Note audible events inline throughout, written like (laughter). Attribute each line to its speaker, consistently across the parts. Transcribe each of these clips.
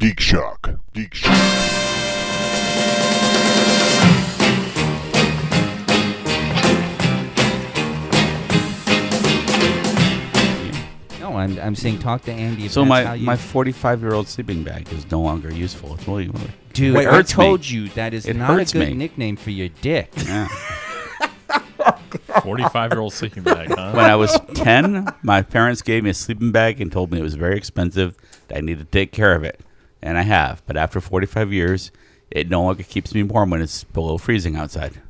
Speaker 1: Geek Shock. Geek Shock.
Speaker 2: No, I'm, I'm saying talk to Andy. If
Speaker 3: So
Speaker 2: that's
Speaker 3: my
Speaker 2: how you,
Speaker 3: my 45 year old sleeping bag is no longer useful. It's really, really
Speaker 2: dude,
Speaker 3: Wait, it
Speaker 2: I
Speaker 3: hurts
Speaker 2: told
Speaker 3: me.
Speaker 2: you that is
Speaker 3: It
Speaker 2: not a
Speaker 3: hurts
Speaker 2: good
Speaker 3: me.
Speaker 2: nickname for your dick.
Speaker 3: yeah.
Speaker 4: 45 year old sleeping bag, huh?
Speaker 3: (laughs) when I was 10, my parents gave me a sleeping bag and told me it was very expensive. That I need to take care of it, and I have. But after 45 years, it no longer keeps me warm when it's below freezing outside.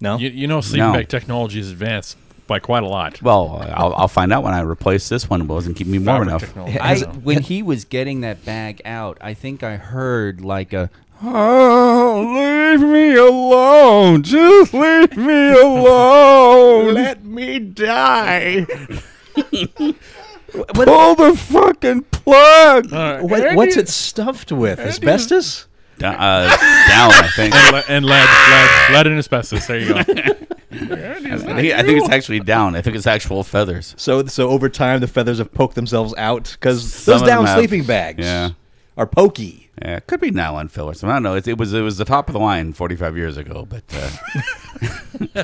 Speaker 5: No.
Speaker 4: You, you know, sleeping
Speaker 3: No.
Speaker 4: bag technology is advanced by quite a lot.
Speaker 3: Well, I'll, I'll find out when I replace this one. It wasn't keeping me warm
Speaker 4: Fabric
Speaker 3: enough.
Speaker 4: technology,
Speaker 2: I,
Speaker 4: so.
Speaker 2: when he was getting that bag out, I think I heard like a, oh, leave me alone. Just leave me alone. Let me die. Pull the fucking plug.
Speaker 4: Uh,
Speaker 5: What, what's it stuffed with? Asbestos?
Speaker 3: D- uh, down, I think.
Speaker 4: and, le- and lead, lead, lead and asbestos. There you
Speaker 5: (laughs)
Speaker 4: go.
Speaker 3: I think, I think it's actually down. I think it's actual feathers.
Speaker 5: So so over time the feathers have poked themselves out because
Speaker 3: Some
Speaker 5: those
Speaker 3: of them
Speaker 5: down
Speaker 3: have.
Speaker 5: sleeping bags
Speaker 3: Yeah.
Speaker 5: are pokey.
Speaker 3: Yeah, it could be nylon fill or something. I don't know. It, it was it was the top of the line 45 years ago, but uh,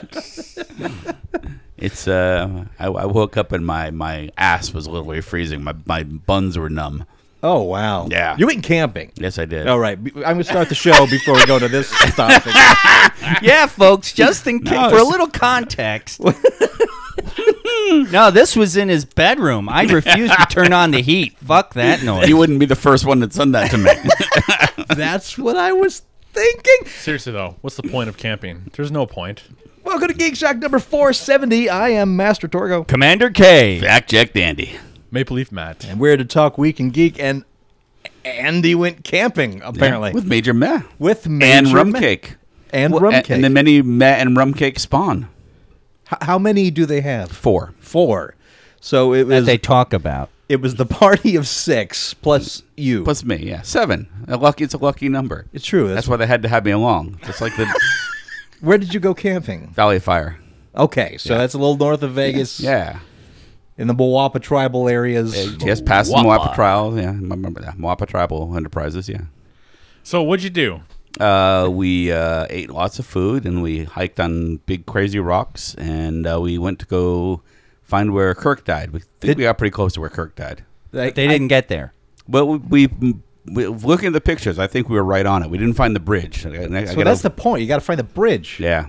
Speaker 3: (laughs) it's uh, I, I woke up and my my ass was literally freezing. My my buns were numb.
Speaker 5: Oh wow.
Speaker 3: Yeah.
Speaker 5: You went camping.
Speaker 3: Yes, I did.
Speaker 5: All right. be- I'm gonna start the show before we go
Speaker 3: (laughs)
Speaker 5: to this topic.
Speaker 2: yeah, folks, just in case,
Speaker 3: No,
Speaker 2: for a
Speaker 3: it's-
Speaker 2: little context. no, this was in his bedroom. I refused to turn on the heat. Fuck that noise.
Speaker 3: You wouldn't be the first one that said that
Speaker 5: (laughs)
Speaker 3: to me.
Speaker 5: That's what I was thinking.
Speaker 4: Seriously, though, what's the point of camping? There's no point.
Speaker 5: Welcome to Geek Shock number 470. I am Master Torgo.
Speaker 2: Commander K.
Speaker 3: Jack Jack Dandy.
Speaker 4: Maple Leaf Matt.
Speaker 5: And we're to talk Week and Geek and Andy went camping, apparently.
Speaker 3: With Major Meh.
Speaker 5: with, me
Speaker 3: and rum cake.
Speaker 5: And
Speaker 3: Well,
Speaker 5: rum
Speaker 3: and-
Speaker 5: cake.
Speaker 3: And the many Meh and rum cake spawn.
Speaker 5: H- how many do they have?
Speaker 3: Four.
Speaker 5: Four. So it was
Speaker 2: That they talk about.
Speaker 5: it was the party of six plus you.
Speaker 3: Plus me, yeah. Seven. A lucky, it's a lucky number.
Speaker 5: it's true. That's,
Speaker 3: That's why they had to have me along. Just like
Speaker 5: (laughs)
Speaker 3: the
Speaker 5: where did you go camping?
Speaker 3: Valley Fire.
Speaker 5: Okay, so that's a little north of Vegas.
Speaker 3: Yeah.
Speaker 5: in the Moapa tribal areas.
Speaker 3: Just past the Moapa Trial, yeah, I remember that Moapa Tribal Enterprises, yeah.
Speaker 4: So, what'd you do?
Speaker 3: Uh, we uh, ate lots of food and we hiked on big crazy rocks and uh, we went to go find where Kirk died. We think
Speaker 5: Did-
Speaker 3: we got pretty close to where Kirk died.
Speaker 5: Like,
Speaker 2: They didn't get there.
Speaker 3: Well, we, we, we looking at the pictures, I think we were right on it. We didn't find the bridge. I- I- I
Speaker 5: so
Speaker 3: gotta-
Speaker 5: that's the point. You got to find the bridge. Uh,
Speaker 3: yeah.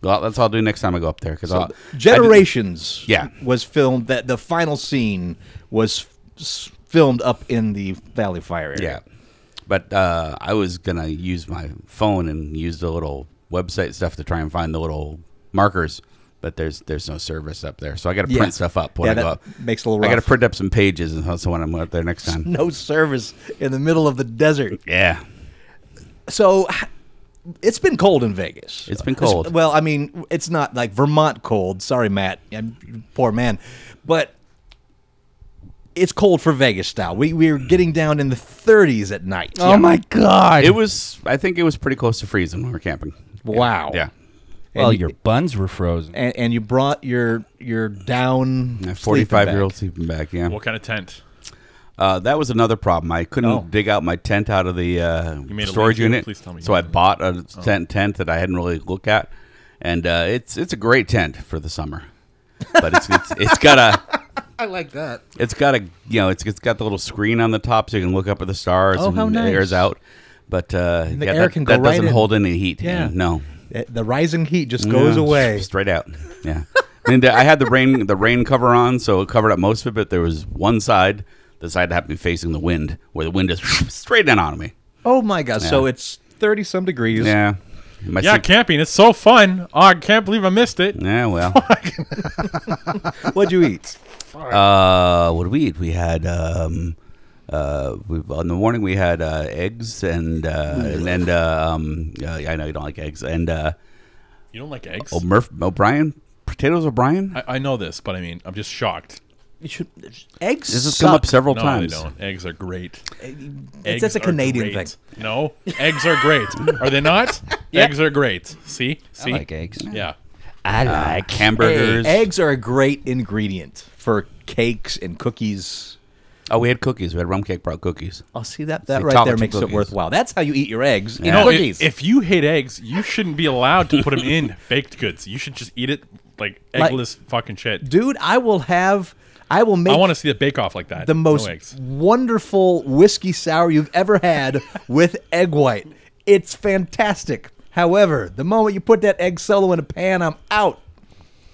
Speaker 3: Well, that's what I'll do next time I go up there because
Speaker 5: Generations.
Speaker 3: Yeah.
Speaker 5: was filmed. That the final scene was s- filmed up in the Valley Fire
Speaker 3: Yeah.
Speaker 5: area.
Speaker 3: But uh, I was going to use my phone and use the little website stuff to try and find the little markers, but there's there's no service up there. So I got to
Speaker 5: Yeah.
Speaker 3: print stuff up when
Speaker 5: Yeah,
Speaker 3: I go
Speaker 5: that
Speaker 3: up.
Speaker 5: makes it a little
Speaker 3: I got to
Speaker 5: rough.
Speaker 3: print up some pages and so when I'm up there next time.
Speaker 5: No service in the middle of the desert.
Speaker 3: Yeah.
Speaker 5: So h- it's been cold in Vegas.
Speaker 3: It's been cold.
Speaker 5: well, I mean, it's not like Vermont cold. Sorry, Matt, I'm poor man, but it's cold for Vegas style. We we're getting down in the 30s at night.
Speaker 2: Oh my god.
Speaker 3: It was I think it was pretty close to freezing when we were camping.
Speaker 5: wow.
Speaker 3: Yeah.
Speaker 2: well,
Speaker 5: and-
Speaker 2: your buns were frozen.
Speaker 5: And, and you brought your your down
Speaker 3: A
Speaker 5: sleeping
Speaker 3: 45 year
Speaker 5: bag.
Speaker 3: old sleeping bag, yeah.
Speaker 4: What kind of tent?
Speaker 3: Uh, that was another problem. I couldn't
Speaker 5: Oh.
Speaker 3: dig out my tent out of the uh,
Speaker 4: made a
Speaker 3: storage
Speaker 4: lean-to?
Speaker 3: unit,
Speaker 4: Please tell me Oh. you
Speaker 3: so I
Speaker 4: did.
Speaker 3: bought a tent tent that I hadn't really looked at, and uh, it's it's a great tent for the summer, but it's it's, it's got a
Speaker 5: (laughs) I like that.
Speaker 3: it's got a you know it's it's got the little screen on the top so you can look up at the stars
Speaker 5: Oh,
Speaker 3: and
Speaker 5: how
Speaker 3: the air's
Speaker 5: nice.
Speaker 3: out, but uh,
Speaker 5: the
Speaker 3: yeah,
Speaker 5: air
Speaker 3: that,
Speaker 5: can go
Speaker 3: that
Speaker 5: right
Speaker 3: doesn't
Speaker 5: in.
Speaker 3: hold any heat.
Speaker 5: Yeah.
Speaker 3: no,
Speaker 5: Uh, The rising heat just goes
Speaker 3: Yeah,
Speaker 5: away.
Speaker 3: straight out. Yeah. and I had the rain the rain cover on, so it covered up most of it. But there was one side, the side that happened to be facing the wind, where the wind is (laughs) straight in on me.
Speaker 5: Oh my god! So it's 30 some degrees.
Speaker 3: Yeah. My
Speaker 4: Yeah,
Speaker 3: sleep-
Speaker 4: camping. It's so fun. Oh, I can't believe I missed it.
Speaker 3: yeah.
Speaker 4: (laughs)
Speaker 3: Well,
Speaker 5: What'd you eat?
Speaker 3: uh, what did we eat? We had um, uh, we, in the morning we had uh, eggs and uh, and, and uh, um, uh, I know you don't like eggs and uh,
Speaker 4: You don't like eggs?
Speaker 3: oh, Murph O'Brien potatoes O'Brien.
Speaker 4: I, I know this, but I mean, I'm just shocked.
Speaker 5: You should eggs.
Speaker 3: This has
Speaker 5: suck.
Speaker 3: come up several
Speaker 4: no,
Speaker 3: times.
Speaker 4: they don't. Eggs are great.
Speaker 5: It's- that's a
Speaker 4: are
Speaker 5: Canadian
Speaker 4: great.
Speaker 5: thing.
Speaker 4: No, eggs are great. Are they
Speaker 5: (laughs)
Speaker 4: not? Eggs are great. See, see.
Speaker 2: like eggs.
Speaker 4: Yeah.
Speaker 2: I like
Speaker 3: Hamburgers.
Speaker 5: Eggs are a great ingredient for cakes and cookies.
Speaker 3: Oh, we had cookies. We had rum cake brought cookies.
Speaker 5: Oh, see that that
Speaker 3: See,
Speaker 5: right
Speaker 3: chocolate
Speaker 5: there
Speaker 3: chip
Speaker 5: makes it
Speaker 3: cookies.
Speaker 5: worthwhile. That's how you eat your eggs.
Speaker 3: You
Speaker 5: in
Speaker 3: know,
Speaker 4: No, i-
Speaker 5: cookies.
Speaker 4: if you hate eggs, you shouldn't be allowed to put them in baked goods. You should just eat it like
Speaker 5: Like-
Speaker 4: eggless fucking shit.
Speaker 5: dude, I will have. I will make
Speaker 4: I want to see a bake off like that.
Speaker 5: the most
Speaker 4: no eggs.
Speaker 5: wonderful whiskey sour you've ever
Speaker 4: (laughs)
Speaker 5: had with egg white. It's fantastic. However, the moment you put that egg solo in a pan, I'm out.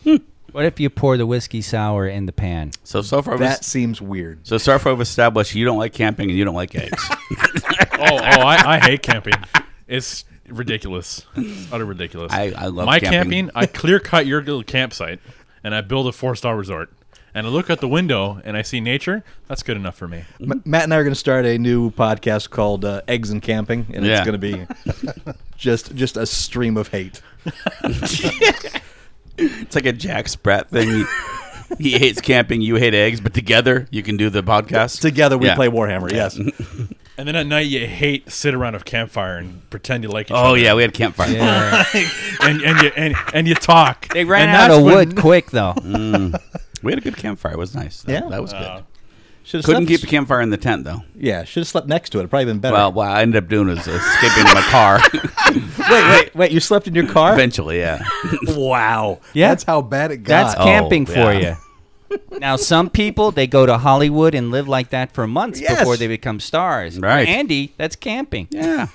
Speaker 2: What if you pour the whiskey sour in the pan?
Speaker 3: So so far, we've,
Speaker 5: That seems weird.
Speaker 3: so so far we've established you don't like camping and you don't like
Speaker 5: (laughs)
Speaker 3: eggs.
Speaker 4: Oh, oh, I, I hate camping. It's ridiculous. It's utter ridiculous.
Speaker 3: I- I love
Speaker 4: my
Speaker 3: camping.
Speaker 4: camping. I clear cut your little campsite and I build a four star resort. And I look out the window and I see nature. That's good enough for me.
Speaker 5: M- Matt and I are going to start a new podcast called uh, "Eggs and Camping," and
Speaker 3: Yeah.
Speaker 5: it's going to
Speaker 4: (laughs)
Speaker 5: be just just a stream of hate.
Speaker 3: it's like a Jack Sprat thing. He, he hates camping. You hate eggs, but together you can do the podcast.
Speaker 5: Together we
Speaker 3: Yeah.
Speaker 5: play
Speaker 3: (laughs)
Speaker 5: Warhammer. Yes,
Speaker 4: And then at night you hate sit around a campfire and pretend you like each
Speaker 3: Oh
Speaker 4: other. (laughs)
Speaker 3: yeah, we had campfire.
Speaker 4: and and you and, and you talk.
Speaker 2: They ran
Speaker 4: And
Speaker 2: out
Speaker 4: that's Mm.
Speaker 2: of
Speaker 4: when- (laughs)
Speaker 2: wood quick though.
Speaker 3: We had a good campfire. It was nice. That,
Speaker 5: Yeah.
Speaker 3: that was good.
Speaker 5: Should've
Speaker 3: Couldn't
Speaker 5: slept-
Speaker 3: keep a campfire in the tent though.
Speaker 5: Yeah, should have slept next to it. It'd Probably been better.
Speaker 3: Well, what I ended up doing was escaping to my car.
Speaker 5: (laughs) wait, wait, wait! You slept in your car? (laughs)
Speaker 3: Eventually, yeah.
Speaker 5: wow.
Speaker 2: Yeah.
Speaker 5: that's how bad it got.
Speaker 2: That's camping
Speaker 3: Oh,
Speaker 2: for you.
Speaker 3: yeah.
Speaker 2: now, some people they go to Hollywood and live like that for months
Speaker 5: Yes.
Speaker 2: before they become stars. For
Speaker 3: Right.
Speaker 2: Andy, that's camping.
Speaker 3: Yeah.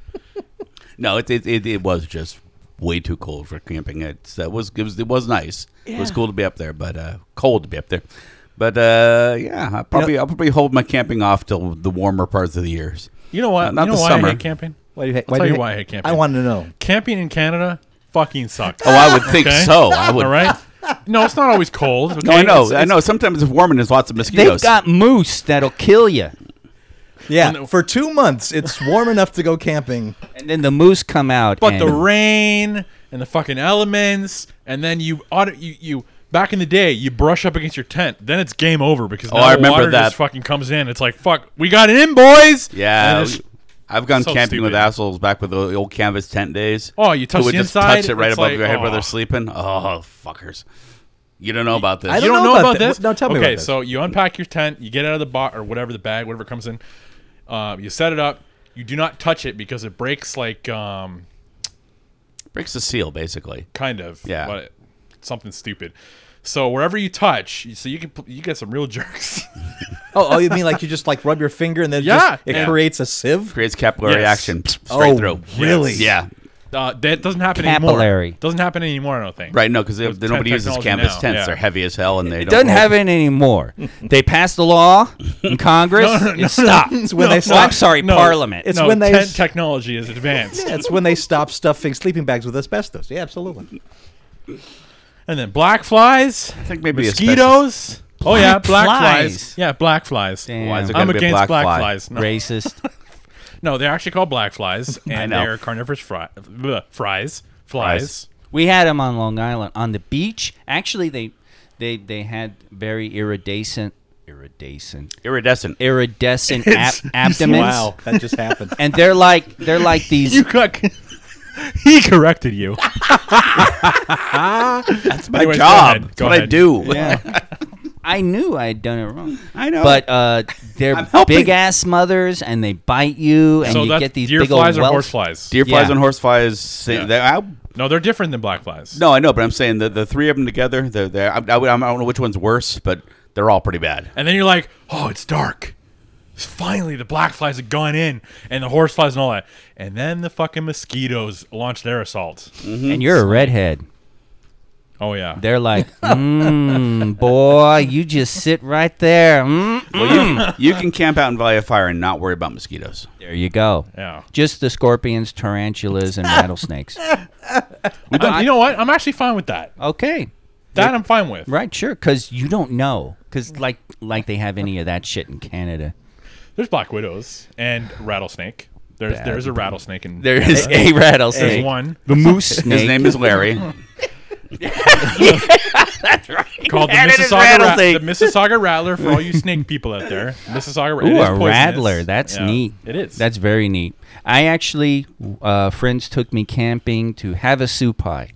Speaker 3: (laughs) no, it it, it it was just way too cold for camping. It's that was it was it was nice. It was cool to be up there, but uh, cold to be up there. But uh, yeah, I probably I'll probably hold my camping off till the warmer parts of the years.
Speaker 4: You know what?
Speaker 3: Not
Speaker 4: you know
Speaker 3: the
Speaker 4: why
Speaker 3: summer.
Speaker 4: I hate camping?
Speaker 5: Why do you hate?
Speaker 4: I'll tell you
Speaker 5: hate-
Speaker 4: why I hate camping.
Speaker 5: I wanted to know.
Speaker 4: Camping in Canada fucking sucks.
Speaker 3: Oh, I would think
Speaker 4: Okay.
Speaker 3: so.
Speaker 4: (laughs)
Speaker 3: I would.
Speaker 4: All right. No, it's not always cold. Okay?
Speaker 3: (laughs) No, I know.
Speaker 4: It's-
Speaker 3: I
Speaker 4: it's-
Speaker 3: know. Sometimes it's warm and there's lots of
Speaker 2: They've
Speaker 3: mosquitoes.
Speaker 2: got moose that'll kill you,
Speaker 5: (laughs) Yeah, for two months it's warm enough to go camping.
Speaker 2: and then the moose come out.
Speaker 4: But the
Speaker 2: and-
Speaker 4: rain and the fucking elements, and then you auto you you. Back in the day, you brush up against your tent, then it's game over because now
Speaker 3: Oh, I
Speaker 4: the
Speaker 3: remember
Speaker 4: water
Speaker 3: that.
Speaker 4: just fucking comes in. It's like fuck, we got it in, boys.
Speaker 3: yeah.
Speaker 4: And it's-
Speaker 3: I've gone
Speaker 4: so
Speaker 3: camping with
Speaker 4: stupid.
Speaker 3: assholes back with the old canvas tent days.
Speaker 4: Oh, you touch
Speaker 3: who would
Speaker 4: the
Speaker 3: just
Speaker 4: inside,
Speaker 3: touch it right
Speaker 4: it's
Speaker 3: above
Speaker 4: like,
Speaker 3: your head while
Speaker 4: oh.
Speaker 3: they're sleeping. Oh, fuckers! You don't know about this.
Speaker 5: I
Speaker 4: you don't know, about,
Speaker 5: thi-
Speaker 4: this?
Speaker 5: no, tell me
Speaker 4: okay,
Speaker 5: about this.
Speaker 4: so you unpack your tent, you get out of the bot or whatever the bag, whatever comes in. Uh, you set it up. You do not touch it because it breaks, like um,
Speaker 3: breaks the seal basically.
Speaker 4: kind of.
Speaker 3: Yeah.
Speaker 4: But something stupid. So wherever you touch, you- so you can pl- you get some real (laughs) jerks.
Speaker 5: (laughs) Oh, oh, you mean like you just like rub your finger and then
Speaker 4: Yeah.
Speaker 5: just, it
Speaker 4: Yeah.
Speaker 5: creates a sieve?
Speaker 3: creates capillary
Speaker 4: Yes.
Speaker 3: action straight
Speaker 5: Oh,
Speaker 3: through.
Speaker 5: really?
Speaker 3: Yeah.
Speaker 4: uh, that doesn't happen
Speaker 2: Capillary.
Speaker 4: anymore. Doesn't happen anymore. I don't think.
Speaker 3: Right. No, because
Speaker 4: Those
Speaker 3: nobody
Speaker 4: tent
Speaker 3: uses
Speaker 4: technology
Speaker 3: canvas
Speaker 4: now,
Speaker 3: tents.
Speaker 4: yeah.
Speaker 3: They're heavy as hell, and they
Speaker 2: It
Speaker 3: don't
Speaker 4: Oh.
Speaker 2: doesn't have it anymore. they passed the law in
Speaker 4: (laughs)
Speaker 2: Congress.
Speaker 4: No, no, no,
Speaker 2: it stopped.
Speaker 5: It's when they
Speaker 2: Oh, I'm
Speaker 5: stop.
Speaker 2: sorry,
Speaker 4: no.
Speaker 2: Parliament.
Speaker 5: It's
Speaker 4: no,
Speaker 5: when they-
Speaker 4: tent technology is advanced.
Speaker 5: (laughs) Yeah, it's when they stop stuffing sleeping bags with asbestos. Yeah, absolutely.
Speaker 4: And then black flies. I
Speaker 3: think maybe
Speaker 4: mosquitoes. Oh yeah, black flies.
Speaker 2: flies.
Speaker 4: Yeah, black flies.
Speaker 2: Damn.
Speaker 3: Why is it
Speaker 4: I'm
Speaker 3: gotta be a
Speaker 4: against
Speaker 3: black
Speaker 4: black,
Speaker 3: fly?
Speaker 4: flies. No.
Speaker 2: racist.
Speaker 4: No, they're actually called black flies, and
Speaker 3: know.
Speaker 4: they're carnivorous fry, bleh, fries, flies.
Speaker 2: We had them on Long Island on the beach. Actually, they they they had very iridescent, iridescent,
Speaker 3: iridescent.
Speaker 4: (laughs)
Speaker 2: iridescent ab- abdomens.
Speaker 5: Wow, that just
Speaker 3: (laughs)
Speaker 5: happened.
Speaker 2: And they're like they're like these.
Speaker 4: You got. (laughs) he corrected
Speaker 2: (laughs)
Speaker 4: you.
Speaker 3: That's my
Speaker 4: Anyways, go
Speaker 3: job.
Speaker 4: ahead,
Speaker 3: That's
Speaker 4: go
Speaker 3: what I
Speaker 4: ahead.
Speaker 3: do.
Speaker 4: (laughs)
Speaker 2: yeah. I knew I had done it wrong.
Speaker 3: I know.
Speaker 2: But uh,
Speaker 3: I'm
Speaker 2: they're
Speaker 3: helping.
Speaker 2: big ass mothers, and they bite you, and
Speaker 4: so
Speaker 2: you
Speaker 4: that's
Speaker 2: get these
Speaker 4: deer
Speaker 2: big old
Speaker 4: flies or
Speaker 2: welts.
Speaker 4: horse flies.
Speaker 3: Deer flies
Speaker 2: Yeah.
Speaker 3: and horse flies. Same,
Speaker 4: Yeah.
Speaker 3: they- I,
Speaker 4: No, they're different than black flies.
Speaker 3: no, I know, but I'm saying the, the three of them together. They're, they're, I, I, I don't know which one's worse, but they're all pretty bad.
Speaker 4: And then you're like, oh, it's dark. Finally, the black flies have gone in, and the horse flies and all that. And then the fucking mosquitoes launch their assault.
Speaker 3: Mm-hmm.
Speaker 2: And you're a redhead.
Speaker 4: Oh yeah.
Speaker 2: They're like, mm, boy, you just sit right there. Mm,
Speaker 3: Well, you, you can camp out in Valley of Fire and not worry about mosquitoes.
Speaker 2: There you go.
Speaker 4: Yeah.
Speaker 2: Just the scorpions, tarantulas, and rattlesnakes.
Speaker 4: But then- you know what? I'm actually fine with that.
Speaker 2: Okay.
Speaker 4: That I'm fine with.
Speaker 2: Right, sure, because you don't know, because like like they have any of that shit in Canada.
Speaker 4: There's black widows and rattlesnake. There's there's a rattlesnake in
Speaker 2: There is (laughs) a rattlesnake.
Speaker 4: there's one
Speaker 2: The moose snake.
Speaker 3: His name is Larry.
Speaker 4: called the Mississauga, Ra- the Mississauga Rattler for all you snake people out there. Mississauga Rattler.
Speaker 2: Ooh, a rattler. That's neat.
Speaker 4: It is.
Speaker 2: That's very neat. I actually, uh, friends took me camping to Havasupai,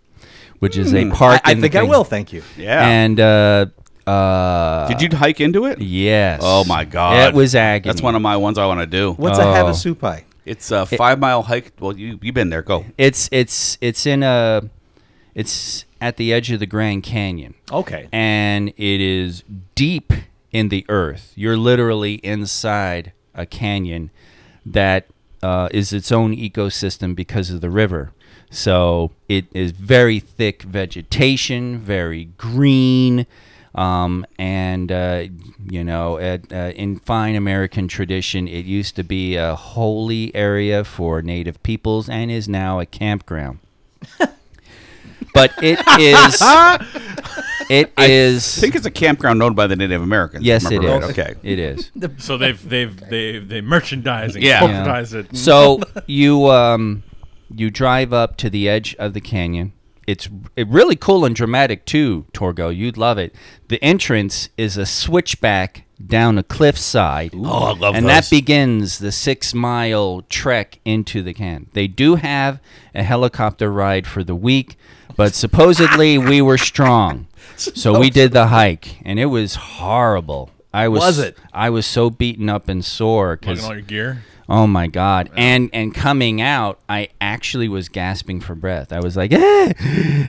Speaker 2: which is a
Speaker 5: I,
Speaker 2: park.
Speaker 5: I
Speaker 3: Hmm.
Speaker 2: in the
Speaker 5: think I
Speaker 2: thing-
Speaker 5: will. Thank you.
Speaker 3: Yeah.
Speaker 2: And uh, Uh,
Speaker 3: Did you hike into it?
Speaker 2: yes.
Speaker 3: Oh my god,
Speaker 2: It was agony.
Speaker 3: That's one of my ones I want to do.
Speaker 5: What's a
Speaker 3: Oh.
Speaker 5: Havasupai?
Speaker 3: It's a five mile hike. Well, you you've been there. Go.
Speaker 2: It's it's it's in a it's at the edge of the Grand Canyon.
Speaker 5: Okay.
Speaker 2: And it is deep in the earth. You're literally inside a canyon that uh, is its own ecosystem because of the river. So it is very thick vegetation, very green, um, and uh, you know, at, uh, in fine American tradition, it used to be a holy area for Native peoples and is now a campground. but
Speaker 3: (laughs)
Speaker 2: it is, it is.
Speaker 3: I think it's a campground owned by the Native Americans. if I
Speaker 2: yes, it is.
Speaker 3: remember right. Okay.
Speaker 2: it is.
Speaker 4: So they've they've they they merchandising,
Speaker 3: Yeah.
Speaker 2: Yeah.
Speaker 4: corporatized it.
Speaker 2: So you um, you drive up to the edge of the canyon. It's it really cool and dramatic too, Torgo. You'd love it. The entrance is a switchback down a cliffside.
Speaker 3: Oh, I love
Speaker 2: And that
Speaker 3: those.
Speaker 2: begins the six mile trek into the canyon. They do have a helicopter ride for the week, but
Speaker 3: (laughs)
Speaker 2: supposedly we were strong. So we did the hike, and it was horrible. I was,
Speaker 5: Was it?
Speaker 2: I was so beaten up and sore
Speaker 4: Looking
Speaker 2: because
Speaker 4: at all your gear.
Speaker 2: Oh my god! And and coming out, I actually was gasping for breath. I was like, eh.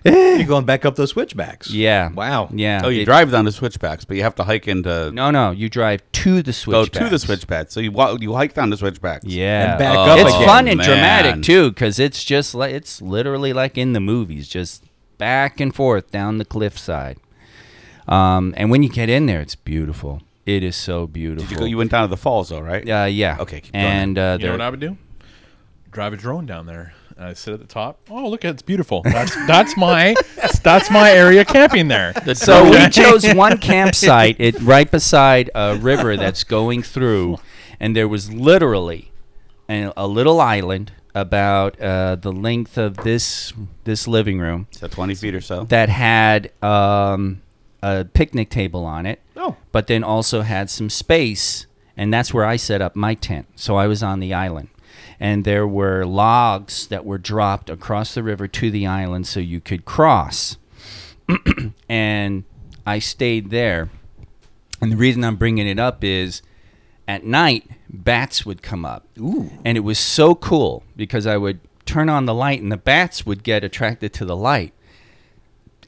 Speaker 5: You're going back up those switchbacks.
Speaker 2: yeah,
Speaker 5: Wow.
Speaker 2: yeah.
Speaker 3: Oh, you
Speaker 2: It-
Speaker 3: drive down the switchbacks, but you have to hike into
Speaker 2: No, no, you drive to the
Speaker 3: go
Speaker 2: switchback.
Speaker 3: Oh, to the switchbacks. So you walk, you hike down the switchbacks.
Speaker 2: Yeah, Oh,
Speaker 5: And back up
Speaker 2: It's
Speaker 5: again.
Speaker 2: fun and
Speaker 3: Man.
Speaker 2: dramatic too, because it's just like it's literally like in the movies, just back and forth down the cliffside. Um, and when you get in there, it's beautiful. It is so beautiful.
Speaker 3: Did you go? You went down to the falls, though, right?
Speaker 2: uh, yeah.
Speaker 3: Okay, keep going.
Speaker 2: And uh,
Speaker 4: You
Speaker 2: there-
Speaker 4: know what I would do? Drive a drone down there. And I sit at the top. Oh, look, it's
Speaker 2: (laughs)
Speaker 4: beautiful. That's that's my that's my area camping there.
Speaker 2: So we chose one campsite it right beside a river that's going through, and there was literally a, a little island about uh, the length of this this living room
Speaker 3: So twenty feet or so.
Speaker 2: that had um, a picnic table on it.
Speaker 5: Oh.
Speaker 2: But then also had some space, and that's where I set up my tent. So I was on the island. And there were logs that were dropped across the river to the island so you could cross. (clears throat) and I stayed there. And the reason I'm bringing it up is at night, bats would come up. Ooh. And it was so cool because I would turn on the light and the bats would get attracted to the light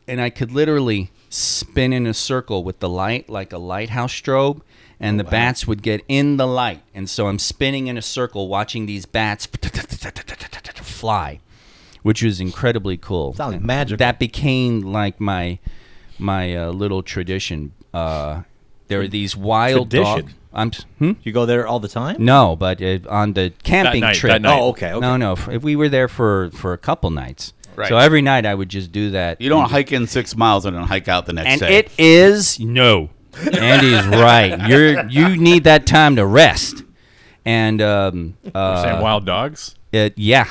Speaker 2: and I could literally spin in a circle with the light like a lighthouse strobe
Speaker 5: Oh,
Speaker 2: and the bats would get in the light and so I'm spinning in a circle watching these bats (laughs) fly which was incredibly cool
Speaker 5: Sounds
Speaker 2: And
Speaker 5: magical.
Speaker 2: that became like my my uh, little tradition uh, there are these wild dogs
Speaker 5: Tradition?
Speaker 2: I'm hmm?
Speaker 5: You go there all the time?
Speaker 2: no but it, on the camping
Speaker 4: night,
Speaker 2: trip
Speaker 4: that night.
Speaker 5: Oh, okay, okay.
Speaker 2: no no f- if we were there for for a couple nights
Speaker 3: Right.
Speaker 2: so every night I would just do that
Speaker 3: you don't hike in six miles and then hike out the next
Speaker 2: and
Speaker 3: day.
Speaker 2: it is no. Andy's right. You're you need that time to rest. And um, uh,
Speaker 4: saying wild dogs.
Speaker 2: it, yeah,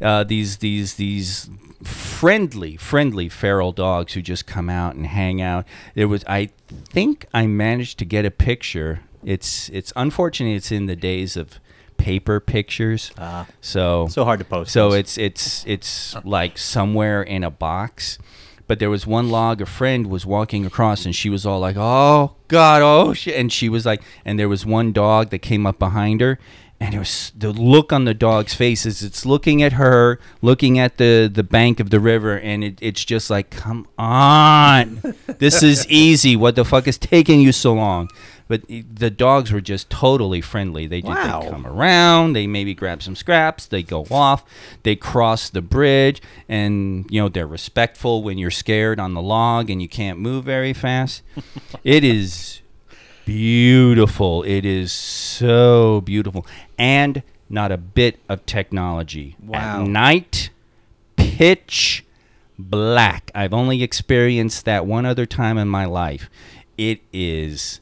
Speaker 2: uh, these these these friendly friendly feral dogs who just come out and hang out. There was I think I managed to get a picture. It's it's unfortunate it's in the days of paper pictures. Ah, so
Speaker 5: So hard to post
Speaker 2: So
Speaker 5: those.
Speaker 2: it's it's it's like somewhere in a box. But there was one log a friend was walking across and she was all like, "Oh god, oh shit." And she was like and there was one dog that came up behind her and it was the look on the dog's face is it's looking at her, looking at the the bank of the river and it, it's just like, "Come on. This is easy. What the fuck is taking you so long?" But e, the dogs were just totally friendly. They did
Speaker 5: Wow.
Speaker 2: they come around. They maybe grab some scraps. They go off. They cross the bridge, and you know they're respectful when you're scared on the log and you can't move very
Speaker 5: (laughs)
Speaker 2: fast. it is beautiful. It is so beautiful, and not a bit of technology.
Speaker 5: Wow.
Speaker 2: At night, pitch black. I've only experienced that one other time in my life. It is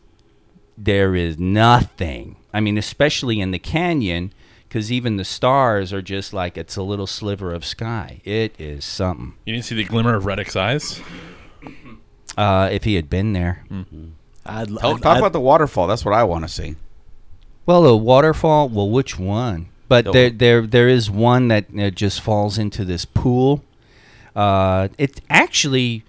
Speaker 2: there is nothing. I mean, especially in the canyon, because even the stars are just like it's a little sliver of sky. It is something.
Speaker 4: You didn't see the glimmer of Reddick's eyes.
Speaker 2: Uh, if he had been there,
Speaker 5: I'd, I'd,
Speaker 3: Talk, talk about the waterfall. That's what I want to see.
Speaker 2: well, a waterfall. Well, which one? But
Speaker 3: The-
Speaker 2: there, there, there is one that uh, just falls into this pool. Uh, it actually,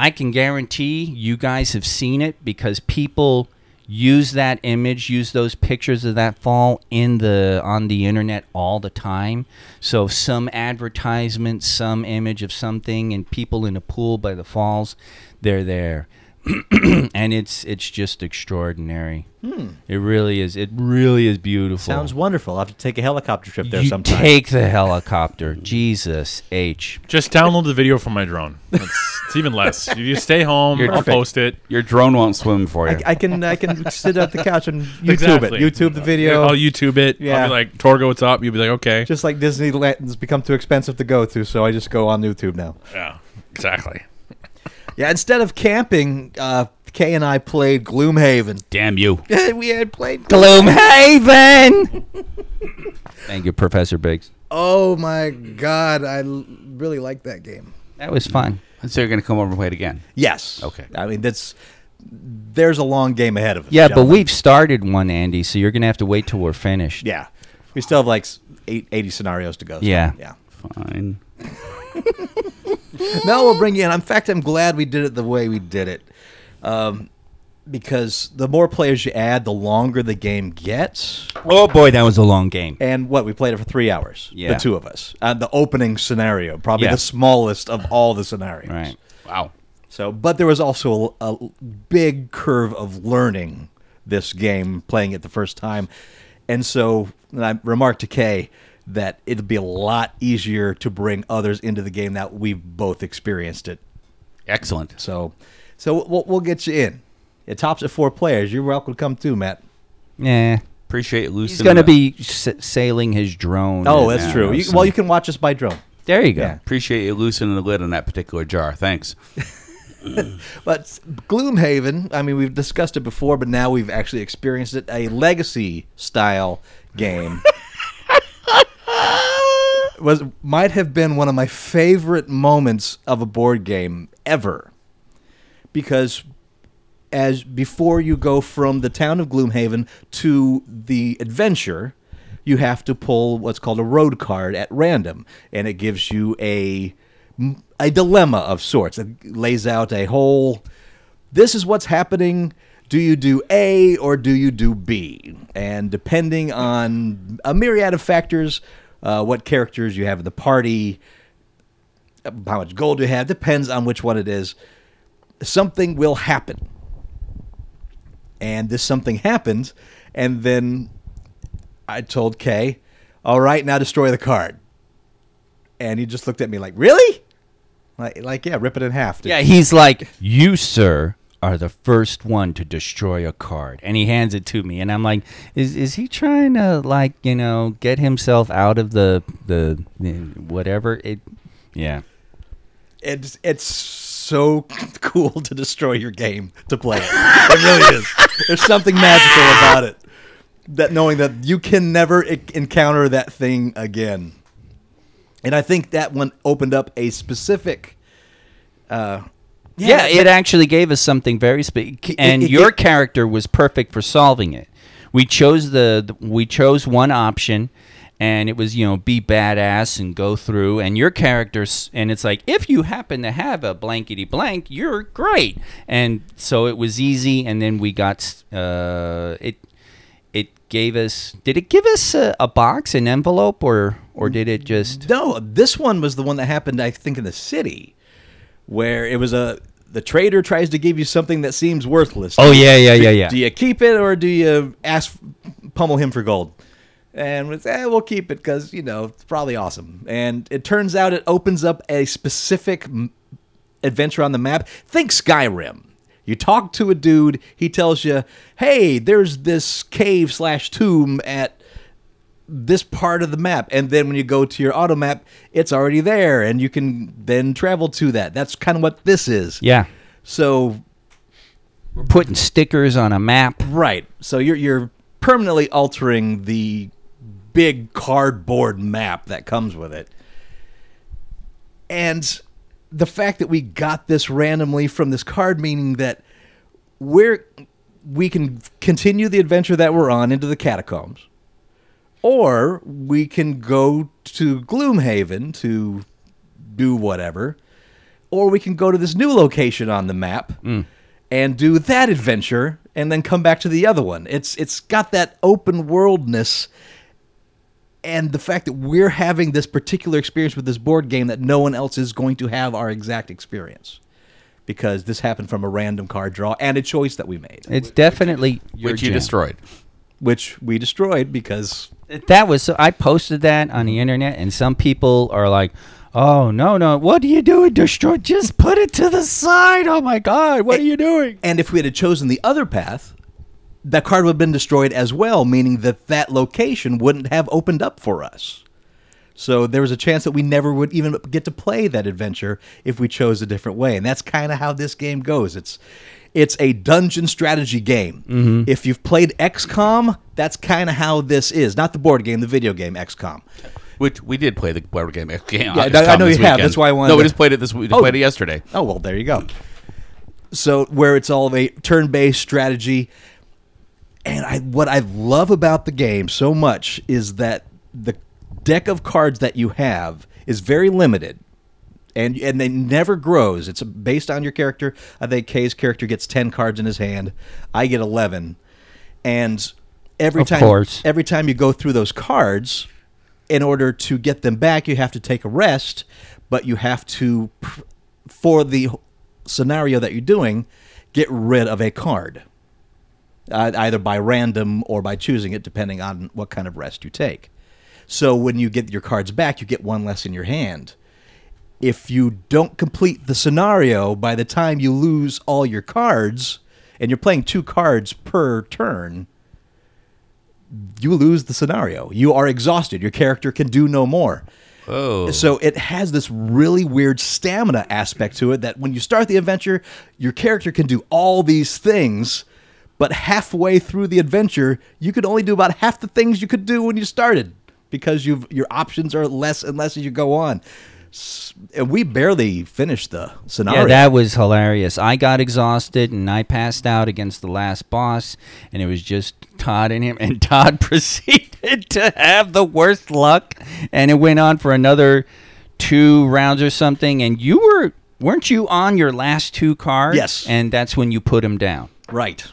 Speaker 2: I can guarantee you guys have seen it because people use that image, use those pictures of that fall in the on the internet all the time. So some advertisement, some image of something and people in a pool by the falls, they're there. (clears throat) and it's it's just extraordinary. It really is. It really is beautiful.
Speaker 5: Hmm. Sounds wonderful. I'll have to take a helicopter trip there
Speaker 2: you
Speaker 5: sometime.
Speaker 2: take the helicopter. Jesus H.
Speaker 4: Just download the video from my drone. It's, it's even less. You just stay home.
Speaker 3: You're
Speaker 4: I'll
Speaker 3: perfect.
Speaker 4: post it.
Speaker 3: Your drone won't swim for you.
Speaker 5: I, I can I can sit at the couch and YouTube
Speaker 4: Exactly.
Speaker 5: it. YouTube the video.
Speaker 4: I'll YouTube it.
Speaker 5: Yeah.
Speaker 4: I'll be like, Torgo, what's up? You'll be like, okay.
Speaker 5: just like Disneyland's become too expensive to go to, so I just go on YouTube now.
Speaker 4: yeah, exactly.
Speaker 5: Yeah, instead of camping, uh, Kay and I played Gloomhaven.
Speaker 3: Damn
Speaker 5: (laughs)
Speaker 3: you.
Speaker 5: we had played.
Speaker 2: Gloomhaven. Thank you, Professor Biggs.
Speaker 5: Oh my god, I l- really like that game.
Speaker 2: That was fun.
Speaker 3: So you're gonna come over and play it again.
Speaker 5: Yes.
Speaker 3: Okay.
Speaker 5: I mean, that's there's a long game ahead of us.
Speaker 2: Yeah, but
Speaker 5: gentlemen.
Speaker 2: we've started one, Andy, so you're gonna have to wait till we're finished.
Speaker 5: yeah we still have like s- eight, 80 scenarios to go. so,
Speaker 2: Yeah.
Speaker 5: Yeah.
Speaker 3: Fine.
Speaker 5: no, we'll bring you in. In fact, I'm glad we did it the way we did it, um, because the more players you add, the longer the game gets.
Speaker 2: Oh boy, that was a long game.
Speaker 5: And what we played it for three hours,
Speaker 2: Yeah.
Speaker 5: the two of us, uh, the opening scenario, probably
Speaker 2: Yeah.
Speaker 5: the smallest of all the scenarios.
Speaker 2: Right.
Speaker 3: Wow.
Speaker 5: So, but there was also a, a big curve of learning this game, playing it the first time, and so and I remarked to Kay that it'd be a lot easier to bring others into the game that we've both experienced it.
Speaker 3: Excellent.
Speaker 5: So, so we'll, we'll get you in. It tops at four players. You're welcome to come too, Matt.
Speaker 2: Yeah.
Speaker 3: Appreciate Lucy.
Speaker 2: Eh. He's gonna be s- sailing his drone.
Speaker 5: Oh,
Speaker 2: and-
Speaker 5: that's
Speaker 2: yeah,
Speaker 5: true. You,
Speaker 2: so-
Speaker 5: well, you can watch us by drone.
Speaker 2: there you go.
Speaker 5: yeah.
Speaker 3: Appreciate you loosening the lid on that particular jar. Thanks.
Speaker 5: But Gloomhaven, I mean, we've discussed it before, but now we've actually experienced it a legacy style (laughs) game. was might have been one of my favorite moments of a board game ever. Because as before you go from the town of Gloomhaven to the adventure, you have to pull what's called a road card at random, and it gives you a a dilemma of sorts. It lays out a whole. This is what's happening. Do you do A or do you do B? And depending on a myriad of factors, uh, what characters you have in the party, how much gold you have, depends on which one it is. Something will happen and this something happened and then i told kay all right now destroy the card and he just looked at me like really like, like yeah rip it in half dude.
Speaker 2: Yeah, he's like, You, sir, are the first one to destroy a card. And he hands it to me and I'm like, Is is he trying to like, you know, get himself out of the the, the whatever it yeah.
Speaker 5: it's it's so (laughs) cool to destroy your game to play it. It really is. There's something magical about it. That knowing that you can never e- encounter that thing again. And I think that one opened up a specific uh,
Speaker 2: Yeah, it actually gave us something very spe- and
Speaker 5: it-
Speaker 2: your
Speaker 5: it-
Speaker 2: character was perfect for solving it. We chose the, the we chose one option and it was, you know, be badass and go through and your characters and it's like if you happen to have a blankety blank, you're great. And so it was easy and then we got uh it it gave us did it give us a, a box an envelope or or did it just
Speaker 5: No, this one was the one that happened, I think, in the city, where it was a the trader tries to give you something that seems worthless.
Speaker 2: Oh yeah, yeah, yeah, yeah.
Speaker 5: Do you keep it or do you ask pummel him for gold? And we say, eh, we'll keep it because you know it's probably awesome. And it turns out it opens up a specific m- adventure on the map. Think Skyrim. You talk to a dude, he tells you, "Hey, there's this cave slash tomb at this part of the map and then when you go to your auto map it's already there and you can then travel to that that's kind of what this is
Speaker 2: Yeah.
Speaker 5: so
Speaker 2: We're putting stickers on a map.
Speaker 5: right so you're you're permanently altering the big cardboard map that comes with it and the fact that we got this randomly from this card meaning that we're we can continue the adventure that we're on into the catacombs or we can go to gloomhaven to do whatever or we can go to this new location on the map and do that adventure and then come back to the other one. It's it's got that open worldness and the fact that we're having this particular experience with this board game that no one else is going to have our exact experience because this happened from a random card draw and a choice that we made
Speaker 2: It's definitely your
Speaker 3: which you
Speaker 2: jam.
Speaker 3: destroyed.
Speaker 5: which we destroyed because
Speaker 2: That was so. I posted that on the internet, and some people are like, "Oh no, no! What are you doing? Destroy! Just put it to the side! Oh my God! What are you doing?"
Speaker 5: and if we had chosen the other path that card would have been destroyed as well meaning that that location wouldn't have opened up for us so there was a chance that we never would even get to play that adventure if we chose a different way and that's kind of how this game goes it's it's a dungeon strategy game if you've played xcom that's kind of how this is not the board game the video game xcom
Speaker 3: Which we did play the board game. (laughs) Yeah,
Speaker 5: I- I know you have. That's why I wanted
Speaker 3: No, we
Speaker 5: to-
Speaker 3: just played it this. We
Speaker 5: Oh.
Speaker 3: played it yesterday.
Speaker 5: Oh well, there you go. So where it's all of a turn-based strategy, and I what I love about the game so much is that the deck of cards that you have is very limited, and and they never grows. It's based on your character. I think Kay's character gets ten cards in his hand. I get eleven, and every
Speaker 2: Of
Speaker 5: time
Speaker 2: course.
Speaker 5: every time you go through those cards, in order to get them back, you have to take a rest, but you have to, pr- for the scenario that you're doing, get rid of a card, uh, either by random or by choosing it, depending on what kind of rest you take. So when you get your cards back, you get one less in your hand. If you don't complete the scenario by the time you lose all your cards, and you're playing two cards per turn, you lose the scenario. You are exhausted. Your character can do no more.
Speaker 3: Oh,
Speaker 5: So it has this really weird stamina aspect to it that when you start the adventure, your character can do all these things, but halfway through the adventure, you could only do about half the things you could do when you started because you've your options are less and less as you go on. S- And we barely finished the scenario.
Speaker 2: Yeah, that was hilarious. I got exhausted and I passed out against the last boss, and it was just Todd and him. (laughs) And Todd proceeded to have the worst luck, and it went on for another two rounds or something. And you were weren't you on your last two cards?
Speaker 5: Yes.
Speaker 2: and that's when you put him down.
Speaker 5: Right.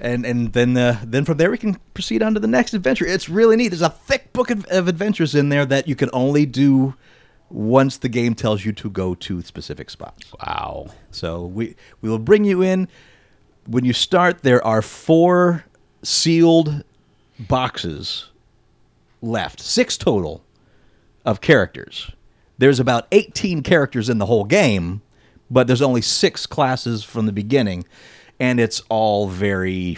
Speaker 5: And and then uh, then from there we can proceed on to the next adventure. It's really neat. There's a thick book of, of adventures in there that you can only do once the game tells you to go to specific spots.
Speaker 3: wow.
Speaker 5: So we we will bring you in. When you start, there are four sealed boxes left, six total of characters. There's about 18 characters in the whole game, but there's only six classes from the beginning, and it's all very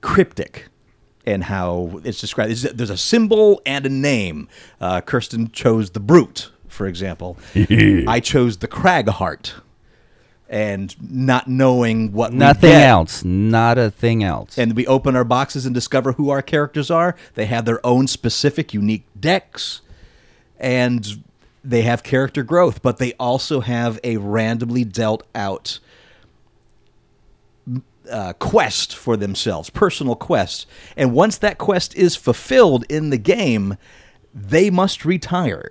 Speaker 5: cryptic in how it's described. It's- There's a symbol and a name. Uh, Kirsten chose the Brute, for example. I chose the Cragheart, and not knowing what we
Speaker 2: Nothing
Speaker 5: get-
Speaker 2: else. Not a thing else.
Speaker 5: and we open our boxes and discover who our characters are. They have their own specific, unique decks, and they have character growth, but they also have a randomly dealt out uh, quest for themselves, personal quest. And once that quest is fulfilled in the game, they must retire.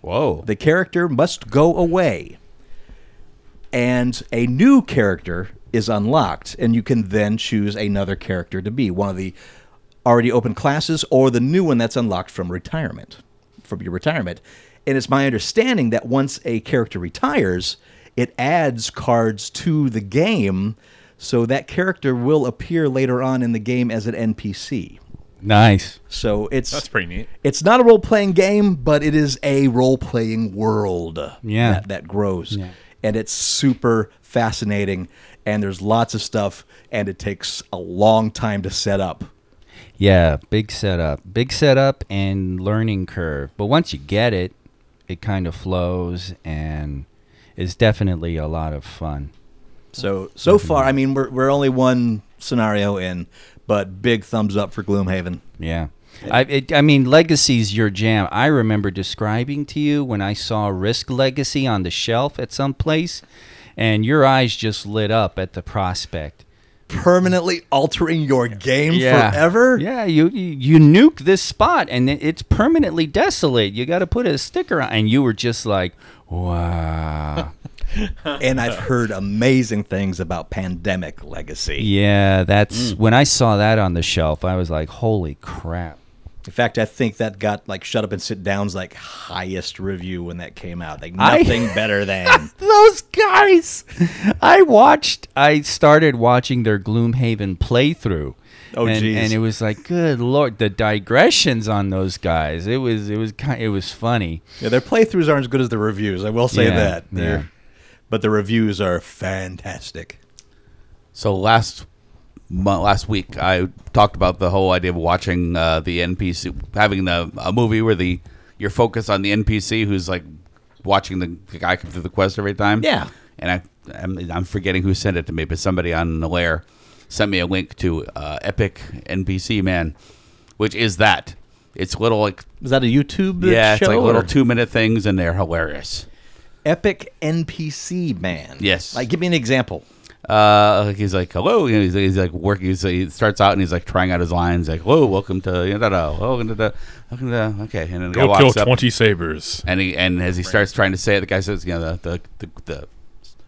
Speaker 3: Whoa.
Speaker 5: The character must go away. And a new character is unlocked, and you can then choose another character to be one of the already open classes or the new one that's unlocked from retirement, from your retirement. And it's my understanding that once a character retires, it adds cards to the game, so that character will appear later on in the game as an NPC.
Speaker 2: nice.
Speaker 5: So it's
Speaker 4: That's pretty neat.
Speaker 5: it's not a role playing game, but it is a role playing world.
Speaker 2: Yeah.
Speaker 5: That, that grows. And it's super fascinating. And there's lots of stuff, and it takes a long time to set up.
Speaker 2: Yeah, big setup. Big setup and learning curve. But once you get it, it kind of flows and it's definitely a lot of fun.
Speaker 5: So so far, I mean, we're we're only one scenario in, but big thumbs up for Gloomhaven.
Speaker 2: Yeah. I, it, I mean, Legacy's your jam. I remember describing to you when I saw Risk Legacy on the shelf at some place, and your eyes just lit up at the prospect.
Speaker 5: permanently altering your game
Speaker 2: yeah.
Speaker 5: forever?
Speaker 2: Yeah, you, you you nuke this spot and it, it's permanently desolate. You got to put a sticker on, and you were just like, wow.
Speaker 5: And I've heard amazing things about Pandemic Legacy.
Speaker 2: yeah, that's when I saw that on the shelf. I was like, holy crap.
Speaker 5: In fact, I think that got like Shut Up and Sit Down's like highest review when that came out. Like
Speaker 2: I-
Speaker 5: nothing better than.
Speaker 2: those guys. I watched. I started watching their Gloomhaven playthrough.
Speaker 5: Oh,
Speaker 2: and,
Speaker 5: geez.
Speaker 2: and it was like, good lord, the digressions on those guys. It was, it was kind, it was funny.
Speaker 5: (laughs) Yeah, their playthroughs aren't as good as the reviews. I will say
Speaker 2: Yeah,
Speaker 5: that.
Speaker 2: yeah.
Speaker 5: They're- But the reviews are fantastic.
Speaker 3: So last mo- last week, I talked about the whole idea of watching uh, the NPC, having the a movie where the you're focused on the NPC who's like watching the, the guy come through the quest every time.
Speaker 5: Yeah.
Speaker 3: and I I'm, I'm forgetting who sent it to me, but somebody on the lair sent me a link to uh, Epic NPC Man, which is that. It's little like
Speaker 5: Is that a YouTube
Speaker 3: yeah, it's
Speaker 5: show?
Speaker 3: like little
Speaker 5: or-
Speaker 3: two minute things, and they're hilarious.
Speaker 5: Epic NPC man.
Speaker 3: Yes.
Speaker 5: Like, give me an example.
Speaker 3: uh, like he's like, hello. You know, he's, he's like working. He's, he starts out and he's like trying out his lines. Like, hello, welcome to you know, da, da, welcome to the, welcome to the, okay. And then the guy
Speaker 4: Go
Speaker 3: walks
Speaker 4: kill
Speaker 3: up
Speaker 4: twenty sabers.
Speaker 3: and he and as he starts trying to say it, the guy says, you know, the the, the, the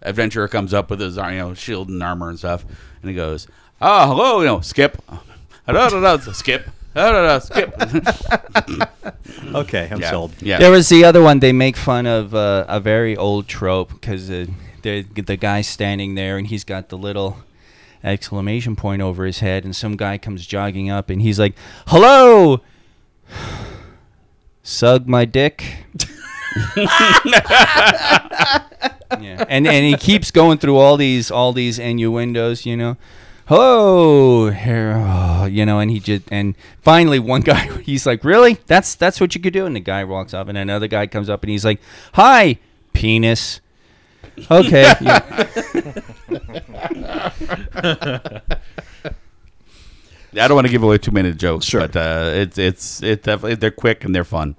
Speaker 3: adventurer comes up with his you know shield and armor and stuff, and he goes, ah, hello, you know, skip, (laughs) da, da, da, skip, da, da, da, skip.
Speaker 5: (clears throat) Okay, I'm
Speaker 3: yeah.
Speaker 5: sold.
Speaker 3: Yeah.
Speaker 2: There was the other one. They make fun of uh, a very old trope because uh, the the guy's standing there and he's got the little exclamation point over his head, and some guy comes jogging up and he's like, "Hello, (sighs) sug my dick." yeah, and and he keeps going through all these all these innuendos, you know. Hello, here, oh, you know, and he just and finally one (laughs) guy he's like, really? That's that's what you could do. And the guy walks up, and another guy comes up, and he's like, hi, penis. (laughs) Okay. yeah.
Speaker 3: I don't want to give away too many jokes, but uh, it's it's it definitely they're quick and they're fun.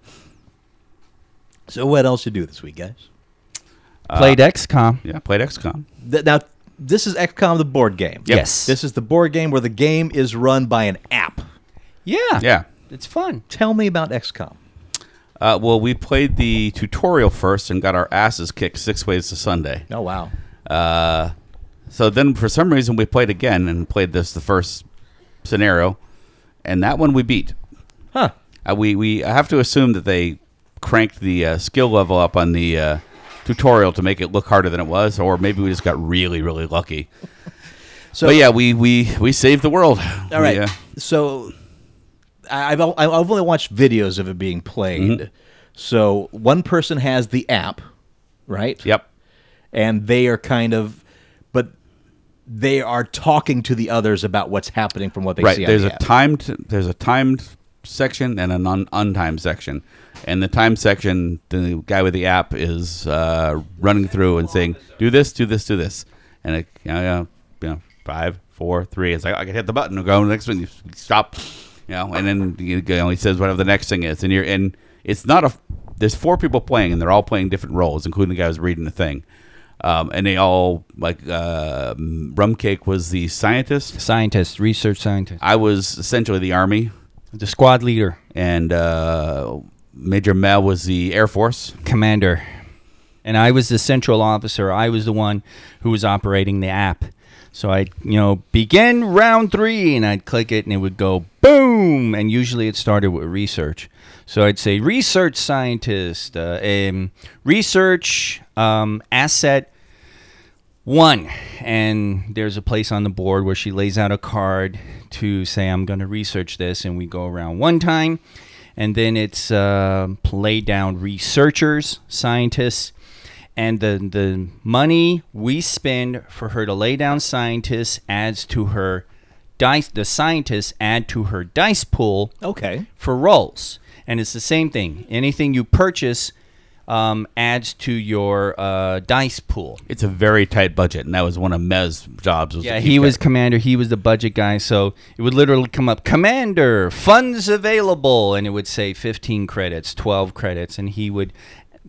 Speaker 5: So, what else you do this week, guys?
Speaker 2: Played XCOM.
Speaker 3: Yeah, played XCOM.
Speaker 5: Th- now, this is XCOM, the board game.
Speaker 3: Yep.
Speaker 2: Yes.
Speaker 5: This is the board game where the game is run by an app.
Speaker 2: yeah.
Speaker 3: Yeah.
Speaker 2: It's fun.
Speaker 5: Tell me about XCOM.
Speaker 3: Uh, well, we played the tutorial first and got our asses kicked six ways to Sunday.
Speaker 5: Oh, wow.
Speaker 3: Uh, so then, for some reason, we played again and played this the first scenario, and that one we beat.
Speaker 5: Huh.
Speaker 3: Uh, we we I have to assume that they cranked the uh, skill level up on the uh, tutorial to make it look harder than it was, or maybe we just got really really lucky.
Speaker 5: (laughs) So,
Speaker 3: but yeah, we we we saved the world. uh,
Speaker 5: All right. So I- I've al- I've only watched videos of it being played.
Speaker 2: Mm-hmm.
Speaker 5: So one person has the app, right?
Speaker 3: yep.
Speaker 5: And they are kind of, but they are talking to the others about what's happening from what they
Speaker 3: right
Speaker 5: see. on
Speaker 3: there's
Speaker 5: the
Speaker 3: a
Speaker 5: app.
Speaker 3: timed there's a timed section and an un- untimed section and the time section the guy with the app is uh, running through and saying do this do this do this and it, you know, you know five four three it's like "Oh, i can hit the button and go to the next one you stop you know and then you go, he says whatever the next thing is and you're and it's not a there's four people playing and they're all playing different roles including the guy who's reading the thing um, and they all like uh, rumcake was the scientist
Speaker 2: Scientist, research scientist,
Speaker 3: I was essentially the army,
Speaker 2: the squad leader,
Speaker 3: and uh, Major Mel was the Air Force.
Speaker 2: commander, and I was the central officer. I was the one who was operating the app. So I'd, you know, begin round three, and I'd click it, and it would go boom. And usually it started with research. So I'd say research scientist, uh, um, research um, asset one and there's a place on the board where she lays out a card to say i'm going to research this and we go around one time and then it's uh, play down researchers scientists and the, the money we spend for her to lay down scientists adds to her dice the scientists add to her dice pool
Speaker 5: okay.
Speaker 2: for rolls, and it's the same thing. Anything you purchase um, adds to your uh, dice pool.
Speaker 3: It's a very tight budget, and that was one of Mez's jobs. Was to
Speaker 2: Yeah,
Speaker 3: keep
Speaker 2: he was
Speaker 3: that.
Speaker 2: commander. He was the budget guy, so it would literally come up, commander, funds available, and it would say 15 credits, 12 credits, and he would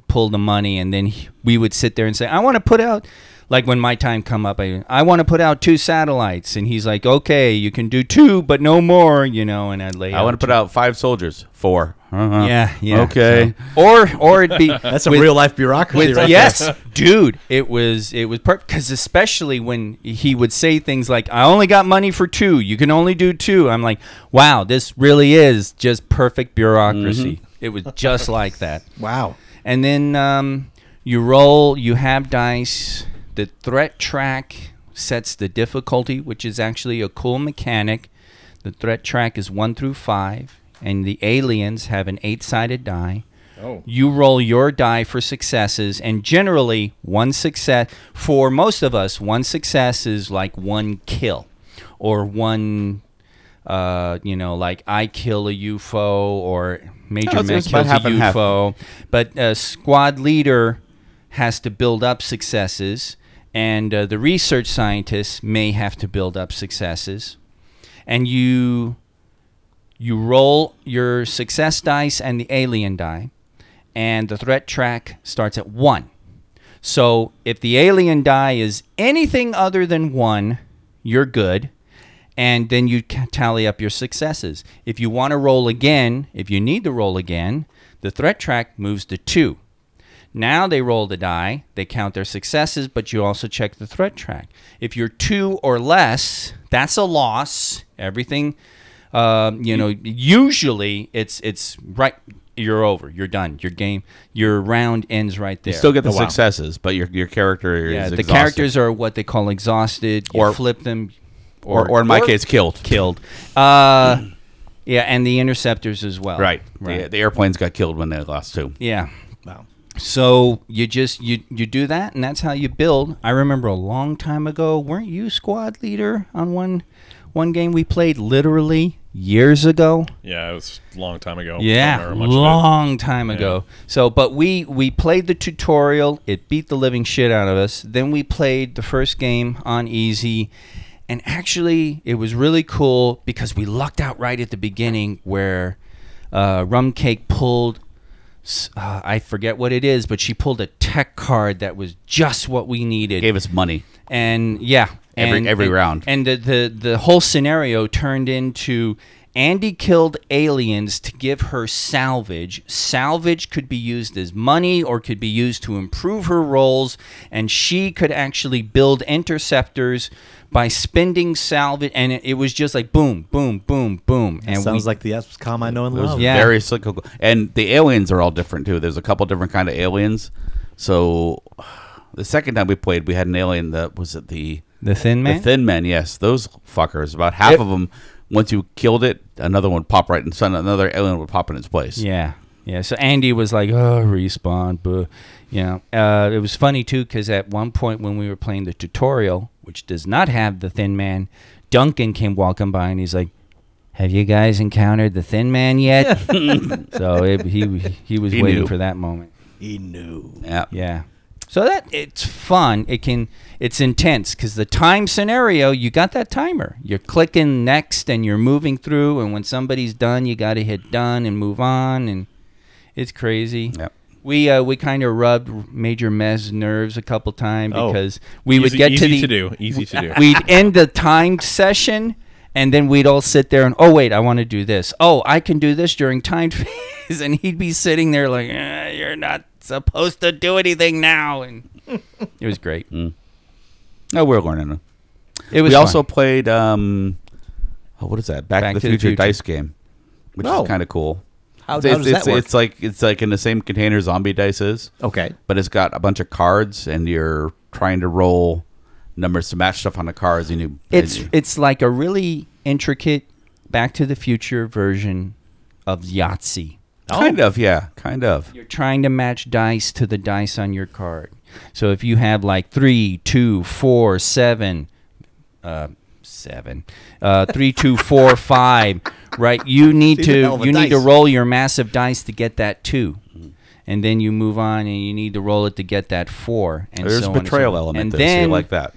Speaker 2: pull the money, and then he, we would sit there and say, I want to put out like when my time come up, I I want to put out two satellites, and he's like, okay, you can do two, but no more, you know. And I lay.
Speaker 3: I want to put out five soldiers. Four. Uh-huh.
Speaker 2: Yeah, yeah.
Speaker 3: Okay.
Speaker 2: so- or or it'd
Speaker 3: (laughs)
Speaker 2: be
Speaker 5: That's a
Speaker 2: with-
Speaker 5: real life bureaucracy,
Speaker 2: with
Speaker 5: right?
Speaker 2: yes, dude. It was it was perfect because especially when he would say things like, "I only got money for two. You can only do two. I'm like, "Wow, this really is just perfect bureaucracy." It was just like that.
Speaker 5: Wow.
Speaker 2: And then um, you roll. You have dice. The threat track sets the difficulty, which is actually a cool mechanic. The threat track is one through five, and the aliens have an eight-sided die
Speaker 3: Oh.
Speaker 2: you roll your die for successes and generally one success for most of us one success is like one kill or one uh, you know like i kill a ufo or major
Speaker 3: Yeah,
Speaker 2: man
Speaker 3: it's- it's
Speaker 2: kills
Speaker 3: about
Speaker 2: a
Speaker 3: half and half.
Speaker 2: ufo but a squad leader has to build up successes and uh, the research scientists may have to build up successes and you you roll your success dice and the alien die, and the threat track starts at one. So if the alien die is anything other than one, you're good, and then you ca- tally up your successes. If you want to roll again, if you need to roll again, the threat track moves to two. Now they roll the die, they count their successes, but you also check the threat track. If you're two or less, that's a loss. Everything, um, you know, usually it's it's right. You're over. You're done. Your game, your round ends right there.
Speaker 3: You still get the
Speaker 5: Oh, wow.
Speaker 3: successes, but your your character
Speaker 2: yeah.
Speaker 3: is
Speaker 2: The
Speaker 3: exhausted.
Speaker 2: characters are what they call exhausted. You
Speaker 3: Or-
Speaker 2: flip them,
Speaker 3: or, or in my case, killed.
Speaker 2: killed. Uh, yeah, and the interceptors as well.
Speaker 3: Right.
Speaker 2: Right.
Speaker 3: The, the airplanes got killed when they lost two.
Speaker 2: Yeah.
Speaker 5: Wow.
Speaker 2: So you just you you do that, and that's how you build. I remember a long time ago, weren't you squad leader on one one game we played literally years ago?
Speaker 4: Yeah, it was a long time ago. I
Speaker 2: Yeah,
Speaker 4: don't remember much of it.
Speaker 2: long time ago. So, but we we played the tutorial. It beat the living shit out of us. Then we played the first game on easy, and actually, it was really cool because we lucked out right at the beginning where uh, Rum Cake pulled. s- Uh, I forget what it is, but she pulled a tech card that was just what we needed
Speaker 3: Gave us money.
Speaker 2: and yeah,
Speaker 3: Every-
Speaker 2: and,
Speaker 3: every
Speaker 2: and-
Speaker 3: round.
Speaker 2: And the, the the whole scenario turned into Andy killed aliens to give her salvage. Salvage could be used as money or could be used to improve her roles, and she could actually build interceptors by spending salvage. And it, it was just like boom, boom, boom, boom. And
Speaker 5: Sounds
Speaker 2: we,
Speaker 5: like the Escom I know and
Speaker 3: It was
Speaker 5: love.
Speaker 2: Oh, Yeah.
Speaker 3: very cyclical. And the aliens are all different too. There's a couple different kind of aliens. So the second time we played, we had an alien that was at the
Speaker 2: the Thin Man.
Speaker 3: the Thin Men. Yes, those fuckers. About half of them. Once you killed it, another one would pop right in. so Another alien would pop in its place.
Speaker 2: Yeah. Yeah. So Andy was like, oh, respawn. Boo. You know, uh, it was funny too because at one point when we were playing the tutorial, which does not have the thin man, Duncan came walking by and he's like, have you guys encountered the thin man
Speaker 3: (laughs)
Speaker 2: yet? so it, he he was
Speaker 3: He
Speaker 2: waiting
Speaker 3: knew.
Speaker 2: for that moment.
Speaker 5: He knew.
Speaker 3: Yeah.
Speaker 2: Yeah. So that it's fun. It can it's intense because the time scenario you got that timer. You're clicking next and you're moving through, and when somebody's done, you got to hit done and move on, and it's crazy.
Speaker 3: Yep.
Speaker 2: We uh, we kind of rubbed Major Mez nerves a couple times
Speaker 5: Oh.
Speaker 2: because we would
Speaker 4: Easy-
Speaker 2: get to
Speaker 4: easy
Speaker 2: the
Speaker 4: to do,
Speaker 2: (laughs)
Speaker 4: easy to do.
Speaker 2: We'd end the timed session, and then we'd all sit there and oh wait, I want to do this. Oh, I can do this during timed phase, (laughs) and he'd be sitting there like eh, you're not supposed to do anything now, and it was great.
Speaker 4: Mm.
Speaker 3: No, Oh, we're learning.
Speaker 2: It was
Speaker 3: we also
Speaker 2: fun.
Speaker 3: played um, oh, what is that? Back, to the, future, dice game, which
Speaker 5: Oh.
Speaker 3: is kind of cool.
Speaker 5: How-
Speaker 3: it's,
Speaker 5: how does
Speaker 3: it's-
Speaker 5: that work?
Speaker 3: It's like it's like in the same container zombie dice is,
Speaker 2: Oh.
Speaker 5: Okay.
Speaker 3: but it's got a bunch of cards, and you're trying to roll numbers to match stuff on the cards. And you,
Speaker 2: it's
Speaker 3: and you-
Speaker 2: it's like a really intricate Back to the Future version of Yahtzee.
Speaker 3: kind of yeah, kind of.
Speaker 2: You're trying to match dice to the dice on your card. So if you have like three, two, four, seven, uh, seven, uh, three, two, four, (laughs) five, right? You need
Speaker 5: These are hell
Speaker 2: to
Speaker 5: of a
Speaker 2: you need to
Speaker 5: dice.
Speaker 2: roll your massive dice to get that two, and then you move on and you need to roll it to get that four. And
Speaker 3: There's
Speaker 2: so
Speaker 3: a
Speaker 2: on and so
Speaker 3: betrayal
Speaker 2: on.
Speaker 3: element
Speaker 2: and
Speaker 3: there, so
Speaker 2: then
Speaker 3: you like that,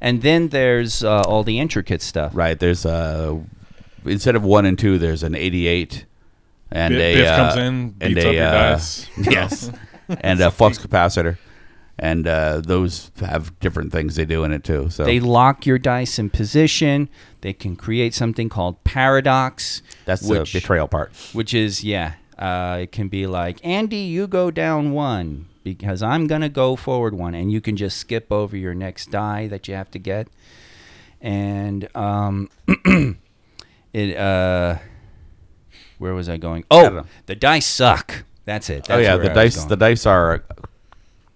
Speaker 2: and then there's uh, all the intricate stuff.
Speaker 3: right? There's uh, instead of one and two, there's an eighty-eight, and
Speaker 4: Biff,
Speaker 3: a
Speaker 4: Biff
Speaker 3: uh,
Speaker 4: comes in,
Speaker 3: and
Speaker 4: beats
Speaker 3: a, (laughs)
Speaker 4: up your
Speaker 3: uh,
Speaker 4: dice.
Speaker 3: Yes. and a flux capacitor. and uh, those have different things they do in it too. So
Speaker 2: They lock your dice in position. They can create something called paradox.
Speaker 3: that's
Speaker 2: which,
Speaker 3: the betrayal part.
Speaker 2: Which is yeah, uh, it can be like Andy, you go down one because I'm gonna go forward one, and you can just skip over your next die that you have to get, and um, (clears throat) it uh, where was I going?
Speaker 3: don't
Speaker 2: Oh,
Speaker 3: know.
Speaker 2: the dice suck. That's it.
Speaker 3: oh
Speaker 2: That's
Speaker 3: yeah,
Speaker 2: where
Speaker 3: the
Speaker 2: I was
Speaker 3: dice
Speaker 2: going.
Speaker 3: the dice are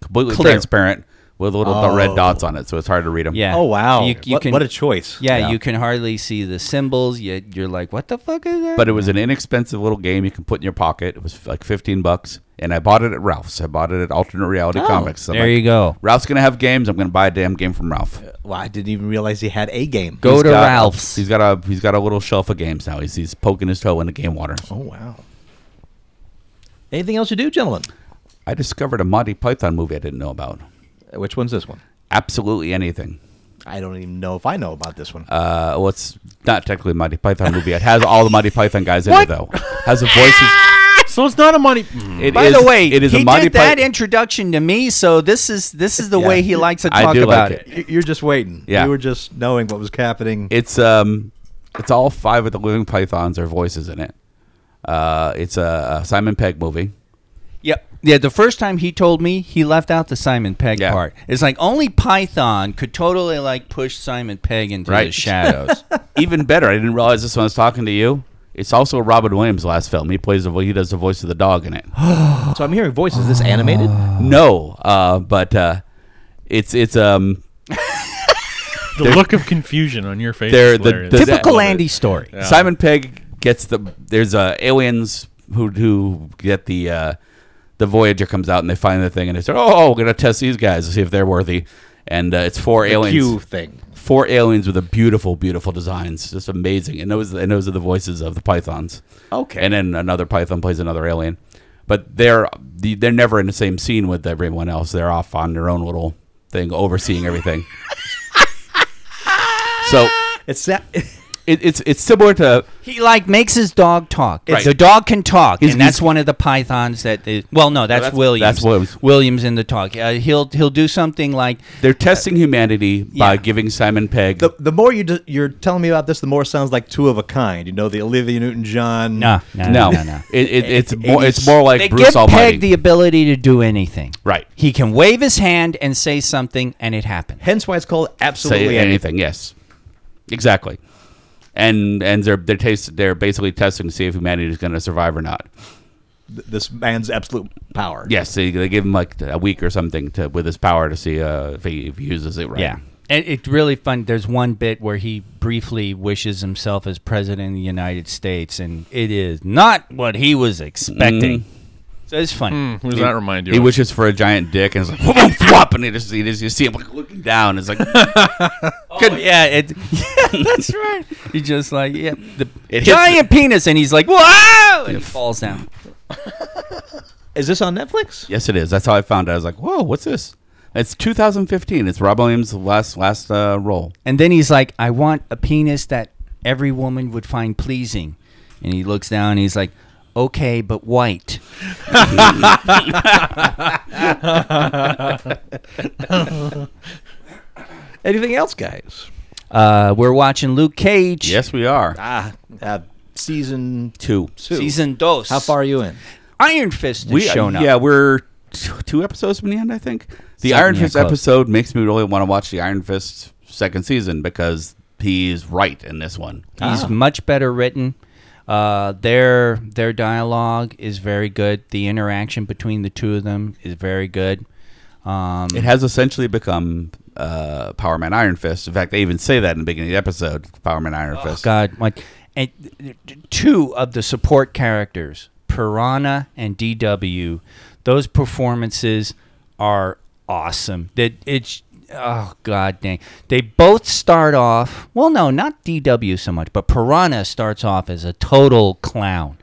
Speaker 3: completely
Speaker 2: Clear. Oh.
Speaker 3: transparent with little dot- red dots on it, so it's hard to read them.
Speaker 2: Yeah.
Speaker 5: Oh wow!
Speaker 2: You, you
Speaker 5: what,
Speaker 2: can,
Speaker 5: what a choice.
Speaker 2: Yeah, you can hardly see the symbols. Yet you're like, what the fuck is that?
Speaker 3: But it was an inexpensive little game you can put in your pocket. It was f- like 15 bucks, and I bought it at Ralph's. I bought it at Alternate Reality Comics. I'm
Speaker 2: Oh, there
Speaker 3: like,
Speaker 2: you go.
Speaker 3: Ralph's gonna have games. I'm gonna buy a damn game from Ralph.
Speaker 5: Well, I didn't even realize he had a game.
Speaker 2: Go
Speaker 3: He's
Speaker 2: to
Speaker 3: got-
Speaker 2: Ralph's.
Speaker 3: He's got a he's got a little shelf of games now. He's he's poking his toe in the game water.
Speaker 5: Oh wow! Anything else you do, gentlemen?
Speaker 3: I discovered a Monty Python movie I didn't know about.
Speaker 5: Uh, Which one's this one?
Speaker 3: Absolutely anything.
Speaker 5: I don't even know if I know about this one.
Speaker 3: Uh, well, it's not technically a Monty
Speaker 2: (laughs)
Speaker 3: Python movie. It has all the Monty Python guys in it though. Has the voices.
Speaker 2: (laughs)
Speaker 4: So it's not a money. Mm.
Speaker 3: It
Speaker 2: By
Speaker 3: is-
Speaker 2: the way,
Speaker 3: it is
Speaker 2: he
Speaker 3: a Monty
Speaker 2: did that
Speaker 3: Python.
Speaker 2: introduction to me, so this is this is the
Speaker 5: Yeah.
Speaker 2: way he likes to
Speaker 3: I
Speaker 2: talk
Speaker 3: do like
Speaker 2: about
Speaker 3: it.
Speaker 5: Y- You're just waiting.
Speaker 3: Yeah.
Speaker 5: You were just knowing what was happening.
Speaker 3: It's um, it's all five of the Living Pythons are voices in it. Uh, it's a, a Simon Pegg movie.
Speaker 2: Yep. Yeah, the first time he told me, he left out the Simon Pegg
Speaker 3: Yeah.
Speaker 2: part. It's like only Python could totally like push Simon Pegg into the
Speaker 3: Right. (laughs)
Speaker 2: shadows.
Speaker 3: Even better, I didn't realize this when I was talking to you. It's also Robin Williams' last film. He plays the vo- he does the voice of the dog in it.
Speaker 5: so I'm hearing voices. Is this animated?
Speaker 3: Ah. no, uh, but uh, it's it's um
Speaker 4: The look of confusion on your face.
Speaker 3: They're
Speaker 4: Is
Speaker 3: the-
Speaker 4: hilarious.
Speaker 3: the- Does that-
Speaker 2: Typical Andy story.
Speaker 4: (laughs)
Speaker 3: Simon Pegg gets the there's uh, aliens who who get the uh, the Voyager comes out and they find the thing and they say oh we're gonna test these guys to see if they're worthy and uh, it's four aliens
Speaker 5: Q thing.
Speaker 3: four aliens with a beautiful, beautiful designs, just amazing. And those and those are the voices of the pythons.
Speaker 5: Okay.
Speaker 3: And then another python plays another alien, but they're they're never in the same scene with everyone else. They're off on their own little thing, overseeing
Speaker 2: (laughs)
Speaker 3: everything. so
Speaker 5: It's that. (laughs)
Speaker 3: it, it's it's similar to
Speaker 2: He like makes his dog talk.
Speaker 3: Right.
Speaker 2: The dog can talk,
Speaker 3: He's-
Speaker 2: and that's
Speaker 3: he's-
Speaker 2: one of the pythons that. Is, well, no, that's,
Speaker 3: that's-
Speaker 2: Williams.
Speaker 3: that's Williams.
Speaker 2: Williams in the talk. Uh, he'll he'll do something like
Speaker 3: they're testing humanity by
Speaker 2: Yeah.
Speaker 3: giving Simon Pegg.
Speaker 5: the, the more you d you're telling me about this, the more it sounds like two of a kind. You know, the Olivia Newton-John.
Speaker 2: no, no,
Speaker 3: no,
Speaker 2: no, no. no.
Speaker 3: It, it, it's more it's more like
Speaker 2: they
Speaker 3: Bruce
Speaker 2: give
Speaker 3: Almighty.
Speaker 2: Peg the ability to do anything.
Speaker 3: Right.
Speaker 2: He can wave his hand and say something, and it happens.
Speaker 5: Hence why it's called absolutely
Speaker 3: say
Speaker 5: anything.
Speaker 3: anything. Yes, exactly. And and they're they're taste, they're basically testing to see if humanity is going to survive or not.
Speaker 5: Th- This man's absolute power.
Speaker 3: Yes, they, they give him like a week or something to with his power to see uh, if, he, if he uses it right.
Speaker 2: Yeah. It, it's really fun. There's one bit where he briefly wishes himself as president of the United States, and it is not what he was expecting.
Speaker 3: Mm.
Speaker 2: So it's funny.
Speaker 4: Who does that remind you?
Speaker 3: Mm-hmm. He
Speaker 4: of?
Speaker 3: wishes for a giant dick and it's like (laughs) whoop, flop, and he just, he just you see him like looking
Speaker 2: (laughs)
Speaker 3: down. It's like
Speaker 2: Oh, yeah, it, (laughs) yeah, that's right. He's just like, yeah, the
Speaker 3: hits
Speaker 2: giant penis, and he's like, wow, and he falls down.
Speaker 5: Is this on Netflix?
Speaker 3: yes, it is. That's how I found it. I was like, whoa, what's this? It's 2015. It's Rob Williams' last last uh, role.
Speaker 2: And then he's like, I want a penis that every woman would find pleasing. And he looks down and he's like, okay, but white.
Speaker 5: Anything else, guys?
Speaker 2: Uh, we're watching Luke Cage.
Speaker 3: Yes, we are
Speaker 5: Ah, uh, season
Speaker 3: two.
Speaker 5: two.
Speaker 2: Season dos.
Speaker 5: How far are you in?
Speaker 2: Iron Fist has
Speaker 3: we uh,
Speaker 2: shown up.
Speaker 3: yeah we're t- two episodes from the end i think the
Speaker 2: Something,
Speaker 3: iron
Speaker 2: yeah,
Speaker 3: fist
Speaker 2: close.
Speaker 3: episode makes me really want to watch the iron fist second season because he's right in this one
Speaker 2: He's much better written. Uh, their their dialogue is very good. The interaction between the two of them is very good. Um,
Speaker 3: it has essentially become uh, power man iron fist in fact they even say that in the beginning of the episode power man iron
Speaker 2: Oh,
Speaker 3: fist
Speaker 2: God, like and th- th- two of the support characters, Piranha and DW, those performances are awesome. That it's oh god dang. They both start off well, no, not DW so much, but Piranha starts off as a total clown.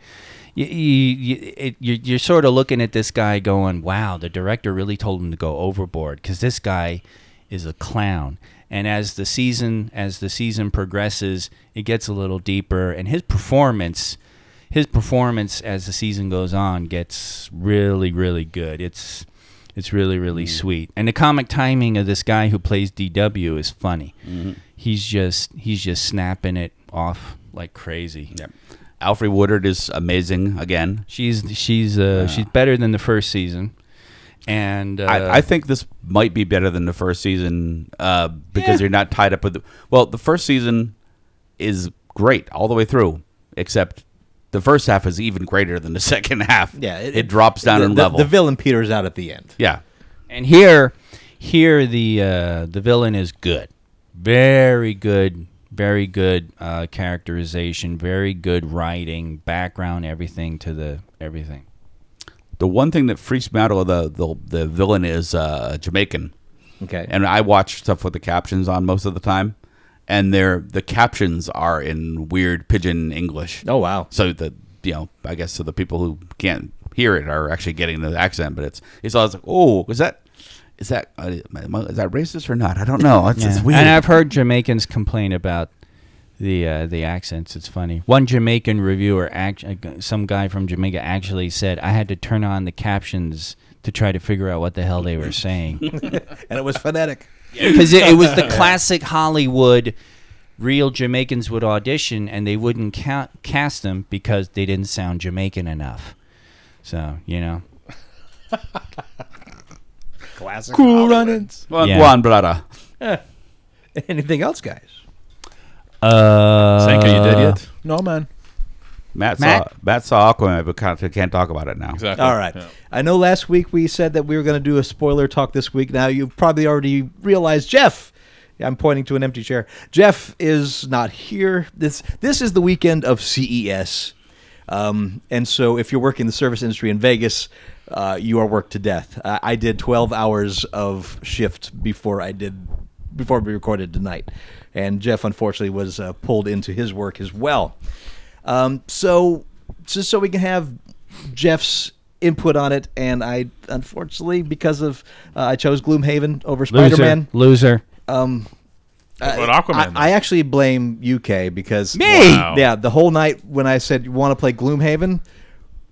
Speaker 2: You, you, you, it, you- you're sort of looking at this guy going, wow, the director really told him to go overboard because this guy is a clown. And as the season as the season progresses, it gets a little deeper, and his performance, his performance as the season goes on, gets really really good. It's It's really really sweet. And the comic timing of this guy who plays DW is funny. He's just he's just snapping it off like crazy.
Speaker 3: Yep. Alfred Woodard is amazing again.
Speaker 2: She's she's uh, she's better than the first season. And uh,
Speaker 3: I, I think this might be better than the first season uh, because
Speaker 2: Yeah.
Speaker 3: you're not tied up with. The, well, the first season is great all the way through, except the first half is even greater than the (laughs) second half.
Speaker 5: Yeah,
Speaker 3: it, drops down
Speaker 5: the,
Speaker 3: in
Speaker 5: the-
Speaker 3: level.
Speaker 5: The villain peters out at the end.
Speaker 3: yeah,
Speaker 2: And here, here the uh, the villain is good, very good, very good uh, characterization, very good writing, background, everything to the everything.
Speaker 3: the one thing that freaks me out of the the, the villain is uh, Jamaican.
Speaker 5: Okay.
Speaker 3: and I watch stuff with the captions on most of the time, and they're the captions are in weird pidgin English.
Speaker 5: oh wow.
Speaker 3: So the you know I guess so the people who can't hear it are actually getting the accent, but it's it's always like oh was that is that uh, is that racist or not? I don't know. It's, it's weird.
Speaker 2: And I've heard Jamaicans complain about the uh, the accents. It's funny. One Jamaican reviewer, act- uh, some guy from Jamaica, actually said, "I had to turn on the captions." To try to figure out what the hell they were
Speaker 3: (laughs)
Speaker 2: saying,
Speaker 5: And it was phonetic.
Speaker 2: because it, it was the classic Hollywood. Real Jamaicans would audition, and they wouldn't ca- cast them because they didn't sound Jamaican enough. So you know,
Speaker 5: Classic.
Speaker 4: Cool runnings.
Speaker 3: Well,
Speaker 2: yeah.
Speaker 3: go on, brother.
Speaker 5: (laughs) Anything else, guys?
Speaker 2: uh,
Speaker 4: Sanka, you did yet? No, man.
Speaker 3: Matt, saw
Speaker 2: Matt?
Speaker 3: Matt saw Aquaman, but can't, can't talk about it now.
Speaker 4: Exactly.
Speaker 5: All right.
Speaker 4: Yeah.
Speaker 5: I know last week we said that we were going to do a spoiler talk this week. Now you probably already realized, Jeff. I'm pointing to an empty chair. Jeff is not here. This this is the weekend of CES, um, and so if you're working the service industry in Vegas, uh, you are worked to death. I, I did 12 hours of shift before I did before we recorded tonight, and Jeff unfortunately was uh, pulled into his work as well. Um, so just so we can have Jeff's input on it, and I unfortunately because of uh, I chose Gloomhaven over
Speaker 2: Loser,
Speaker 5: Spider Man.
Speaker 2: loser.
Speaker 4: What about Aquaman?
Speaker 5: Uh, I, I actually blame UK because
Speaker 2: Me?
Speaker 4: Wow.
Speaker 5: Yeah, the whole night when I said you want to play Gloomhaven,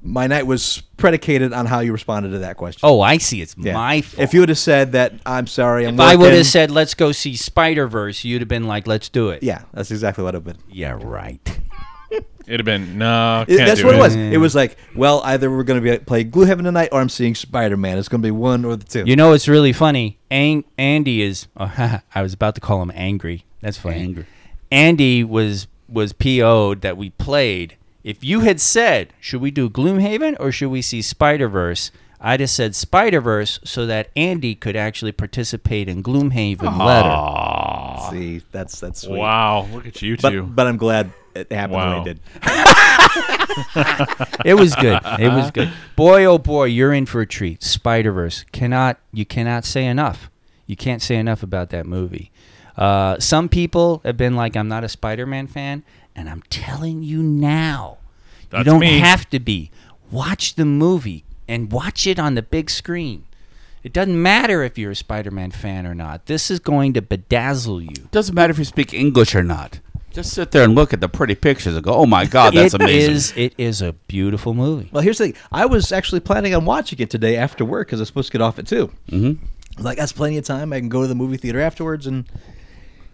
Speaker 5: my night was predicated on how you responded to that question.
Speaker 2: Oh, I see. It's
Speaker 5: Yeah.
Speaker 2: my fault.
Speaker 5: If you would have said that, I'm sorry, I'm.
Speaker 2: if I would
Speaker 5: working,"
Speaker 2: have said, "Let's go see Spider Verse," you'd have been like, "Let's do it."
Speaker 5: yeah, that's exactly what it would.
Speaker 2: yeah, right.
Speaker 4: It'd have been no.
Speaker 5: It,
Speaker 4: can't
Speaker 5: that's
Speaker 4: do
Speaker 5: what it
Speaker 4: it
Speaker 5: was.
Speaker 2: Yeah.
Speaker 5: It was like, well, either we're going to be play Gloomhaven tonight, or I'm seeing Spider Man. It's going to be one or the two.
Speaker 2: You know, it's really funny. Ang- Andy is. (laughs) Oh, I was about to call him angry. That's funny.
Speaker 3: Angry.
Speaker 2: Andy was was PO'd that we played. If you had said, "Should we do Gloomhaven or should we see Spider Verse?" I'd have said Spider Verse so that Andy could actually participate in Gloomhaven later.
Speaker 5: See, that's that's sweet.
Speaker 4: Wow, look at you two.
Speaker 5: But but I'm glad it happened the way
Speaker 4: Wow.
Speaker 5: it did.
Speaker 2: It was good. It was good. Boy, oh boy, you're in for a treat. Spider Verse cannot. You cannot say enough. You can't say enough about that movie. Uh, some people have been like, "I'm not a Spider-Man fan," and I'm telling you now, you
Speaker 4: That's
Speaker 2: don't
Speaker 4: me.
Speaker 2: have to be. Watch the movie and watch it on the big screen. It doesn't matter if you're a Spider-Man fan or not. This is going to bedazzle you.
Speaker 3: Doesn't matter if you speak English or not. Just sit there and look at the pretty pictures and go, "Oh my God, that's
Speaker 2: It
Speaker 3: amazing!"
Speaker 2: is- It is a beautiful movie.
Speaker 5: Well, here's the thing. I was actually planning on watching it today after work because I was supposed to get off at 2 Mm-hmm. Like, that's plenty of time. I can go to the movie theater afterwards and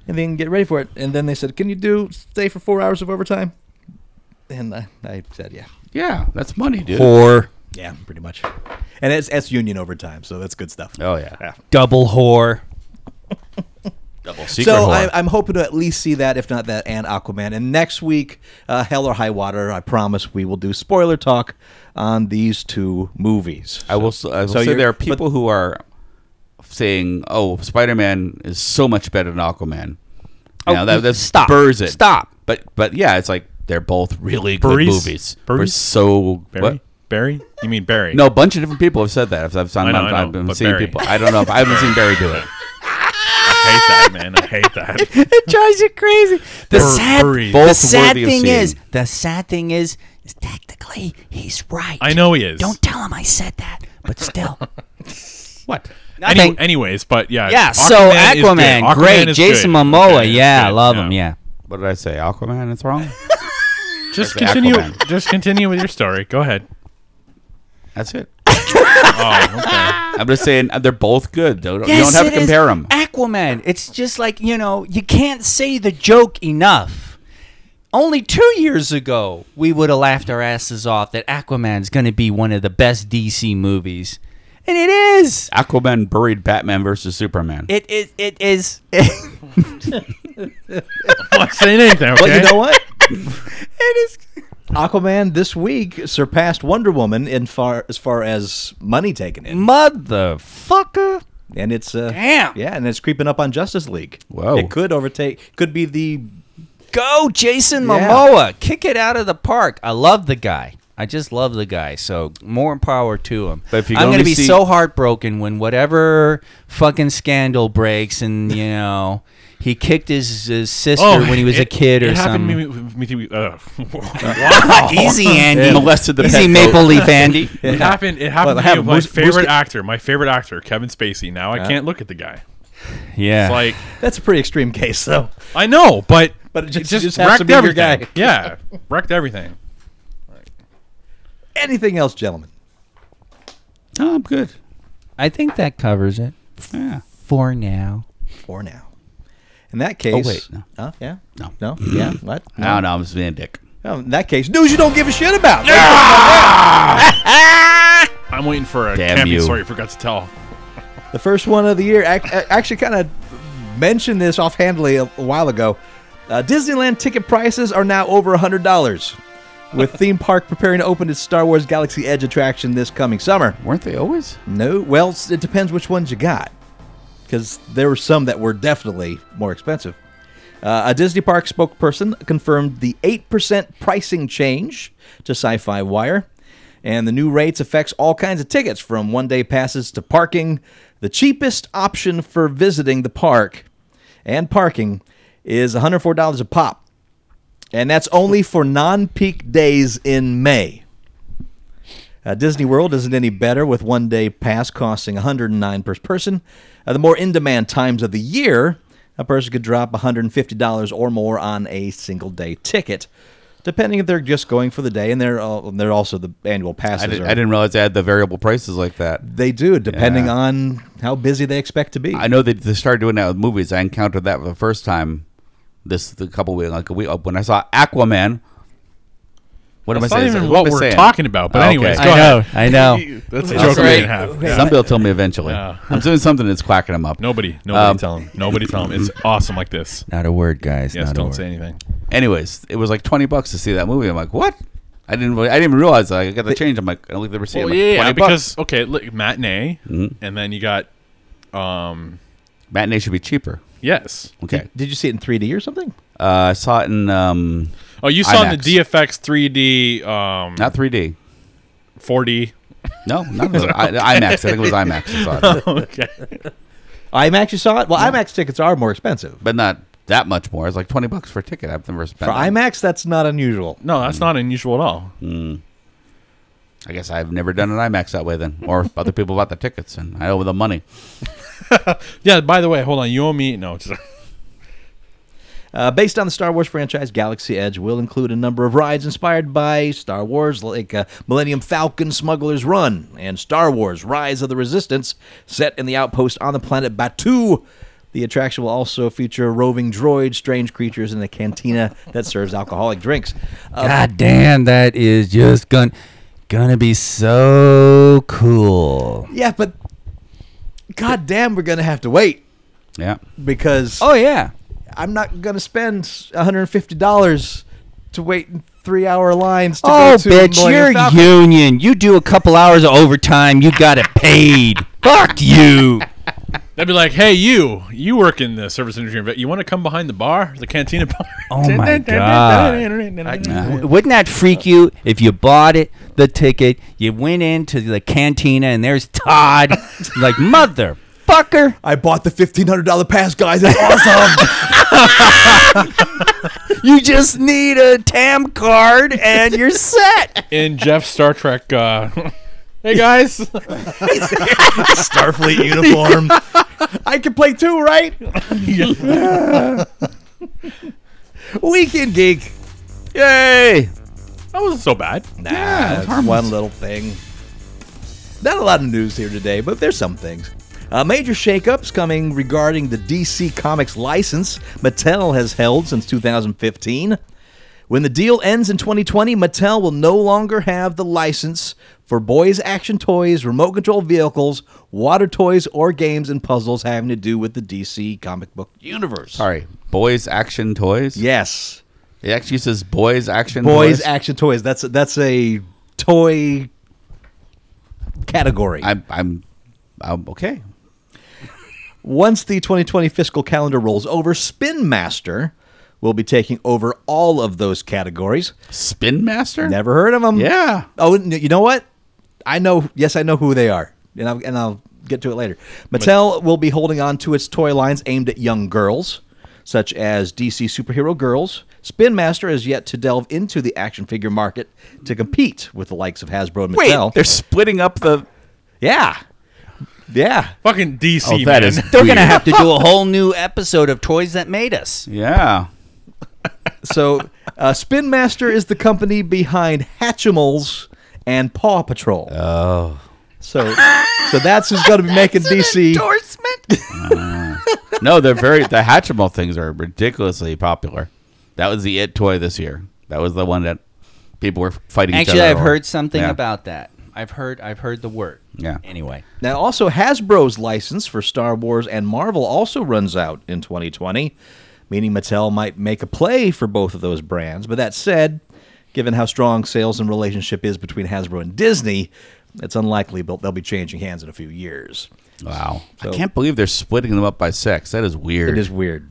Speaker 5: and then get ready for it. And then they said, can you do stay for four hours of overtime? And I, I said, yeah.
Speaker 3: Yeah, that's money, dude.
Speaker 2: Whore,
Speaker 5: Yeah, pretty much. And it's, it's union overtime, so that's good stuff.
Speaker 3: Oh yeah,
Speaker 2: double whore.
Speaker 3: double secret.
Speaker 5: so
Speaker 3: whore.
Speaker 5: I, I'm hoping to at least see that, if not that, and Aquaman. And next week, uh, Hell or High Water, I promise we will do spoiler talk on these two movies.
Speaker 3: I will, s- I will
Speaker 5: so
Speaker 3: say
Speaker 5: you're-
Speaker 3: there are
Speaker 5: but-
Speaker 3: people who are saying, "Oh, Spider-Man is so much better than Aquaman."
Speaker 2: Oh,
Speaker 3: now, that, that
Speaker 2: stop.
Speaker 3: spurs it.
Speaker 2: Stop.
Speaker 3: But but yeah, it's like they're both really
Speaker 4: Burries?
Speaker 3: good movies. We're
Speaker 4: Burries?
Speaker 3: so
Speaker 4: Barry.
Speaker 3: what?
Speaker 4: Barry. You mean Barry?
Speaker 3: No, a bunch of different people have said that. I've, I've,
Speaker 4: I know,
Speaker 3: I've,
Speaker 4: I know,
Speaker 3: I've been
Speaker 4: but
Speaker 3: seeing
Speaker 4: Barry.
Speaker 3: people. I don't know. If, I haven't seen Barry do it.
Speaker 4: I hate that, man. I hate
Speaker 2: (laughs)
Speaker 4: that.
Speaker 2: it drives you crazy. The
Speaker 4: Bur-
Speaker 2: sad,
Speaker 4: buried.
Speaker 2: the
Speaker 3: Both
Speaker 2: sad
Speaker 3: worthy of
Speaker 2: thing
Speaker 3: seeing.
Speaker 2: is, the sad thing is, is technically he's right.
Speaker 4: I know he is.
Speaker 2: Don't tell him I said that, but
Speaker 4: (laughs)
Speaker 2: still.
Speaker 3: What?
Speaker 4: Any-
Speaker 2: Nothing.
Speaker 4: anyways, but yeah.
Speaker 2: yeah.
Speaker 4: Aquaman
Speaker 2: so
Speaker 4: is good.
Speaker 2: Aquaman,
Speaker 4: Aquaman
Speaker 2: great.
Speaker 4: is
Speaker 2: Jason
Speaker 4: good.
Speaker 2: Momoa,
Speaker 4: Okay, it's
Speaker 2: yeah, I
Speaker 4: good.
Speaker 2: love him. Yeah.
Speaker 3: What did I say? Aquaman? It's wrong.
Speaker 4: Just
Speaker 3: That's
Speaker 4: continue.
Speaker 2: (laughs)
Speaker 3: Aquaman.
Speaker 4: Just continue with your story. Go ahead.
Speaker 3: That's it.
Speaker 4: Oh, okay.
Speaker 3: I'm just saying uh, they're both good. Though. Don't- you don't have to
Speaker 2: it is.
Speaker 3: compare them.
Speaker 2: Aquaman. It's just like you know, you can't say the joke enough. Only two years ago, we would have laughed our asses off that Aquaman's going to be one of the best DC movies, and it is.
Speaker 3: Aquaman buried Batman versus Superman.
Speaker 2: It is. It (laughs) is.
Speaker 4: I'm not saying anything. Okay.
Speaker 5: But you know what?
Speaker 2: it is.
Speaker 5: Aquaman this week surpassed Wonder Woman in far as far as money taken in,
Speaker 2: Motherfucker.
Speaker 5: and it's uh,
Speaker 2: Mm. Damn.
Speaker 5: yeah, and it's creeping up on Justice League.
Speaker 3: Whoa.
Speaker 5: it could overtake, could be the
Speaker 2: Go, Jason
Speaker 5: Yeah.
Speaker 2: Momoa. Kick it out of the park. I love the guy. I just love the guy. So more power to him.
Speaker 3: But if you
Speaker 2: I'm
Speaker 3: only
Speaker 2: gonna be
Speaker 3: see-
Speaker 2: so heartbroken when whatever fucking scandal breaks and you know he kicked his, his sister when he was a
Speaker 4: Oh, it-
Speaker 2: kid or
Speaker 4: it
Speaker 2: something.
Speaker 4: happened
Speaker 2: (laughs)
Speaker 4: to me, me, me uh, (laughs) wow.
Speaker 2: Easy Andy.
Speaker 3: Yeah. Molested the
Speaker 2: Easy
Speaker 3: pet
Speaker 2: Maple
Speaker 4: (laughs)
Speaker 2: Leaf Andy.
Speaker 5: (laughs)
Speaker 4: It happened. It happened
Speaker 5: Well,
Speaker 4: to me
Speaker 5: have
Speaker 4: with my
Speaker 5: Moose-
Speaker 4: favorite
Speaker 5: Moose-
Speaker 4: actor, my favorite actor, Kevin Spacey. Now I can't look at the guy.
Speaker 2: yeah.
Speaker 4: It's like
Speaker 5: that's a pretty extreme case though.
Speaker 4: I know, but
Speaker 5: But it just-
Speaker 4: just,
Speaker 5: just has
Speaker 4: wrecked
Speaker 5: to be your
Speaker 4: everything.
Speaker 5: guy.
Speaker 4: Yeah, wrecked everything.
Speaker 5: Anything else, gentlemen?
Speaker 3: No, I'm Oh, good.
Speaker 2: I think that covers it
Speaker 3: Yeah.
Speaker 2: for
Speaker 4: (laughs)
Speaker 2: now.
Speaker 5: For now, in that case,
Speaker 3: Oh, wait, no.
Speaker 5: Huh? yeah,
Speaker 3: No.
Speaker 5: no,
Speaker 3: (clears throat)
Speaker 5: yeah, what?
Speaker 3: I don't know. Oh, I'm just being a dick.
Speaker 5: No, in that case, news you don't give a shit about.
Speaker 4: I'm waiting for a
Speaker 3: Damn
Speaker 4: Damn
Speaker 3: you.
Speaker 4: Sorry, forgot to tell.
Speaker 5: The first one of the year. I, I actually kind of mentioned this offhandedly a, a while ago. Uh, Disneyland ticket prices are now over $100, with theme park preparing to open its Star Wars Galaxy Edge attraction this coming summer.
Speaker 3: Weren't they always?
Speaker 5: No, well, s- it depends which ones you got, because there were some that were definitely more expensive. Uh, a Disney Park spokesperson confirmed the 8% pricing change to Sci Fi Wire, and the new rates affects all kinds of tickets from one day passes to parking. The cheapest option for visiting the park and parking is $104 a pop, and that's only for non peak days in May. Uh, Disney World isn't any better, with one day pass costing 109 per person. Uh, the more in demand times of the year, a person could drop $150 or more on a single day ticket, depending if they're just going for the day. And they're, all, they're also the annual passes.
Speaker 3: I, did,
Speaker 5: are-
Speaker 3: I didn't realize they had the variable prices like that.
Speaker 5: They do, depending
Speaker 3: Yeah.
Speaker 5: on how busy they expect to be.
Speaker 3: I know they, they started doing that with movies. I encountered that for the first time this the couple weeks like a week uh, when I saw Aquaman. What
Speaker 4: That's
Speaker 3: am I
Speaker 4: not
Speaker 3: saying?
Speaker 4: even
Speaker 3: am
Speaker 4: what
Speaker 3: I
Speaker 4: we're
Speaker 3: saying? Oh,
Speaker 4: talking about. But
Speaker 3: Okay.
Speaker 4: anyways,
Speaker 2: I
Speaker 4: go
Speaker 2: know,
Speaker 4: ahead.
Speaker 2: I know.
Speaker 4: That's a
Speaker 3: That's
Speaker 4: joke we
Speaker 3: right.
Speaker 4: didn't have. Yeah.
Speaker 3: Somebody will tell me eventually.
Speaker 4: Yeah.
Speaker 3: I'm doing something that's quacking them up.
Speaker 4: Nobody, nobody
Speaker 3: Um,
Speaker 4: tell him. Nobody tell him.
Speaker 3: (laughs)
Speaker 4: It's awesome like this.
Speaker 2: Not a word, guys.
Speaker 4: Yes,
Speaker 2: not a
Speaker 4: don't
Speaker 2: word.
Speaker 4: say anything.
Speaker 3: Anyways, it was like twenty bucks to see that movie. I'm like, what? I didn't. Really, I didn't realize. Like, I got the change. I'm like, I look at the receipt. I'm like, 20
Speaker 4: because
Speaker 3: bucks.
Speaker 4: okay, look, matinee,
Speaker 3: Mm-hmm.
Speaker 4: and then you got, um,
Speaker 3: matinee should be cheaper.
Speaker 4: yes.
Speaker 3: Okay,
Speaker 5: Did you see it in 3D or something?
Speaker 3: uh, I saw it in um,
Speaker 4: Oh, you saw in
Speaker 3: IMAX.
Speaker 4: the DFX 3D, um,
Speaker 3: not 3D.
Speaker 4: 4D.
Speaker 3: No, not the, I, IMAX. I think it was IMAX. I saw
Speaker 4: (laughs)
Speaker 3: it, (laughs)
Speaker 4: (laughs) okay.
Speaker 5: IMAX, you saw it? Well, IMAX tickets are more expensive.
Speaker 3: but not that much more. It's like twenty bucks for a ticket. I've never spent
Speaker 5: For
Speaker 3: that.
Speaker 5: IMAX, that's not unusual.
Speaker 4: No, that's not unusual at all.
Speaker 3: I guess I've never done an IMAX that way then, or other people bought the tickets and I owe them money.
Speaker 4: Yeah. By the way, hold on. You owe me. No. Just,
Speaker 5: Uh, based on the Star Wars franchise, Galaxy Edge will include a number of rides inspired by Star Wars, like uh, Millennium Falcon Smuggler's Run and Star Wars Rise of the Resistance, set in the outpost on the planet Batu. The attraction will also feature roving droids, strange creatures, and a cantina that serves alcoholic drinks. Uh,
Speaker 2: God damn, that is just gonna gonna be so cool.
Speaker 5: yeah, but god damn, we're going to have to wait
Speaker 3: Yeah.
Speaker 5: because
Speaker 2: Oh yeah.
Speaker 5: I'm not going to spend $150 to wait in three hour lines to
Speaker 2: Oh
Speaker 5: go to
Speaker 2: bitch,
Speaker 5: Millennium
Speaker 2: you're
Speaker 5: Falcon.
Speaker 2: union. You do a couple hours of overtime, you got it
Speaker 5: (laughs)
Speaker 2: paid. Fuck you.
Speaker 4: they'd be like, "Hey, you. You work in the service industry. You want to come behind the bar, the cantina bar?
Speaker 2: Oh my god. W- Wouldn't that freak you if you bought it, the ticket, you went into the cantina and there's
Speaker 5: (laughs)
Speaker 2: Todd, like motherfucker.
Speaker 5: I bought the fifteen hundred dollar pass, guys. It's awesome.
Speaker 2: You just need a TAM card and you're set.
Speaker 5: (laughs)
Speaker 4: in Jeff's Star Trek. Uh, (laughs) hey guys. (laughs)
Speaker 5: Starfleet uniform. I can play two, right? (laughs) Weekend geek.
Speaker 3: Yay!
Speaker 4: That wasn't so bad.
Speaker 5: Nah, it's one little thing. Not a lot of news here today, but there's some things. Uh, major shakeups coming regarding the DC Comics license Mattel has held since 2015. When the deal ends in 2020, Mattel will no longer have the license for boys' action toys, remote control vehicles, water toys, or games and puzzles having to do with the DC comic book universe.
Speaker 3: Sorry, boys action toys.
Speaker 5: Yes.
Speaker 3: it actually says boys action
Speaker 5: Boys
Speaker 3: toys.
Speaker 5: action toys. That's a, that's a toy category.
Speaker 3: I'm I'm I'm okay.
Speaker 5: Once the 2020 fiscal calendar rolls over, Spin Master will be taking over all of those categories.
Speaker 3: Spin Master.
Speaker 5: Never heard of them.
Speaker 3: Yeah.
Speaker 5: Oh, and you know what? I know. Yes, I know who they are, and I'll, and I'll get to it later. Mattel will be holding on to its toy lines aimed at young girls, such as DC Superhero Girls. Spin Master has yet to delve into the action figure market to compete with the likes of Hasbro and Mattel.
Speaker 3: they're splitting up the.
Speaker 5: yeah, yeah.
Speaker 4: Fucking DC,
Speaker 3: Oh,
Speaker 4: man.
Speaker 3: that is.
Speaker 2: They're going
Speaker 3: weird.
Speaker 2: to have to do a whole new episode of Toys That Made Us.
Speaker 3: (laughs) Yeah.
Speaker 5: So, uh, Spin Master is the company behind Hatchimals and Paw Patrol. Oh. So, so that's who's going to be making DC.
Speaker 3: No, they're very. The Hatchimal things are ridiculously popular. That was the it toy this year. That was the one that people were fighting. each
Speaker 2: Actually,
Speaker 3: other
Speaker 2: I've
Speaker 3: over.
Speaker 2: heard something
Speaker 3: Yeah.
Speaker 2: about that. I've heard I've heard the word.
Speaker 3: Yeah.
Speaker 2: Anyway,
Speaker 5: Now, also, Hasbro's license for Star Wars and Marvel also runs out in 2020, meaning Mattel might make a play for both of those brands. But that said, given how strong sales and relationship is between Hasbro and Disney, it's unlikely they'll they'll be changing hands in a few years.
Speaker 3: Wow.
Speaker 5: So-
Speaker 3: I can't believe they're splitting them up by sex. That is
Speaker 5: It
Speaker 3: weird.
Speaker 5: is weird.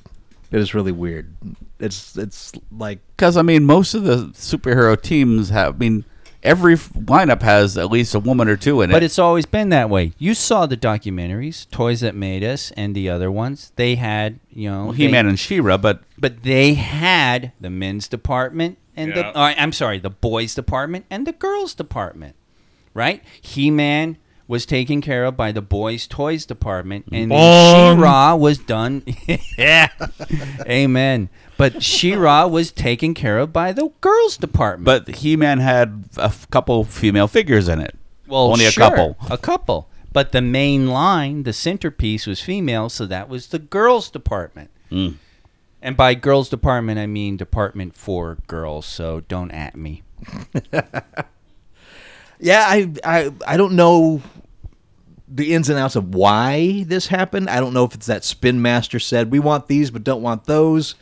Speaker 5: It is really weird. It's it's like
Speaker 3: Because, I mean, most of the superhero teams have, I mean, every f- lineup has at least a woman or two in it.
Speaker 2: but it's always been that way. You saw the documentaries, Toys That Made Us, and the other ones. They had you know
Speaker 3: He Man
Speaker 2: they-
Speaker 3: and She Ra, but
Speaker 2: but they had the men's department and the
Speaker 4: Yeah.
Speaker 2: all right, I'm sorry, the boys department and the girls department. Right? He-Man was taken care of by the boys toys department and then
Speaker 4: Bong.
Speaker 2: She-Ra was done. (laughs) yeah. Amen. But She-Ra was taken care of by the girls department.
Speaker 3: but He Man had a f- couple female figures in it.
Speaker 2: well,
Speaker 3: only
Speaker 2: sure,
Speaker 3: a couple.
Speaker 2: A couple. But the main line, the centerpiece was female, so that was the girls department.
Speaker 3: Mm.
Speaker 2: And by girls department, I mean department for girls, so don't at me.
Speaker 5: Yeah, I, I I don't know the ins and outs of why this happened. I don't know if it's that Spin Master said we want these but don't want those,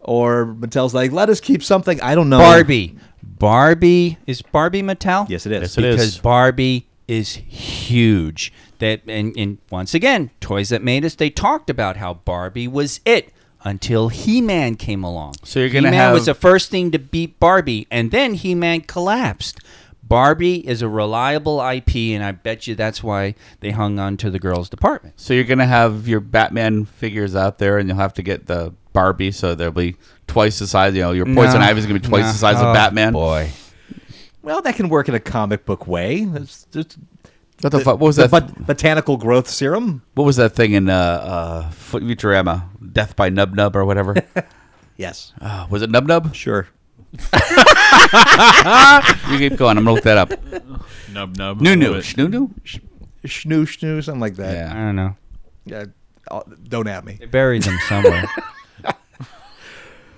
Speaker 5: or Mattel's like let us keep something. I don't know.
Speaker 2: Barbie. Barbie is Barbie Mattel?
Speaker 5: Yes, it is. Yes,
Speaker 3: it is.
Speaker 2: because Barbie is huge. That and, and once again, Toys That Made Us, they talked about how Barbie was it until He-Man came along.
Speaker 3: So you're gonna
Speaker 2: He-Man
Speaker 3: have-
Speaker 2: was the first thing to beat Barbie, and then He-Man collapsed. Barbie is a reliable IP, and I bet you that's why they hung on to the girls' department.
Speaker 3: So you're going to have your Batman figures out there, and you'll have to get the Barbie, so they'll be twice the size. You know, your Poison
Speaker 2: No.
Speaker 3: Ivy is going to be twice
Speaker 2: No.
Speaker 3: the size
Speaker 2: Oh,
Speaker 3: of Batman.
Speaker 2: boy.
Speaker 5: Well, that can work in a comic book way. That's just,
Speaker 3: What the, fuck? What was
Speaker 5: the
Speaker 3: that?
Speaker 5: bot- botanical growth serum?
Speaker 3: what was that thing in uh, uh, Fut- Futurama? Death by Nub Nub or whatever.
Speaker 5: Yes,
Speaker 3: uh, was it Nub Nub?
Speaker 5: sure.
Speaker 3: You keep going. I'm gonna look that up.
Speaker 4: (laughs) Nub nub.
Speaker 3: New
Speaker 4: I love
Speaker 3: new
Speaker 4: it.
Speaker 3: new new.
Speaker 5: Schnoo schnoo, something like that.
Speaker 2: I
Speaker 3: Yeah.
Speaker 2: don't know.
Speaker 5: Yeah. Oh, Don't at me.
Speaker 2: They buried them
Speaker 5: (laughs)
Speaker 2: somewhere.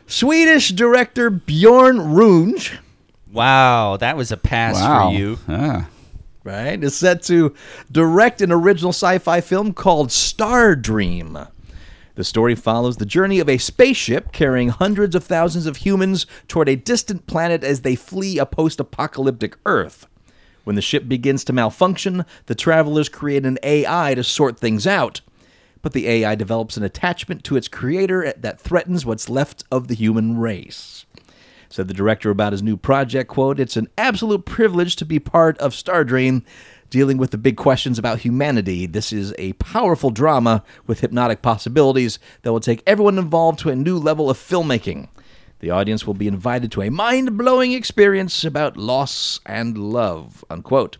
Speaker 5: Swedish director Bjorn Runge
Speaker 2: wow, that was a pass
Speaker 3: Wow.
Speaker 2: for you.
Speaker 3: Ah.
Speaker 5: right, is set to direct an original sci fi film called Star Dream. The story follows the journey of a spaceship carrying hundreds of thousands of humans toward a distant planet as they flee a post apocalyptic Earth. When the ship begins to malfunction, the travelers create an AI to sort things out. But the AI develops an attachment to its creator that threatens what's left of the human race. Said the director about his new project, quote, It's an absolute privilege to be part of Stardream, dealing with the big questions about humanity. This is a powerful drama with hypnotic possibilities that will take everyone involved to a new level of filmmaking. The audience will be invited to a mind blowing experience about loss and love, unquote.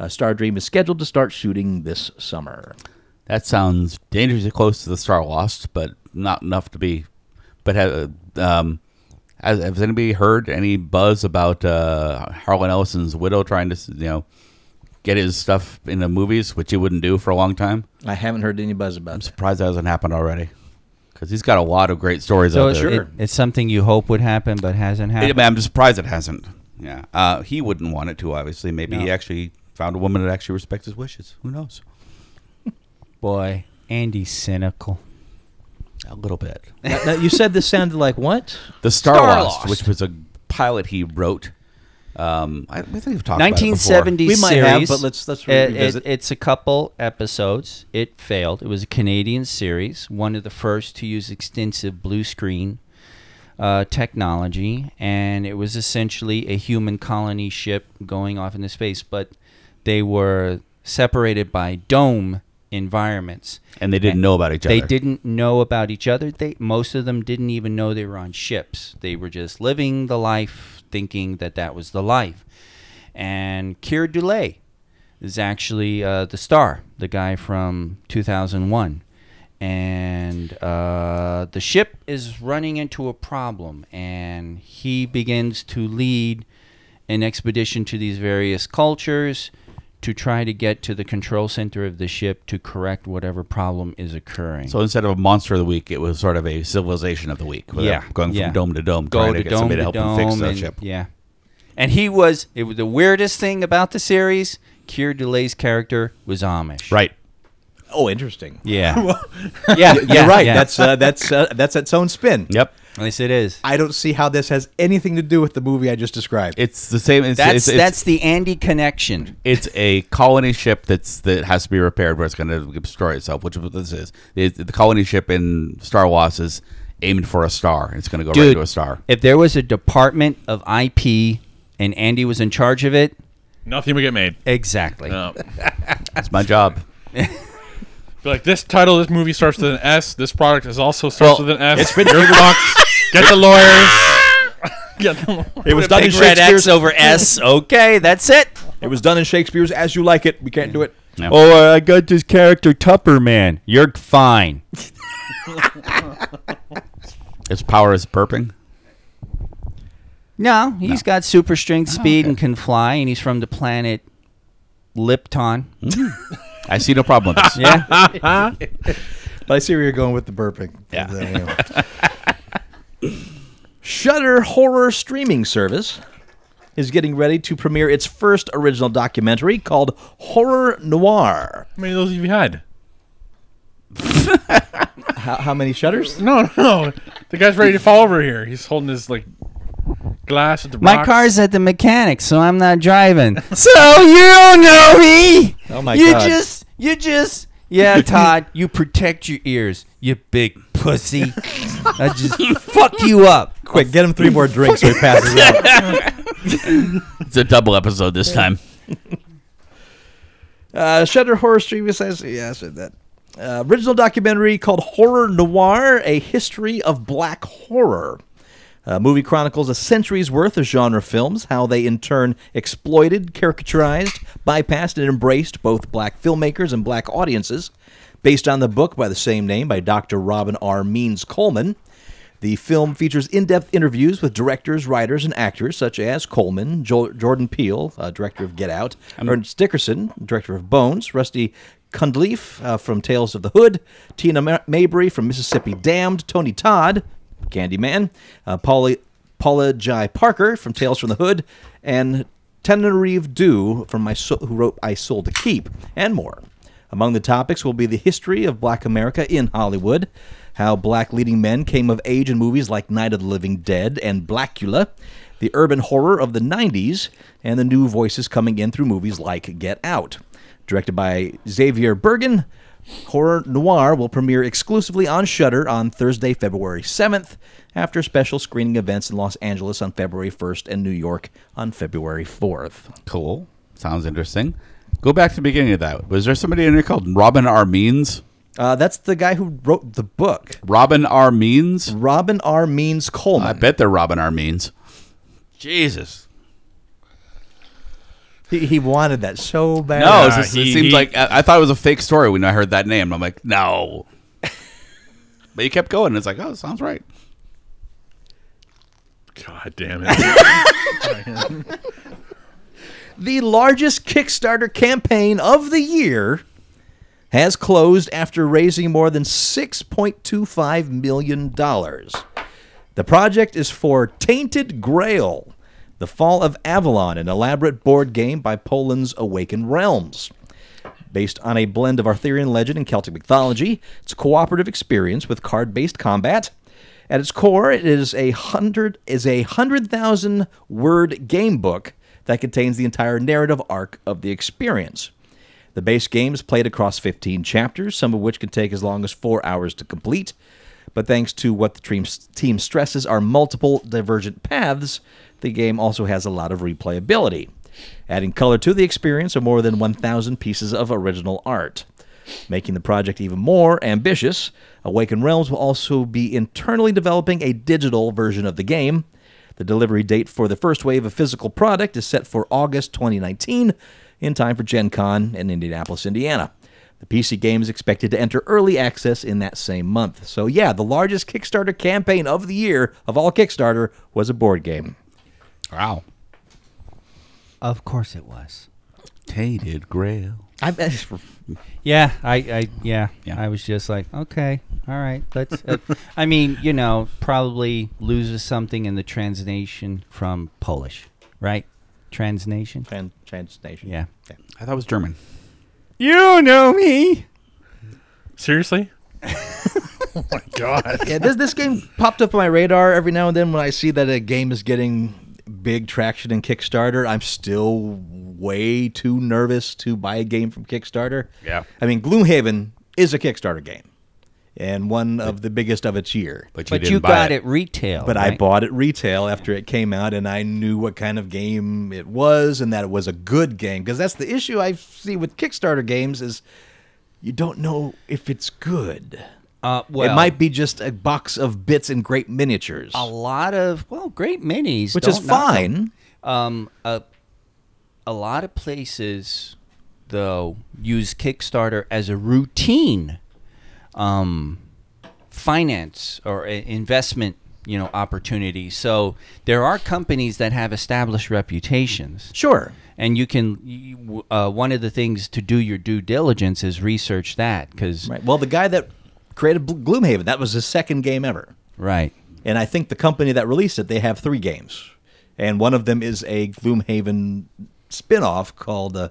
Speaker 5: Uh, Stardream is scheduled to start shooting this summer.
Speaker 3: That sounds dangerously close to the Star Lost, but not enough to be. But have um, has, has anybody heard any buzz about uh, Harlan Ellison's widow trying to you know get his stuff in the movies, which he wouldn't do for a long time.
Speaker 5: I haven't heard any buzz about
Speaker 3: I'm
Speaker 5: it.
Speaker 3: surprised that hasn't happened already, because he's got a lot of great stories
Speaker 2: So
Speaker 3: out
Speaker 2: it's,
Speaker 3: there.
Speaker 2: it- it's something you hope would happen but hasn't
Speaker 3: I
Speaker 2: happened.
Speaker 3: mean, I'm surprised it hasn't. Yeah, uh, he wouldn't want it to. Obviously, maybe he actually found a woman that actually respects his wishes. Who knows?
Speaker 2: Boy, Andy's cynical.
Speaker 3: A little bit.
Speaker 5: Now- now, you said this sounded like what?
Speaker 3: The Star,
Speaker 2: Star
Speaker 3: Lost,
Speaker 2: Lost.
Speaker 3: which was a pilot he wrote. Um, I, I think we've talked about it before.
Speaker 2: 1970
Speaker 5: We might
Speaker 2: series.
Speaker 5: have, but let's- let's
Speaker 2: It- it-
Speaker 5: revisit.
Speaker 2: it's a couple episodes. It failed. It was a Canadian series, one of the first to use extensive blue screen uh, technology, and it was essentially a human colony ship going off into space, but they were separated by dome environments.
Speaker 3: and they didn't know about each other.
Speaker 2: They didn't know about each other. They most of them didn't even know they were on ships. They were just living the life, thinking that that was the life. And Keir Dulé is actually uh, the star, the guy from 2001. And uh, the ship is running into a problem, and he begins to lead an expedition to these various cultures to try to get to the control center of the ship to correct whatever problem is occurring.
Speaker 3: So instead of a monster of the week, it was sort of a civilization of the week. where they're going from
Speaker 2: yeah.
Speaker 3: dome to dome,
Speaker 2: Go
Speaker 3: trying to,
Speaker 2: to
Speaker 3: get
Speaker 2: dome
Speaker 3: somebody to
Speaker 2: to
Speaker 3: help
Speaker 2: dome
Speaker 3: them fix that
Speaker 2: and-
Speaker 3: ship.
Speaker 2: Yeah, and he was. It was the weirdest thing about the series. Keir Dulé's character was Amish.
Speaker 3: Right.
Speaker 5: Oh, interesting.
Speaker 2: Yeah. yeah. You're
Speaker 5: (laughs) You're right. That's uh, that's uh, that's its own spin.
Speaker 3: Yep.
Speaker 2: yes, it is.
Speaker 5: I don't see how this has anything to do with the movie I just described.
Speaker 3: It's the same. It's,
Speaker 2: That's
Speaker 3: it's, it's-
Speaker 2: that's the Andy connection.
Speaker 3: it's a colony ship that's that has to be repaired, where it's going to destroy itself, which is what this is. It, the colony ship in Star Wars is aiming for a star. It's going to go right to a star.
Speaker 2: If there was a department of IP and Andy was in charge of it,
Speaker 4: Nothing would get made.
Speaker 2: exactly.
Speaker 4: No.
Speaker 3: That's my job.
Speaker 4: Be like this title, this movie starts with an S. This product is also starts
Speaker 3: Well,
Speaker 4: with an S. It's been your box. Get the lawyers. Get the lawyers.
Speaker 5: it was
Speaker 2: Big red X over S. Okay, that's it.
Speaker 5: It was done in Shakespeare's As You Like It. We can't do it.
Speaker 3: Yeah.
Speaker 2: Oh, I got this character Tupper Man. You're
Speaker 3: (laughs)
Speaker 2: fine.
Speaker 3: Its power is burping.
Speaker 2: No, he's got super strength,
Speaker 3: Oh,
Speaker 2: speed, and can fly, and he's from the planet Lipton.
Speaker 3: I see no problem with this.
Speaker 2: Yeah,
Speaker 5: But I see where you're going with the burping. uh, Yeah. Shudder horror streaming service is getting ready to premiere its first original documentary called Horror Noir.
Speaker 4: How many of those have you had?
Speaker 5: How, how many shutters?
Speaker 4: No, no. The guy's ready to fall over here. He's holding his like glass with the
Speaker 2: my
Speaker 4: rocks.
Speaker 2: car's at the mechanic, so I'm not
Speaker 5: (laughs)
Speaker 2: driving. so you don't know me.
Speaker 5: Oh my
Speaker 2: you
Speaker 5: God.
Speaker 2: You just, you just, yeah, Todd. You protect your ears, you big pussy. I just
Speaker 5: (laughs)
Speaker 2: fuck you up.
Speaker 5: Quick, get him three more drinks so he passes out.
Speaker 3: (laughs) It's a double episode this time.
Speaker 5: Uh, Shutter Horror Streaming says, yeah, I said that. Uh, original documentary called Horror Noir A History of Black Horror. Uh, movie chronicles a century's worth of genre films, how they in turn exploited, caricaturized, bypassed, and embraced both black filmmakers and black audiences. Based on the book by the same name by Dr. Robin R. Means Coleman, the film features in depth interviews with directors, writers, and actors such as Coleman, jo- Jordan Peele, uh, director of Get Out, Ernst Dickerson, director of Bones, Rusty Kundleaf uh, from Tales of the Hood, Tina Ma- Mabry from Mississippi Damned, Tony Todd, Candyman, uh, Pauli- Paula Jai Parker from Tales from the Hood, and Tenerive Dew from my Soul- who wrote I Sold to Keep, and more. Among the topics will be the history of black America in Hollywood, how black leading men came of age in movies like Night of the Living Dead and Blackula, the urban horror of the 90s, and the new voices coming in through movies like Get Out. Directed by Xavier Bergen, Horror Noir will premiere exclusively on Shudder on Thursday, February 7th, after special screening events in Los Angeles on February 1st and New York on February 4th.
Speaker 3: Cool. Sounds interesting. Go back to the beginning of that. Was there somebody in there called Robin R. Means?
Speaker 5: Uh, that's the guy who wrote the book.
Speaker 3: Robin R. Means?
Speaker 5: Robin R. Means Coleman.
Speaker 3: I bet they're Robin R. Means. Jesus.
Speaker 5: He, he wanted that so bad.
Speaker 3: No,
Speaker 4: Nah,
Speaker 3: it's just-
Speaker 4: he-
Speaker 3: it seems
Speaker 4: he-
Speaker 3: like I, I thought it was a fake story when I heard that name. I'm like, no. but you kept going. And it's like, oh, sounds right.
Speaker 4: God damn it.
Speaker 5: the largest Kickstarter campaign of the year, has closed after raising more than $6.25 million. The project is for Tainted Grail, The Fall of Avalon, an elaborate board game by Poland's Awakened Realms. Based on a blend of Arthurian legend and Celtic mythology, it's a cooperative experience with card-based combat. At its core, it is a hundred is a hundred thousand word game book that contains the entire narrative arc of the experience. The base game is played across 15 chapters, some of which can take as long as four hours to complete. But thanks to what the team, team stresses are multiple divergent paths, the game also has a lot of replayability, adding color to the experience of more than 1,000 pieces of original art. Making the project even more ambitious, Awakened Realms will also be internally developing a digital version of the game. The delivery date for the first wave of physical product is set for August 2019 in time for Gen Con in Indianapolis, Indiana. The PC game is expected to enter early access in that same month. So, yeah, the largest Kickstarter campaign of the year of all Kickstarter was a board game.
Speaker 3: Wow.
Speaker 2: Of course it was.
Speaker 3: Tainted Grail.
Speaker 5: I,
Speaker 2: Yeah, I, I yeah,
Speaker 3: Yeah.
Speaker 2: I was just like, okay, all right, let's. Uh, I mean, you know, probably loses something in the translation from Polish, right? Translation.
Speaker 5: trans, trans nation.
Speaker 2: Yeah.
Speaker 3: I thought it was German.
Speaker 2: You know me.
Speaker 4: (laughs) Seriously?
Speaker 5: (laughs) yeah, this this game popped up on my radar every now and then when I see that a game is getting big traction in Kickstarter. I'm still way too nervous to buy a game from Kickstarter.
Speaker 3: Yeah.
Speaker 5: I mean, Gloomhaven is a Kickstarter game and one of the biggest of its year.
Speaker 3: But you,
Speaker 2: But
Speaker 3: didn't
Speaker 2: you,
Speaker 3: buy
Speaker 2: got
Speaker 3: it.
Speaker 2: it. retail.
Speaker 5: But I
Speaker 2: Oh, right?
Speaker 5: bought it retail after it came out, and I knew what kind of game it was, and that it was a good game. Because that's the issue I see with Kickstarter games is you don't know if it's good.
Speaker 2: Uh, well,
Speaker 5: it might be just a box of bits and great miniatures,
Speaker 2: a lot of well, great minis,
Speaker 5: which is
Speaker 2: don't knock 'em.
Speaker 5: fine.
Speaker 2: Um, a, a lot of places, though, use Kickstarter as a routine um, finance or i- investment, you know, opportunity. So there are companies that have established reputations,
Speaker 5: Sure.
Speaker 2: and you can. You, uh, one of the things to do your due diligence is research that because
Speaker 5: Right. Well, the guy that created Bl- Gloomhaven, that was his second game ever.
Speaker 2: right,
Speaker 5: And I think the company that released it, they have three games. And one of them is a Gloomhaven spin-off called uh,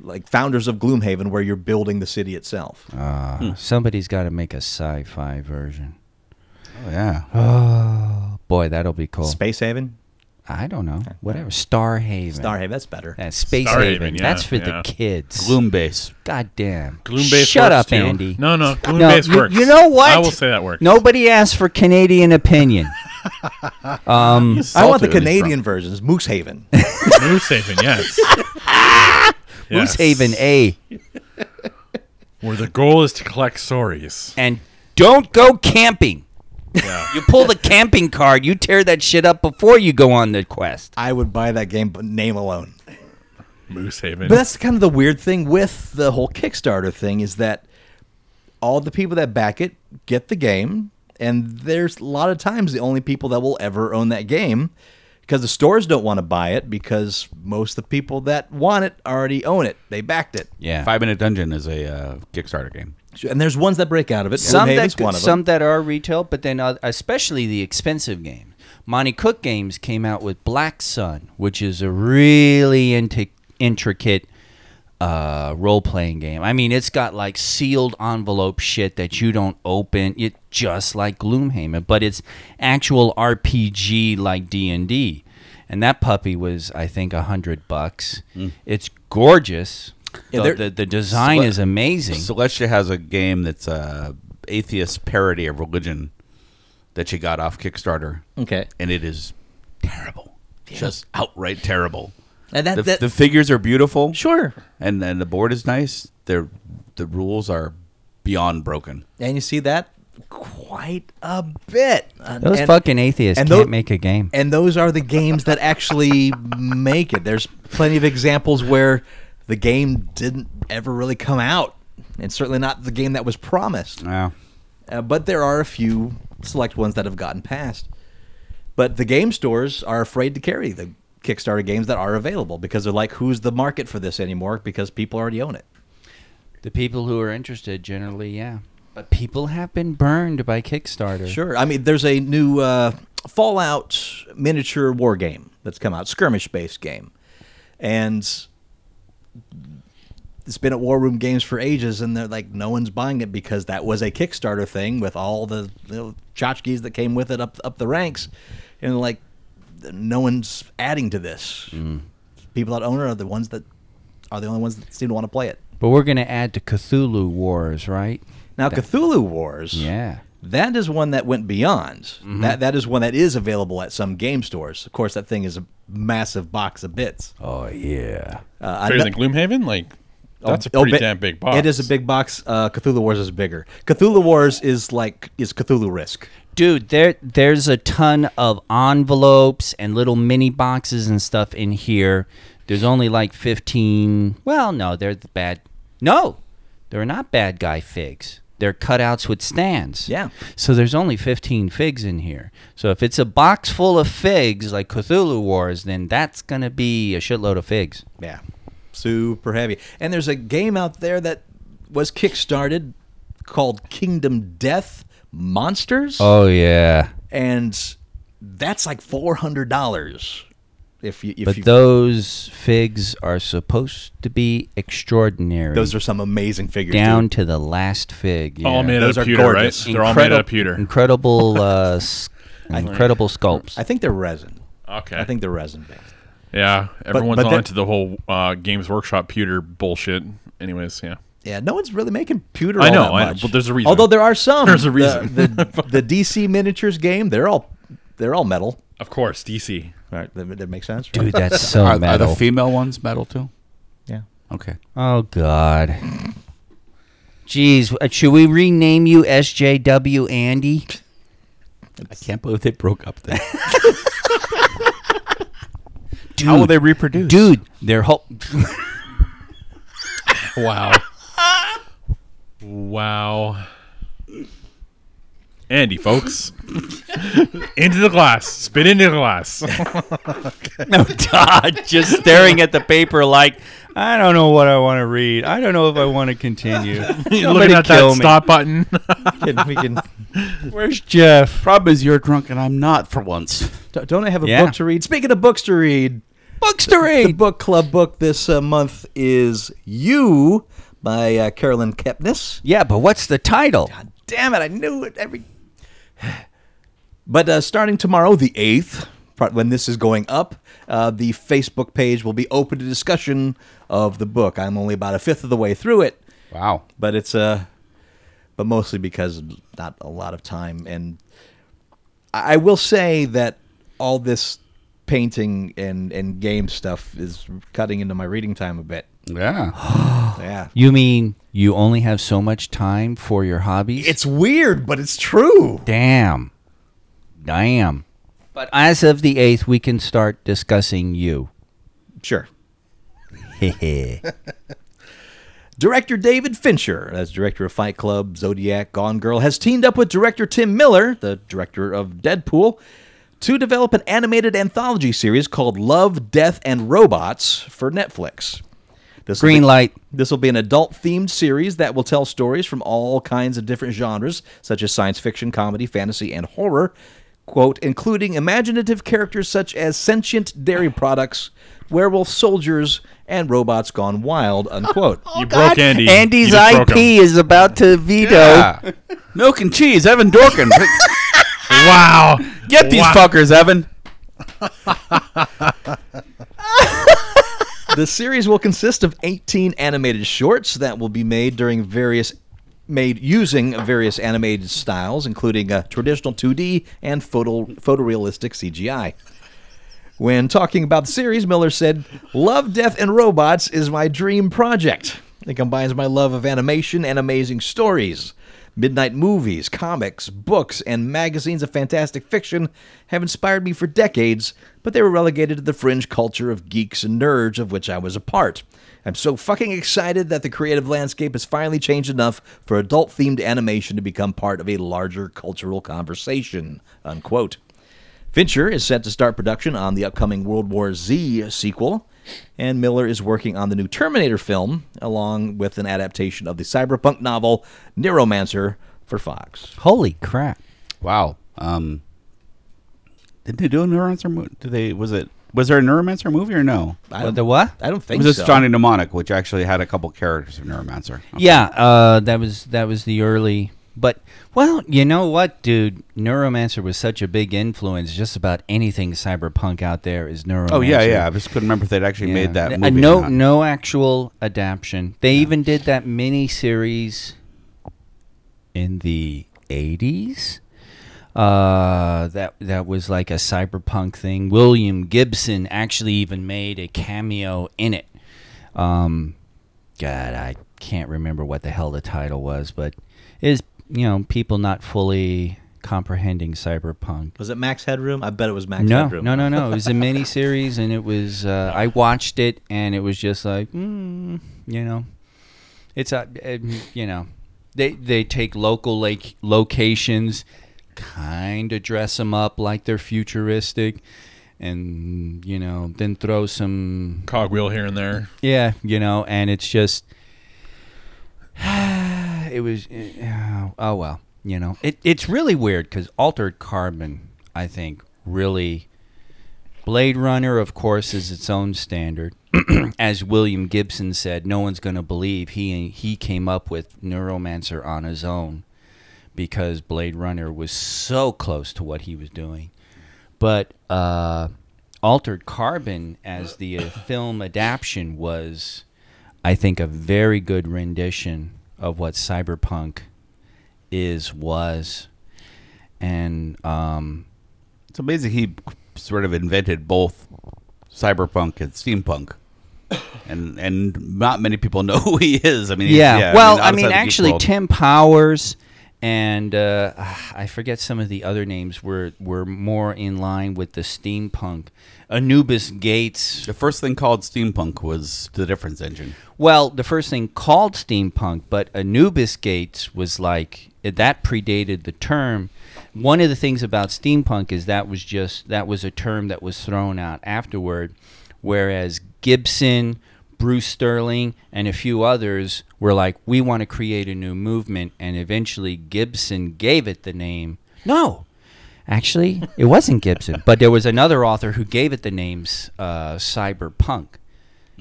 Speaker 5: like Founders of Gloomhaven where you're building the city itself.
Speaker 2: uh,
Speaker 3: Hmm.
Speaker 2: somebody's got to make a sci-fi version. Oh,
Speaker 3: Oh, yeah.
Speaker 2: Boy, that'll be cool.
Speaker 5: Space Haven?
Speaker 2: I don't know. Whatever. Starhaven.
Speaker 5: Starhaven, that's better.
Speaker 2: That's Space
Speaker 4: Starhaven,
Speaker 2: Haven.
Speaker 4: yeah,
Speaker 2: That's for
Speaker 4: yeah.
Speaker 2: the kids.
Speaker 3: Gloom base.
Speaker 2: God damn.
Speaker 4: Gloom base
Speaker 2: Shut
Speaker 4: works
Speaker 2: up,
Speaker 4: too.
Speaker 2: Andy.
Speaker 4: No, no, Gloom
Speaker 2: No,
Speaker 4: base
Speaker 2: you-
Speaker 4: works.
Speaker 2: you know what?
Speaker 4: I will say that works.
Speaker 2: Nobody asked for Canadian opinion.
Speaker 5: I want the
Speaker 3: Salted is
Speaker 5: Canadian versions. Moose Haven.
Speaker 4: (laughs) Moose Haven, yes.
Speaker 2: Moose
Speaker 4: Yes.
Speaker 2: Haven eh? A.
Speaker 4: Where the goal is to collect stories.
Speaker 2: And don't go camping.
Speaker 4: Yeah.
Speaker 2: You pull the camping card, you tear that shit up before you go on the quest.
Speaker 5: (laughs) I would buy that game but name alone.
Speaker 4: Moose Haven.
Speaker 5: But that's kind of the weird thing with the whole Kickstarter thing is that all the people that back it get the game, and there's a lot of times the only people that will ever own that game because the stores don't want to buy it because most of the people that want it already own it. They backed it.
Speaker 2: Yeah.
Speaker 3: Five Minute Dungeon is a uh, Kickstarter game.
Speaker 5: And there's ones that break out of it.
Speaker 2: some
Speaker 5: Gloomhaven's
Speaker 2: that could-
Speaker 5: one of them.
Speaker 2: some that are retail, but then uh, especially the expensive game. Monty Cook Games came out with Black Sun, which is a really inti- intricate uh, role playing game. I mean, it's got like sealed envelope shit that you don't open. It just like Gloomhaven, but it's actual RPG like D and D. And that puppy was, I think, a hundred bucks. It's gorgeous.
Speaker 5: Mm. Yeah,
Speaker 2: the,
Speaker 5: they're-
Speaker 2: the, the design
Speaker 3: Sle-
Speaker 2: is amazing.
Speaker 3: Celestia has a game that's a atheist parody of religion that she got off Kickstarter.
Speaker 5: Okay.
Speaker 3: And it is terrible. Just outright terrible.
Speaker 5: And that-
Speaker 3: the,
Speaker 5: that-
Speaker 3: the figures are beautiful.
Speaker 5: Sure.
Speaker 3: And then the board is nice. They're, the rules are beyond broken.
Speaker 5: And you see that quite a bit. And-
Speaker 2: Those
Speaker 5: and-
Speaker 2: fucking atheists
Speaker 5: and
Speaker 2: can't
Speaker 5: tho-
Speaker 2: make a game.
Speaker 5: And those are the games that actually make it. There's plenty of examples where the game didn't ever really come out, and certainly not the game that was promised.
Speaker 3: Yeah.
Speaker 5: Uh, but there are a few select ones that have gotten past. But the game stores are afraid to carry the Kickstarter games that are available because they're like, who's the market for this anymore? Because people already own it.
Speaker 2: The people who are interested generally, yeah. But people have been burned by Kickstarter.
Speaker 5: Sure. I mean, there's a new uh, Fallout miniature war game that's come out, skirmish based game. And it's been at War Room Games for ages, and they're like, no one's buying it because that was a Kickstarter thing with all the little tchotchkes that came with it up up the ranks. And like, no one's adding to this. People that own it are the ones that are the only ones that seem to want to play it.
Speaker 2: But we're going to add to Cthulhu Wars, right?
Speaker 5: Now, Cthulhu Wars.
Speaker 2: Yeah.
Speaker 5: That is one that went beyond.
Speaker 4: Mm-hmm.
Speaker 5: That that is one that is available at some game stores. Of course, that thing is a massive box of bits.
Speaker 2: Oh, yeah.
Speaker 5: Uh, I
Speaker 4: Bigger
Speaker 5: kno-
Speaker 4: than Gloomhaven? Like,
Speaker 5: Oh,
Speaker 4: that's a
Speaker 5: oh,
Speaker 4: pretty
Speaker 5: bi-
Speaker 4: damn big box.
Speaker 5: It is a big box. Uh, Cthulhu Wars is bigger. Cthulhu Wars is like is Cthulhu Risk.
Speaker 2: Dude, there there's a ton of envelopes and little mini boxes and stuff in here. There's only like 15. Well, no, they're the bad. No. They're not bad guy figs. They're cutouts with stands.
Speaker 5: Yeah.
Speaker 2: So there's only 15 figs in here. So if it's a box full of figs like Cthulhu Wars, then that's going to be a shitload of figs.
Speaker 5: Yeah, super heavy. And there's a game out there that was kickstarted called Kingdom Death Monsters,
Speaker 2: Oh yeah.
Speaker 5: and that's like four hundred dollars. If you, if
Speaker 2: But
Speaker 5: you,
Speaker 2: those figs are supposed to be extraordinary.
Speaker 5: those are some amazing figures.
Speaker 2: down
Speaker 5: dude.
Speaker 2: to the last fig. Yeah.
Speaker 4: all made
Speaker 5: Those
Speaker 4: out
Speaker 5: are
Speaker 4: of pewter, right?
Speaker 5: gorgeous.
Speaker 4: They're all made out of
Speaker 2: Incredible- Mm.
Speaker 4: pewter. (laughs)
Speaker 2: Incredible, uh, s- incredible sculpts.
Speaker 5: I think they're resin.
Speaker 4: Okay.
Speaker 5: I think they're resin based.
Speaker 4: yeah, everyone's
Speaker 5: but
Speaker 4: on
Speaker 5: that-
Speaker 4: into the whole uh, Games Workshop pewter bullshit. Anyways, yeah.
Speaker 5: Yeah, no one's really making pewter.
Speaker 4: I
Speaker 5: all
Speaker 4: know,
Speaker 5: that
Speaker 4: I know,
Speaker 5: much.
Speaker 4: but there's a reason.
Speaker 5: Although
Speaker 4: (laughs)
Speaker 5: there are some.
Speaker 4: There's a
Speaker 5: The-
Speaker 4: reason.
Speaker 5: The,
Speaker 4: (laughs)
Speaker 5: the DC miniatures game, they're all they're all metal.
Speaker 4: Of course, DC.
Speaker 5: Right, that, that makes sense. Right?
Speaker 2: Dude, that's so
Speaker 3: Are, are
Speaker 2: metal.
Speaker 3: the female ones metal too?
Speaker 5: Yeah.
Speaker 3: Okay.
Speaker 2: oh God. Jeez, uh, should we rename you SJW Andy?
Speaker 3: I can't believe they broke up. Then
Speaker 2: Dude,
Speaker 3: how will they reproduce?
Speaker 2: dude, their whole (laughs)
Speaker 4: Wow. wow. Andy, folks. into the glass. Spit into the glass.
Speaker 2: no Todd just staring at the paper like I don't know what I want to read. I don't know if I want to continue.
Speaker 4: Looking at that stop button.
Speaker 5: Can, we can,
Speaker 2: Where's Jeff?
Speaker 3: problem is you're drunk and I'm not for once.
Speaker 5: don't don't I have a
Speaker 2: Yeah.
Speaker 5: book to read? Speaking of books to read,
Speaker 2: Books to
Speaker 5: the
Speaker 2: read.
Speaker 5: book club book this uh, month is You by uh, Carolyn Kepnes.
Speaker 2: yeah, but what's the title?
Speaker 5: Damn it, I knew it every. (sighs) But uh, starting tomorrow, the 8th, pro- when this is going up, uh, the Facebook page will be open to discussion of the book. I'm only about a fifth of the way through it,
Speaker 3: Wow.
Speaker 5: but it's Uh, but mostly because not a lot of time. And I I will say that all this painting and, and game stuff is cutting into my reading time a bit.
Speaker 3: Yeah.
Speaker 5: (gasps) Yeah.
Speaker 2: You mean you only have so much time for your hobbies?
Speaker 5: It's weird, but it's true.
Speaker 2: Damn. Damn. But as of the 8th, we can start discussing you.
Speaker 5: Sure.
Speaker 2: Heh
Speaker 5: Director David Fincher, as director of Fight Club, Zodiac, Gone Girl, has teamed up with director Tim Miller, the director of Deadpool, to develop an animated anthology series called Love, Death, and Robots for Netflix. This will
Speaker 2: Green
Speaker 5: be-
Speaker 2: light.
Speaker 5: This will be an adult themed series that will tell stories from all kinds of different genres, such as science fiction, comedy, fantasy, and horror, quote, including imaginative characters such as sentient dairy products, werewolf soldiers, and robots gone wild, unquote.
Speaker 4: (laughs) you broke Andy.
Speaker 2: Andy's
Speaker 4: You just broke
Speaker 2: IP
Speaker 4: him.
Speaker 2: is about to veto.
Speaker 3: Yeah. Milk and cheese, Evan Dorkin.
Speaker 4: Wow.
Speaker 3: Get these
Speaker 4: Wow.
Speaker 3: fuckers, Evan.
Speaker 5: the series will consist of 18 animated shorts that will be made during various made using various animated styles including uh, traditional 2D and photo photorealistic CGI. When talking about the series, Miller said, "Love, Death and Robots is my dream project. It combines my love of animation and amazing stories." Midnight movies, comics, books, and magazines of fantastic fiction have inspired me for decades, but they were relegated to the fringe culture of geeks and nerds of which I was a part. I'm so fucking excited that the creative landscape has finally changed enough for adult themed animation to become part of a larger cultural conversation. Unquote. Fincher is set to start production on the upcoming World War Z sequel, and Miller is working on the new Terminator film, along with an adaptation of the cyberpunk novel Neuromancer for Fox.
Speaker 2: Holy crap!
Speaker 3: Wow. Um, did they do a Neuromancer movie? Did they? Was it? Was there a Neuromancer movie or no?
Speaker 5: I
Speaker 2: What
Speaker 5: don't-
Speaker 2: the what?
Speaker 5: I don't
Speaker 3: It
Speaker 5: think
Speaker 3: was this
Speaker 5: so.
Speaker 3: Johnny Mnemonic, which actually had a couple characters of Neuromancer.
Speaker 2: Yeah, uh, that was that was the early. But well, you know what, dude? Neuromancer was such a big influence. Just about anything cyberpunk out there is Neuromancer.
Speaker 3: Oh yeah, yeah. I just couldn't remember if they'd actually
Speaker 2: Yeah.
Speaker 3: made that
Speaker 2: Uh,
Speaker 3: movie. or
Speaker 2: no,
Speaker 3: not.
Speaker 2: no actual adaptation. They even did that mini series in the eighties. Uh, that that was like a cyberpunk thing. William Gibson actually even made a cameo in it. Um, God, I can't remember what the hell the title was, but is you know people not fully comprehending cyberpunk.
Speaker 5: Was it Max Headroom? I bet it was Max
Speaker 2: No,
Speaker 5: Headroom.
Speaker 2: no, no, no. It was a mini series, and it was. Uh, I watched it, and it was just like, mm, you know, it's a, um, you know, they they take local like locations, kind of dress them up like they're futuristic, and you know, then throw some,
Speaker 4: Cogwheel here and there.
Speaker 2: yeah, you know, and it's just, (sighs) it was, uh, oh well, you know, it it's really weird because Altered Carbon, I think, really. Blade Runner, of course, is its own standard. (clears throat) As William Gibson said, no one's going to believe he he came up with Neuromancer on his own because Blade Runner was so close to what he was doing. But uh, Altered Carbon, as the uh, film adaptation, was, I think, a very good rendition of what cyberpunk is was, and um,
Speaker 3: So basically, he sort of invented both cyberpunk and steampunk, and and not many people (laughs) know who he is. I mean, he-
Speaker 2: yeah. Well, I
Speaker 3: outside
Speaker 2: mean,
Speaker 3: the geek
Speaker 2: actually,
Speaker 3: world.
Speaker 2: Tim Powers and uh, I forget some of the other names were were more in line with the steampunk. Anubis Gates.
Speaker 3: the first thing called steampunk was the difference engine.
Speaker 2: Well, the first thing called steampunk, but Anubis Gates was like that predated the term. One of the things about steampunk is that was just that was a term that was thrown out afterward, whereas Gibson, Bruce Sterling, and a few others were like, we want to create a new movement, and eventually Gibson gave it the name. No, Actually, it wasn't Gibson, but there was another author who gave it the names uh, cyberpunk.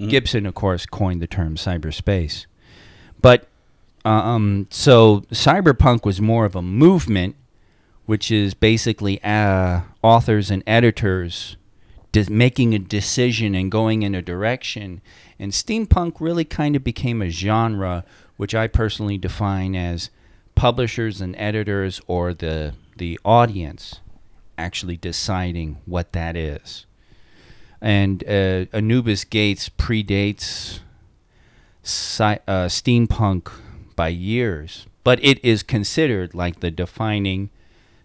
Speaker 2: Gibson, of course, coined the term cyberspace. But um, so cyberpunk was more of a movement, which is basically uh, authors and editors de- making a decision and going in a direction. And steampunk really kind of became a genre, which I personally define as publishers and editors or the the audience actually deciding what that is. And uh, Anubis Gates predates sci- uh, steampunk by years, but it is considered like the defining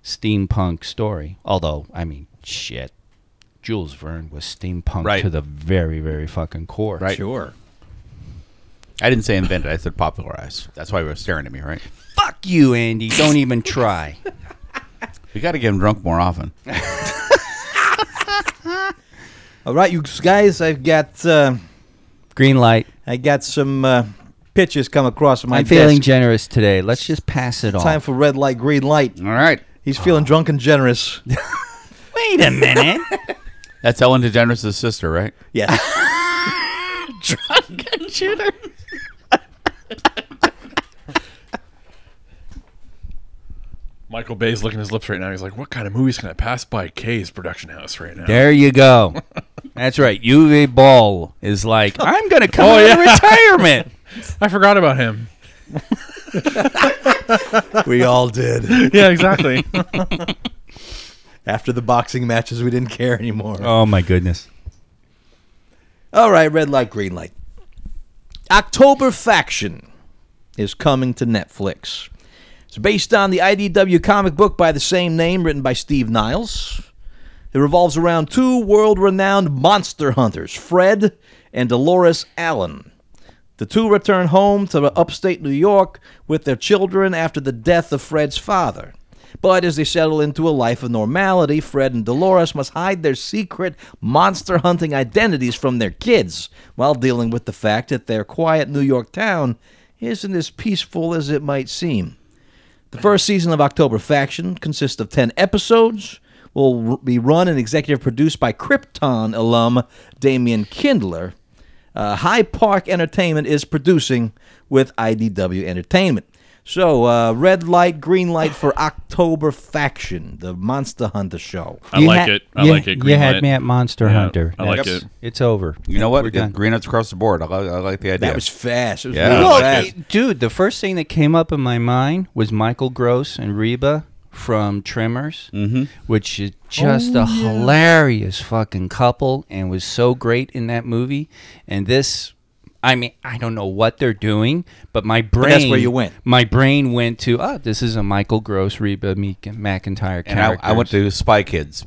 Speaker 2: steampunk story. Although, I mean, shit, Jules Verne was steampunk
Speaker 3: Right.
Speaker 2: to the very, very fucking core.
Speaker 3: Right.
Speaker 5: Sure.
Speaker 3: I didn't say invented. I said popularized. That's why you were staring at me, right?
Speaker 2: Fuck you, Andy. Don't even try.
Speaker 3: We got to get him drunk more often.
Speaker 5: All right, you guys, I've got uh,
Speaker 2: Green light.
Speaker 5: I got some uh, pitches come across my
Speaker 2: I'm feeling
Speaker 5: desk.
Speaker 2: generous today. Let's just pass it
Speaker 5: Time
Speaker 2: on.
Speaker 5: for red light, green light.
Speaker 3: All right.
Speaker 5: He's feeling drunk and
Speaker 2: (laughs)
Speaker 5: generous.
Speaker 2: Wait a minute.
Speaker 3: That's Ellen DeGeneres' sister, right?
Speaker 5: Yes.
Speaker 4: Michael Bay's looking at his lips right now. He's like, what kind of movies can I pass by Kay's production house right now?
Speaker 2: there you go. That's right. UV Ball is like, I'm going to come out of retirement.
Speaker 4: I forgot about him.
Speaker 5: we all
Speaker 4: (laughs)
Speaker 5: did.
Speaker 4: Yeah, exactly.
Speaker 5: After the boxing matches, we didn't care anymore.
Speaker 2: Oh, my goodness.
Speaker 5: All right, red light, green light. October Faction is coming to Netflix. It's based on the IDW comic book by the same name, written by Steve Niles. It revolves around two world renowned monster hunters, Fred and Dolores Allen. The two return home to upstate New York with their children after the death of Fred's father. But as they settle into a life of normality, Fred and Dolores must hide their secret monster hunting identities from their kids while dealing with the fact that their quiet New York town isn't as peaceful as it might seem. The first season of October Faction consists of 10 episodes, will r- be run and executive produced by Krypton alum Damian Kindler. Uh, High Park Entertainment is producing with IDW Entertainment. So, uh, red light, green light for October Faction, the Monster Hunter show.
Speaker 4: I
Speaker 2: You
Speaker 4: like
Speaker 2: ha-
Speaker 4: it. I
Speaker 2: you-
Speaker 4: like it.
Speaker 2: you
Speaker 4: Green
Speaker 2: had
Speaker 4: light.
Speaker 2: me at Monster
Speaker 4: Yeah,
Speaker 2: Hunter.
Speaker 4: I like
Speaker 2: That's-
Speaker 4: it.
Speaker 2: It's over.
Speaker 3: You know what?
Speaker 2: We're done.
Speaker 3: Green nuts across the board. I, li- I like the idea.
Speaker 5: That was fast. It was
Speaker 3: Yeah.
Speaker 5: really
Speaker 3: I
Speaker 2: Well,
Speaker 3: like
Speaker 5: fast.
Speaker 2: it- dude, the first thing that came up in my mind was Michael Gross and Reba from Tremors, which is just a hilarious fucking couple and was so great in that movie. And this, I mean, I don't know what they're doing, but my brain.
Speaker 5: that's where you went.
Speaker 2: My brain went to, oh, this is a Michael Gross, Reba Meek- McIntyre character.
Speaker 3: and I, I went to Spy Kids,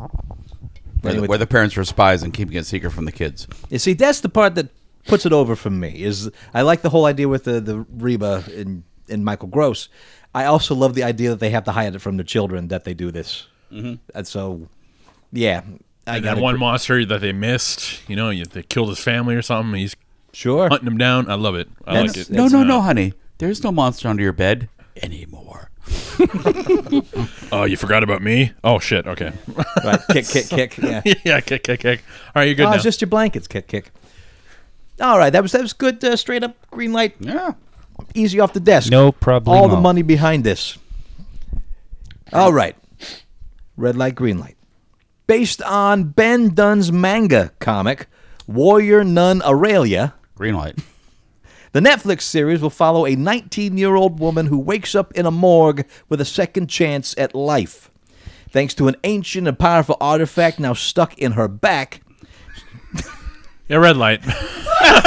Speaker 3: where the,
Speaker 5: Anyway.
Speaker 3: where the parents were spies and keeping it secret from the kids.
Speaker 5: You see, that's the part that puts it over for me. Is I like the whole idea with the the Reba and and Michael Gross. I also love the idea that they have to hide it from the children that they do this. Mm-hmm. And so, yeah,
Speaker 4: (laughs)
Speaker 5: I
Speaker 4: And that
Speaker 5: gotta
Speaker 4: one
Speaker 5: agree.
Speaker 4: monster that they missed, you know, you, they killed his family or something. and He's
Speaker 5: (laughs) sure.
Speaker 4: hunting him down. I love it. I
Speaker 5: That's-
Speaker 4: like it.
Speaker 3: no,
Speaker 4: It's
Speaker 3: no,
Speaker 4: not-
Speaker 3: no, honey. There's no monster under your bed anymore.
Speaker 4: Oh, you forgot about me? Oh shit. Okay.
Speaker 5: Right. Kick, kick,
Speaker 4: (laughs)
Speaker 5: kick. Yeah.
Speaker 4: yeah. Kick, kick, kick. All right, you're good
Speaker 2: Uh,
Speaker 5: Oh,
Speaker 4: now.
Speaker 5: it's just your blankets. Kick, kick. All right, that was that was good. Uh, straight up green light,
Speaker 3: Yeah.
Speaker 5: easy off the desk.
Speaker 2: No problemo.
Speaker 5: All the money behind this. All right. Red light, green light. Based on Ben Dunn's manga comic, Warrior Nun Aurelia,
Speaker 3: Green light.
Speaker 5: the Netflix series will follow a 19 year old woman who wakes up in a morgue with a second chance at life. Thanks to an ancient and powerful artifact now stuck in her back,
Speaker 4: yeah, red light. (laughs)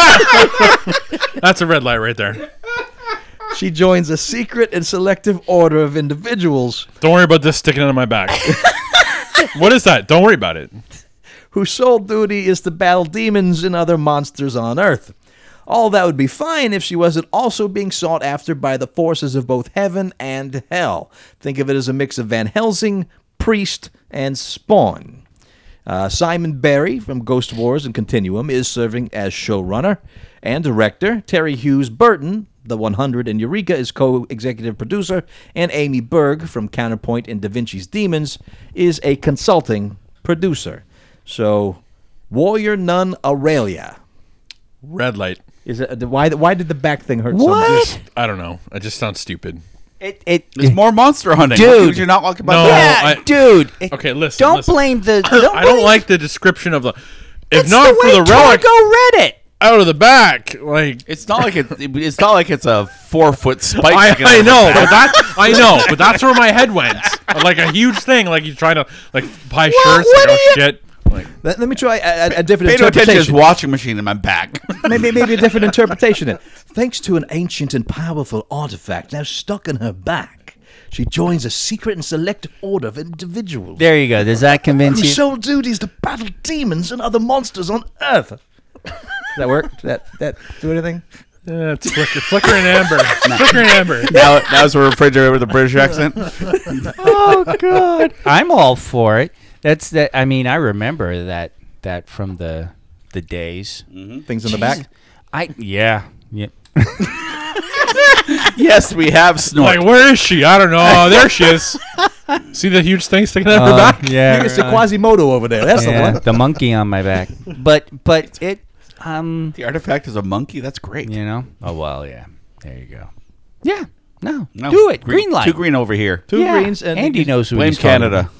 Speaker 4: That's a red light right there.
Speaker 5: she joins a secret and selective order of individuals
Speaker 4: Don't worry about this sticking out of
Speaker 2: (laughs)
Speaker 4: my back. what is that? Don't worry about it.
Speaker 5: whose sole duty is to battle demons and other monsters on Earth. All that would be fine if she wasn't also being sought after by the forces of both heaven and hell. Think of it as a mix of Van Helsing, Priest, and Spawn. Uh, Simon Barry from Ghost Wars and Continuum is serving as showrunner and director. Terry Hughes Burton, The 100 and Eureka, is co executive producer. And Amy Berg from Counterpoint and Da Vinci's Demons is a consulting producer. So, Warrior Nun Aurelia.
Speaker 4: Red light.
Speaker 5: Is it, why, why did the back thing hurt so
Speaker 2: What?
Speaker 4: I don't know. It just sounds stupid.
Speaker 2: It, it,
Speaker 3: There's more monster hunting.
Speaker 2: Dude.
Speaker 3: Dude, you're not talking about
Speaker 4: No.
Speaker 3: that.
Speaker 2: yeah,
Speaker 4: I-
Speaker 2: dude. it-
Speaker 4: Okay, listen,
Speaker 2: Don't
Speaker 4: listen.
Speaker 2: blame the. Don't
Speaker 4: I don't
Speaker 2: blame-
Speaker 4: like the description of the. If
Speaker 2: It's
Speaker 4: not
Speaker 2: the
Speaker 4: for
Speaker 2: way
Speaker 4: the relic
Speaker 2: Torgo read it.
Speaker 4: out of the back, like
Speaker 3: It's not like it's it's not like it's a four foot spike.
Speaker 4: I,
Speaker 3: sticking out
Speaker 4: I
Speaker 3: of
Speaker 4: know, but that
Speaker 3: (laughs)
Speaker 4: I know, but that's where my head went. Like a huge thing, like you try to like buy shirts.
Speaker 2: what
Speaker 4: like,
Speaker 2: do
Speaker 4: oh
Speaker 2: you-
Speaker 4: shit! Like
Speaker 5: Let, let me try a, a- a
Speaker 3: Pay
Speaker 5: different
Speaker 3: no attention to this
Speaker 5: interpretation.
Speaker 3: washing machine in my back.
Speaker 5: maybe, maybe a (laughs) different interpretation. Then. Thanks to an ancient and powerful artifact now stuck in her back, she joins a secret and selective order of individuals
Speaker 2: There you go. Does that convince
Speaker 5: whose
Speaker 2: you?
Speaker 5: sole duty is to battle demons and other monsters on Earth. Does that work? Did that (laughs) that do anything?
Speaker 4: eh, it's flicker, flicker and
Speaker 3: (laughs)
Speaker 4: amber, flicker and amber.
Speaker 3: now, now it's a refrigerator with a British accent.
Speaker 2: oh god. I'm all for it. That's that. I mean, I remember that that from the the days.
Speaker 3: Mm-hmm.
Speaker 5: Things in the back.
Speaker 2: Jesus. I yeah
Speaker 5: (laughs)
Speaker 2: yeah.
Speaker 3: yes, we have snort.
Speaker 4: Like where is she? I don't know. Oh, There she is. (laughs) See the huge thing sticking out of her back.
Speaker 2: Uh, yeah.
Speaker 5: It's a Quasimodo over there. That's
Speaker 2: Yeah,
Speaker 5: the one.
Speaker 2: the monkey on my
Speaker 5: (laughs)
Speaker 2: back. But but it um
Speaker 3: the artifact is a monkey. That's great.
Speaker 2: you know. Oh well, yeah. There you go. Yeah. No.
Speaker 3: No,
Speaker 2: Do it. Green, light.
Speaker 3: Two green over here.
Speaker 5: Two
Speaker 2: Yeah.
Speaker 5: greens and
Speaker 2: Andy knows who
Speaker 3: Blame
Speaker 2: he's talking about.
Speaker 3: Canada.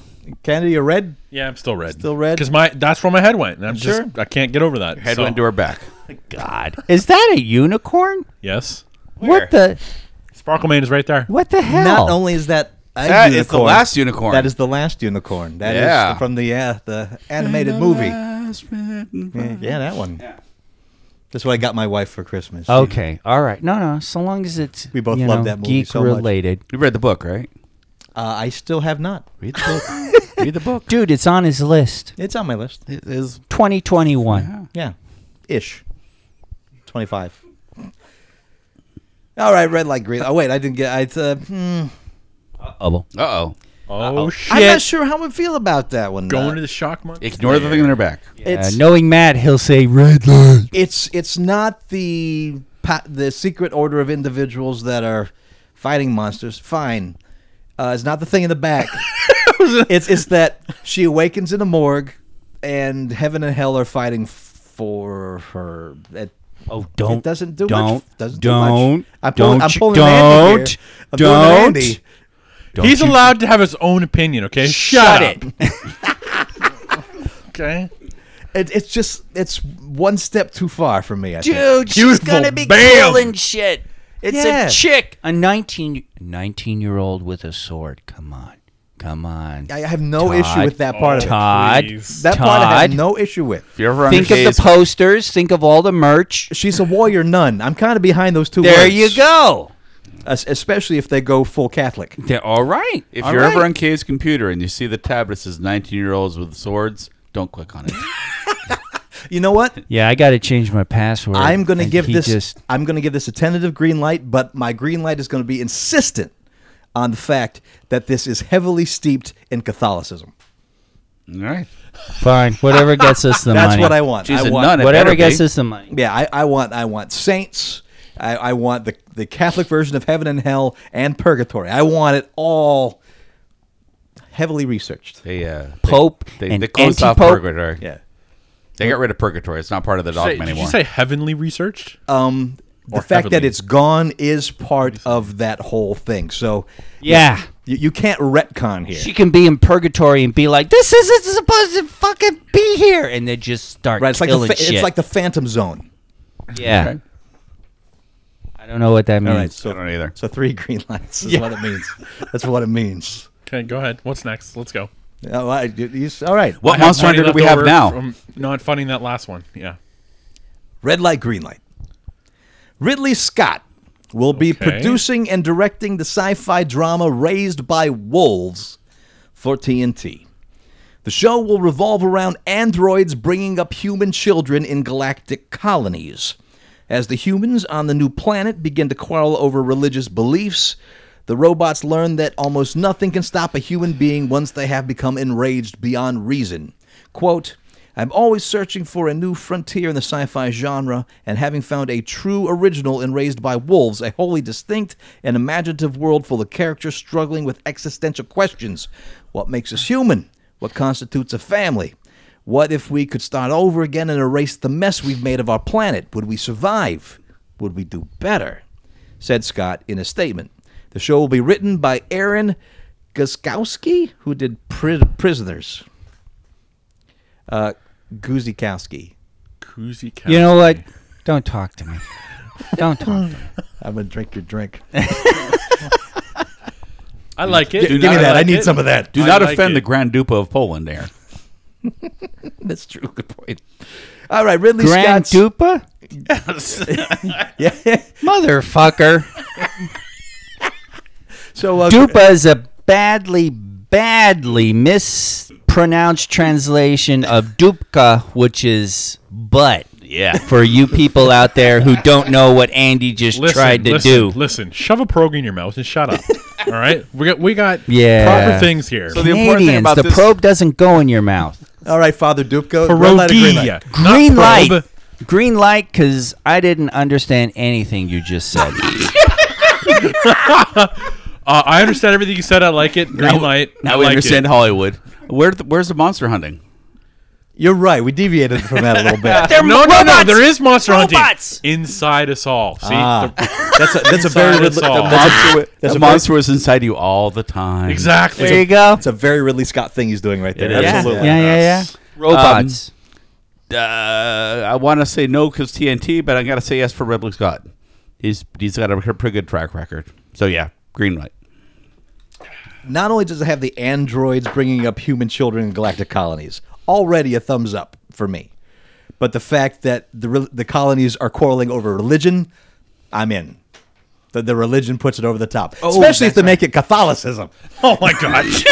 Speaker 5: Canada. You're red.
Speaker 4: Yeah, I'm still red.
Speaker 5: Still red?
Speaker 4: Because my that's where my head went. And I'm just
Speaker 5: Sure.
Speaker 4: I can't get over that.
Speaker 3: Head
Speaker 4: so-
Speaker 3: went to her back.
Speaker 2: God. Is that a unicorn?
Speaker 4: Yes.
Speaker 3: Where?
Speaker 2: What the
Speaker 4: Sparklemane is right there.
Speaker 2: what the hell?
Speaker 5: Not only is that a
Speaker 3: That is
Speaker 5: unicorn,
Speaker 3: the last unicorn.
Speaker 5: That is the last unicorn. That is
Speaker 3: Yeah.
Speaker 5: from the uh, the animated movie. Yeah, that one. That's what I got my wife for Christmas.
Speaker 2: Okay. All right. No, no. So long as it's
Speaker 5: We both
Speaker 2: you
Speaker 5: love
Speaker 2: know,
Speaker 5: that movie
Speaker 2: geek
Speaker 5: so much.
Speaker 2: related.
Speaker 3: You read the book, right?
Speaker 5: Uh, I still have not.
Speaker 3: Read the (laughs) book. Read the book.
Speaker 2: Dude, it's on his list.
Speaker 5: It's on my list.
Speaker 3: It is
Speaker 2: 2021.
Speaker 5: Yeah. Ish. 25. All right, red light, green. Oh, wait, I didn't get. I, uh, hmm.
Speaker 2: Oh, well.
Speaker 3: Uh oh.
Speaker 4: Oh
Speaker 5: I'm not
Speaker 4: shit!
Speaker 5: sure how I feel about that one.
Speaker 4: Going
Speaker 5: Uh,
Speaker 4: to the shock month.
Speaker 3: Ignore the thing in their back.
Speaker 5: it's
Speaker 2: Uh, knowing Matt, he'll say red light.
Speaker 5: it's it's not the pa- the secret order of individuals that are fighting monsters. Fine, uh, it's not the thing in the
Speaker 2: (laughs)
Speaker 5: back. it's it's that she awakens in a morgue, and heaven and hell are fighting for her. It,
Speaker 2: Oh, don't.
Speaker 5: it doesn't do
Speaker 2: don't,
Speaker 5: much. Doesn't do
Speaker 2: don't,
Speaker 5: much. I'm pulling,
Speaker 2: don't,
Speaker 5: I'm pulling an
Speaker 2: don't,
Speaker 5: Andy here. I'm pulling an
Speaker 2: don't.
Speaker 5: Andy.
Speaker 3: Don't
Speaker 4: He's
Speaker 3: you-
Speaker 4: allowed to have his own opinion. Okay,
Speaker 2: Shut
Speaker 4: up.
Speaker 2: it.
Speaker 4: Okay.
Speaker 5: It, it's just it's one step too far for me. I think.
Speaker 2: Dude, she's
Speaker 4: Beautiful.
Speaker 2: going to be
Speaker 4: Bam.
Speaker 2: killing shit. It's
Speaker 5: Yeah.
Speaker 2: a chick. A 19, 19 year old with a sword. Come on. Come on.
Speaker 5: I have no
Speaker 2: Todd.
Speaker 5: issue with that part of it.
Speaker 2: Todd.
Speaker 4: please.
Speaker 5: That part I have
Speaker 2: Todd.
Speaker 5: no issue with.
Speaker 3: If you're ever on
Speaker 2: Think
Speaker 3: your
Speaker 2: of
Speaker 3: case,
Speaker 2: the posters. Think of all the merch.
Speaker 5: She's a warrior nun. I'm kind of behind those two.
Speaker 2: There
Speaker 5: words.
Speaker 2: you go.
Speaker 5: es- especially if they go full Catholic.
Speaker 2: They're all right.
Speaker 3: If
Speaker 2: All
Speaker 3: you're
Speaker 2: right.
Speaker 3: ever on Kay's computer and you see the tab that says 19 year olds with swords, don't click (laughs) on it.
Speaker 5: You know what?
Speaker 2: yeah, I got to change my password.
Speaker 5: I'm going to
Speaker 2: And
Speaker 5: give
Speaker 2: he
Speaker 5: this.
Speaker 2: just-
Speaker 5: I'm going to give this a tentative green light, but my green light is going to be insistent on the fact that this is heavily steeped in Catholicism.
Speaker 3: All right.
Speaker 2: fine, whatever gets us (laughs) the
Speaker 5: That's
Speaker 2: money.
Speaker 5: what I want.
Speaker 3: She's
Speaker 5: I
Speaker 3: a
Speaker 5: want,
Speaker 3: nun. It
Speaker 2: Whatever
Speaker 3: better
Speaker 2: gets
Speaker 3: be.
Speaker 2: us the money.
Speaker 5: Yeah, I, I want. I want saints. I, I want the the Catholic version of heaven and hell and purgatory. I want it all heavily researched.
Speaker 3: They, uh, they-
Speaker 2: Pope
Speaker 3: They,
Speaker 2: and
Speaker 3: they closed off
Speaker 2: anti-pope.
Speaker 3: purgatory.
Speaker 5: Yeah.
Speaker 3: They got rid of purgatory. It's not part of the
Speaker 4: Say,
Speaker 3: dogma
Speaker 4: did
Speaker 3: anymore.
Speaker 4: you say heavenly researched?
Speaker 5: Um, the
Speaker 4: Or
Speaker 5: fact that
Speaker 4: heavenly.
Speaker 5: it's gone is part of that whole thing. So
Speaker 2: Yeah.
Speaker 5: you, you can't retcon here.
Speaker 2: She can be in purgatory and be like, "This isn't supposed to fucking be here," and then just start
Speaker 5: Right, it's like the
Speaker 2: killing
Speaker 5: fa-
Speaker 2: shit.
Speaker 5: it's like the Phantom Zone.
Speaker 2: yeah.
Speaker 3: Okay.
Speaker 2: I don't know what that means.
Speaker 5: right,
Speaker 3: Mm, I don't either.
Speaker 5: So three (laughs) green lights is what it means. That's what it means.
Speaker 4: Okay, go ahead. What's next? Let's go.
Speaker 5: Oh, I, he's, all right.
Speaker 3: What
Speaker 4: I have
Speaker 3: monster
Speaker 4: money
Speaker 3: hunter do
Speaker 4: left
Speaker 3: we have
Speaker 4: over
Speaker 3: now?
Speaker 4: From not funding that last one. Yeah.
Speaker 5: Red light, green light. Ridley Scott will be
Speaker 4: Okay.
Speaker 5: producing and directing the sci-fi drama Raised by Wolves for TNT. The show will revolve around androids bringing up human children in galactic colonies. As the humans on the new planet begin to quarrel over religious beliefs, the robots learn that almost nothing can stop a human being once they have become enraged beyond reason. Quote, I'm always searching for a new frontier in the sci fi genre, and having found a true original in Raised by Wolves, a wholly distinct and imaginative world full of characters struggling with existential questions. What makes us human? What constitutes a family? What if we could start over again and erase the mess we've made of our planet? Would we survive? Would we do better? Said Scott in a statement. The show will be written by Aaron Guskowski, who did Pri- Prisoners. Uh, Guzikowski.
Speaker 4: Koozie Cat.
Speaker 2: you know what? Don't talk (laughs) to me. don't talk. To me.
Speaker 5: I'm going to drink your (laughs) drink.
Speaker 4: I like it.
Speaker 3: Give me that. I
Speaker 4: like
Speaker 5: need
Speaker 4: it.
Speaker 5: some of that.
Speaker 3: Do
Speaker 4: I
Speaker 3: not
Speaker 4: like
Speaker 3: offend
Speaker 4: it.
Speaker 3: the Grand Dupa of Poland there.
Speaker 5: (laughs) That's true. Good point. All right, Ridley
Speaker 2: Grand
Speaker 5: Scott's-
Speaker 2: Dupa,
Speaker 4: (laughs)
Speaker 5: Yeah.
Speaker 2: motherfucker.
Speaker 5: So uh,
Speaker 2: Dupa is a badly, badly mispronounced translation of Dupka, which is butt.
Speaker 3: (laughs) Yeah.
Speaker 2: For you people out there who don't know what Andy just
Speaker 4: Listen,
Speaker 2: tried to
Speaker 4: listen,
Speaker 2: do.
Speaker 4: Listen, shove a probe in your mouth and
Speaker 2: (laughs)
Speaker 4: shut up. all right, we got we got
Speaker 2: Yeah.
Speaker 4: proper things here.
Speaker 3: So the important thing
Speaker 2: Canadians,
Speaker 3: about
Speaker 2: the
Speaker 3: this,
Speaker 2: probe doesn't go in your mouth.
Speaker 5: All right, Father Dupko. red light or
Speaker 2: Green
Speaker 4: Pierogi, not
Speaker 5: green light?
Speaker 2: light.
Speaker 4: probe.
Speaker 2: Green light, because I didn't understand anything you just said.
Speaker 4: Uh, I understand everything you said. I like it. Green light.
Speaker 3: now
Speaker 4: I
Speaker 3: we
Speaker 4: like
Speaker 3: understand
Speaker 4: It.
Speaker 3: Hollywood. Where, th- where's the monster hunting?
Speaker 5: You're right. We deviated from that a little (laughs) bit.
Speaker 2: They're
Speaker 4: No, no, no.
Speaker 2: robots!
Speaker 4: There is monster
Speaker 2: Robots!
Speaker 4: hunting inside us all. See,
Speaker 5: Ah.
Speaker 4: The-
Speaker 5: That's a, that's a very
Speaker 4: Inside
Speaker 5: Ridley,
Speaker 4: us all.
Speaker 5: that's, a, that's
Speaker 3: the
Speaker 5: a very,
Speaker 3: monster was inside you all the time.
Speaker 4: (laughs) exactly.
Speaker 2: There you go.
Speaker 5: that's a very Ridley Scott thing he's doing right there.
Speaker 3: It is.
Speaker 5: Absolutely.
Speaker 2: Yeah, yeah, yeah. Robots.
Speaker 3: Uh, I want to say no because TNT, but I got to say yes for Ridley Scott. He's he's got a pretty good track record. So yeah, green light.
Speaker 5: Not only does it have the androids bringing up human children in galactic colonies, already a thumbs up for me. But the fact that the re- the colonies are quarreling over religion, I'm in. The, the religion puts it over the top, especially if they make it Catholicism.
Speaker 4: Oh my gosh.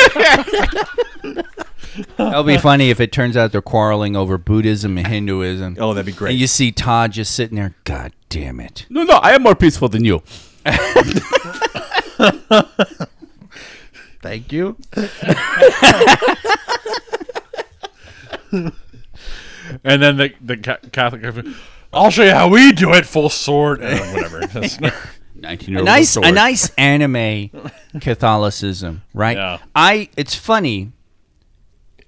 Speaker 2: That'll be funny if it turns out they're quarreling over Buddhism and Hinduism.
Speaker 5: Oh, that'd be great.
Speaker 2: And you see Todd just sitting there. God damn it.
Speaker 3: No, no, I am more peaceful than you.
Speaker 5: Thank you.
Speaker 4: And then the the ca- Catholic, I'll show you how we do it. Full sword, uh,
Speaker 2: (laughs)
Speaker 4: whatever. That's-
Speaker 3: Nineteen year
Speaker 2: a
Speaker 3: old
Speaker 2: nice a
Speaker 5: (laughs)
Speaker 2: nice anime Catholicism, right?
Speaker 4: Yeah.
Speaker 2: I it's funny.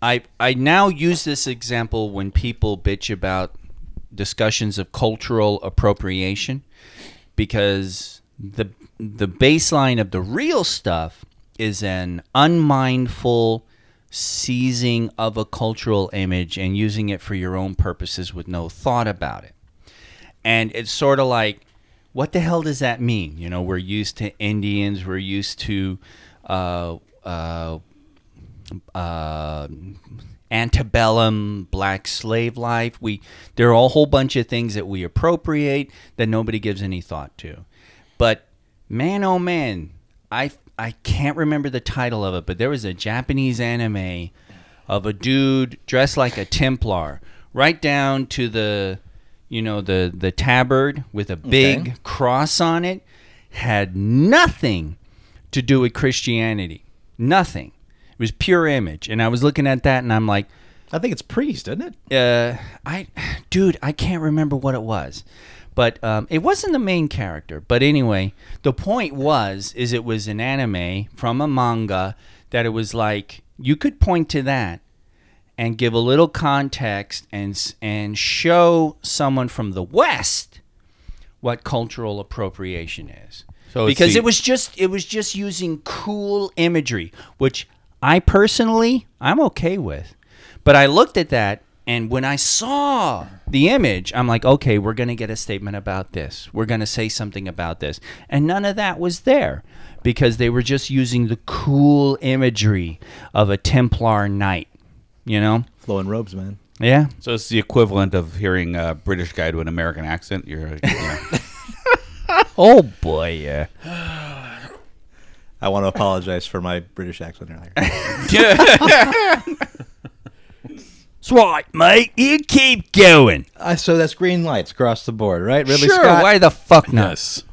Speaker 2: I I now use this example when people bitch about discussions of cultural appropriation because the the baseline of the real stuff is an unmindful seizing of a cultural image and using it for your own purposes with no thought about it and it's sort of like what the hell does that mean you know we're used to indians we're used to uh, uh, uh, antebellum black slave life we there are a whole bunch of things that we appropriate that nobody gives any thought to but man oh man i i can't remember the title of it but there was a japanese anime of a dude dressed like a templar right down to the you know the the tabard with a big cross on it had nothing to do with christianity nothing it was pure image and i was looking at that and i'm like
Speaker 5: (laughs) I think it's priest, isn't it?
Speaker 2: uh, I, dude, I can't remember what it was, but um, it wasn't the main character. But anyway, the point was, is it was an anime from a manga that it was like you could point to that and give a little context and s- and show someone from the West what cultural appropriation is.
Speaker 3: So it's
Speaker 2: because
Speaker 3: the-
Speaker 2: it was just it was just using cool imagery, which I personally I'm okay with. But I looked at that and when I saw the image, I'm like, okay, we're going to get a statement about this. We're going to say something about this. And none of that was there because they were just using the cool imagery of a Templar knight, you know?
Speaker 5: Flowing robes, man.
Speaker 2: Yeah.
Speaker 3: So it's the equivalent of hearing a British guy do an American accent. You're, you
Speaker 2: (laughs)
Speaker 3: know,
Speaker 2: Oh boy, yeah.
Speaker 5: I want to apologize for my British accent (laughs) earlier.
Speaker 2: That's right, mate. You keep going.
Speaker 5: uh, so that's green lights across the board, right? Ridley
Speaker 2: sure,
Speaker 5: Scott.
Speaker 2: why the fuck not?
Speaker 4: yes,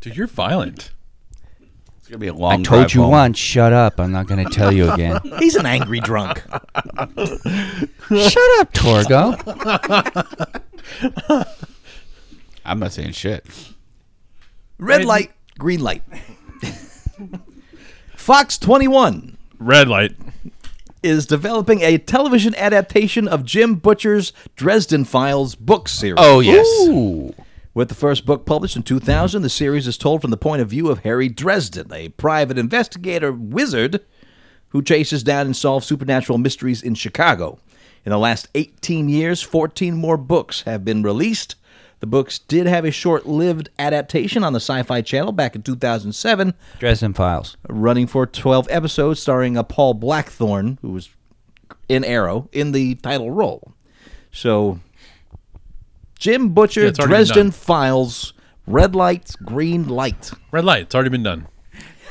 Speaker 4: dude, you're violent.
Speaker 3: it's gonna be a
Speaker 2: I
Speaker 3: long.
Speaker 2: told
Speaker 3: drive
Speaker 2: you
Speaker 3: home.
Speaker 2: once, shut up. I'm not going to tell you again.
Speaker 5: He's an angry (laughs) drunk.
Speaker 2: (laughs) shut up, (laughs) Torgo.
Speaker 3: I'm not saying shit.
Speaker 5: Red light, green light. (laughs) Fox 21
Speaker 4: Red light.
Speaker 5: is developing a television adaptation of Jim Butcher's Dresden Files book series.
Speaker 2: Oh,
Speaker 3: yes.
Speaker 2: Ooh.
Speaker 5: With the first book published in 2000, the series is told from the point of view of Harry Dresden, a private investigator wizard who chases down and solves supernatural mysteries in Chicago. In the last 18 years, 14 more books have been released. The books did have a short lived adaptation on the Sci Fi Channel back in 2007,
Speaker 2: Dresden Files.
Speaker 5: running for 12 episodes, starring a Paul Blackthorne, who was in Arrow, in the title role. So, Jim Butcher,
Speaker 4: Yeah, it's already been
Speaker 5: Dresden
Speaker 4: done.
Speaker 5: Files, Red Light, Green Light.
Speaker 4: Red light. It's already been done.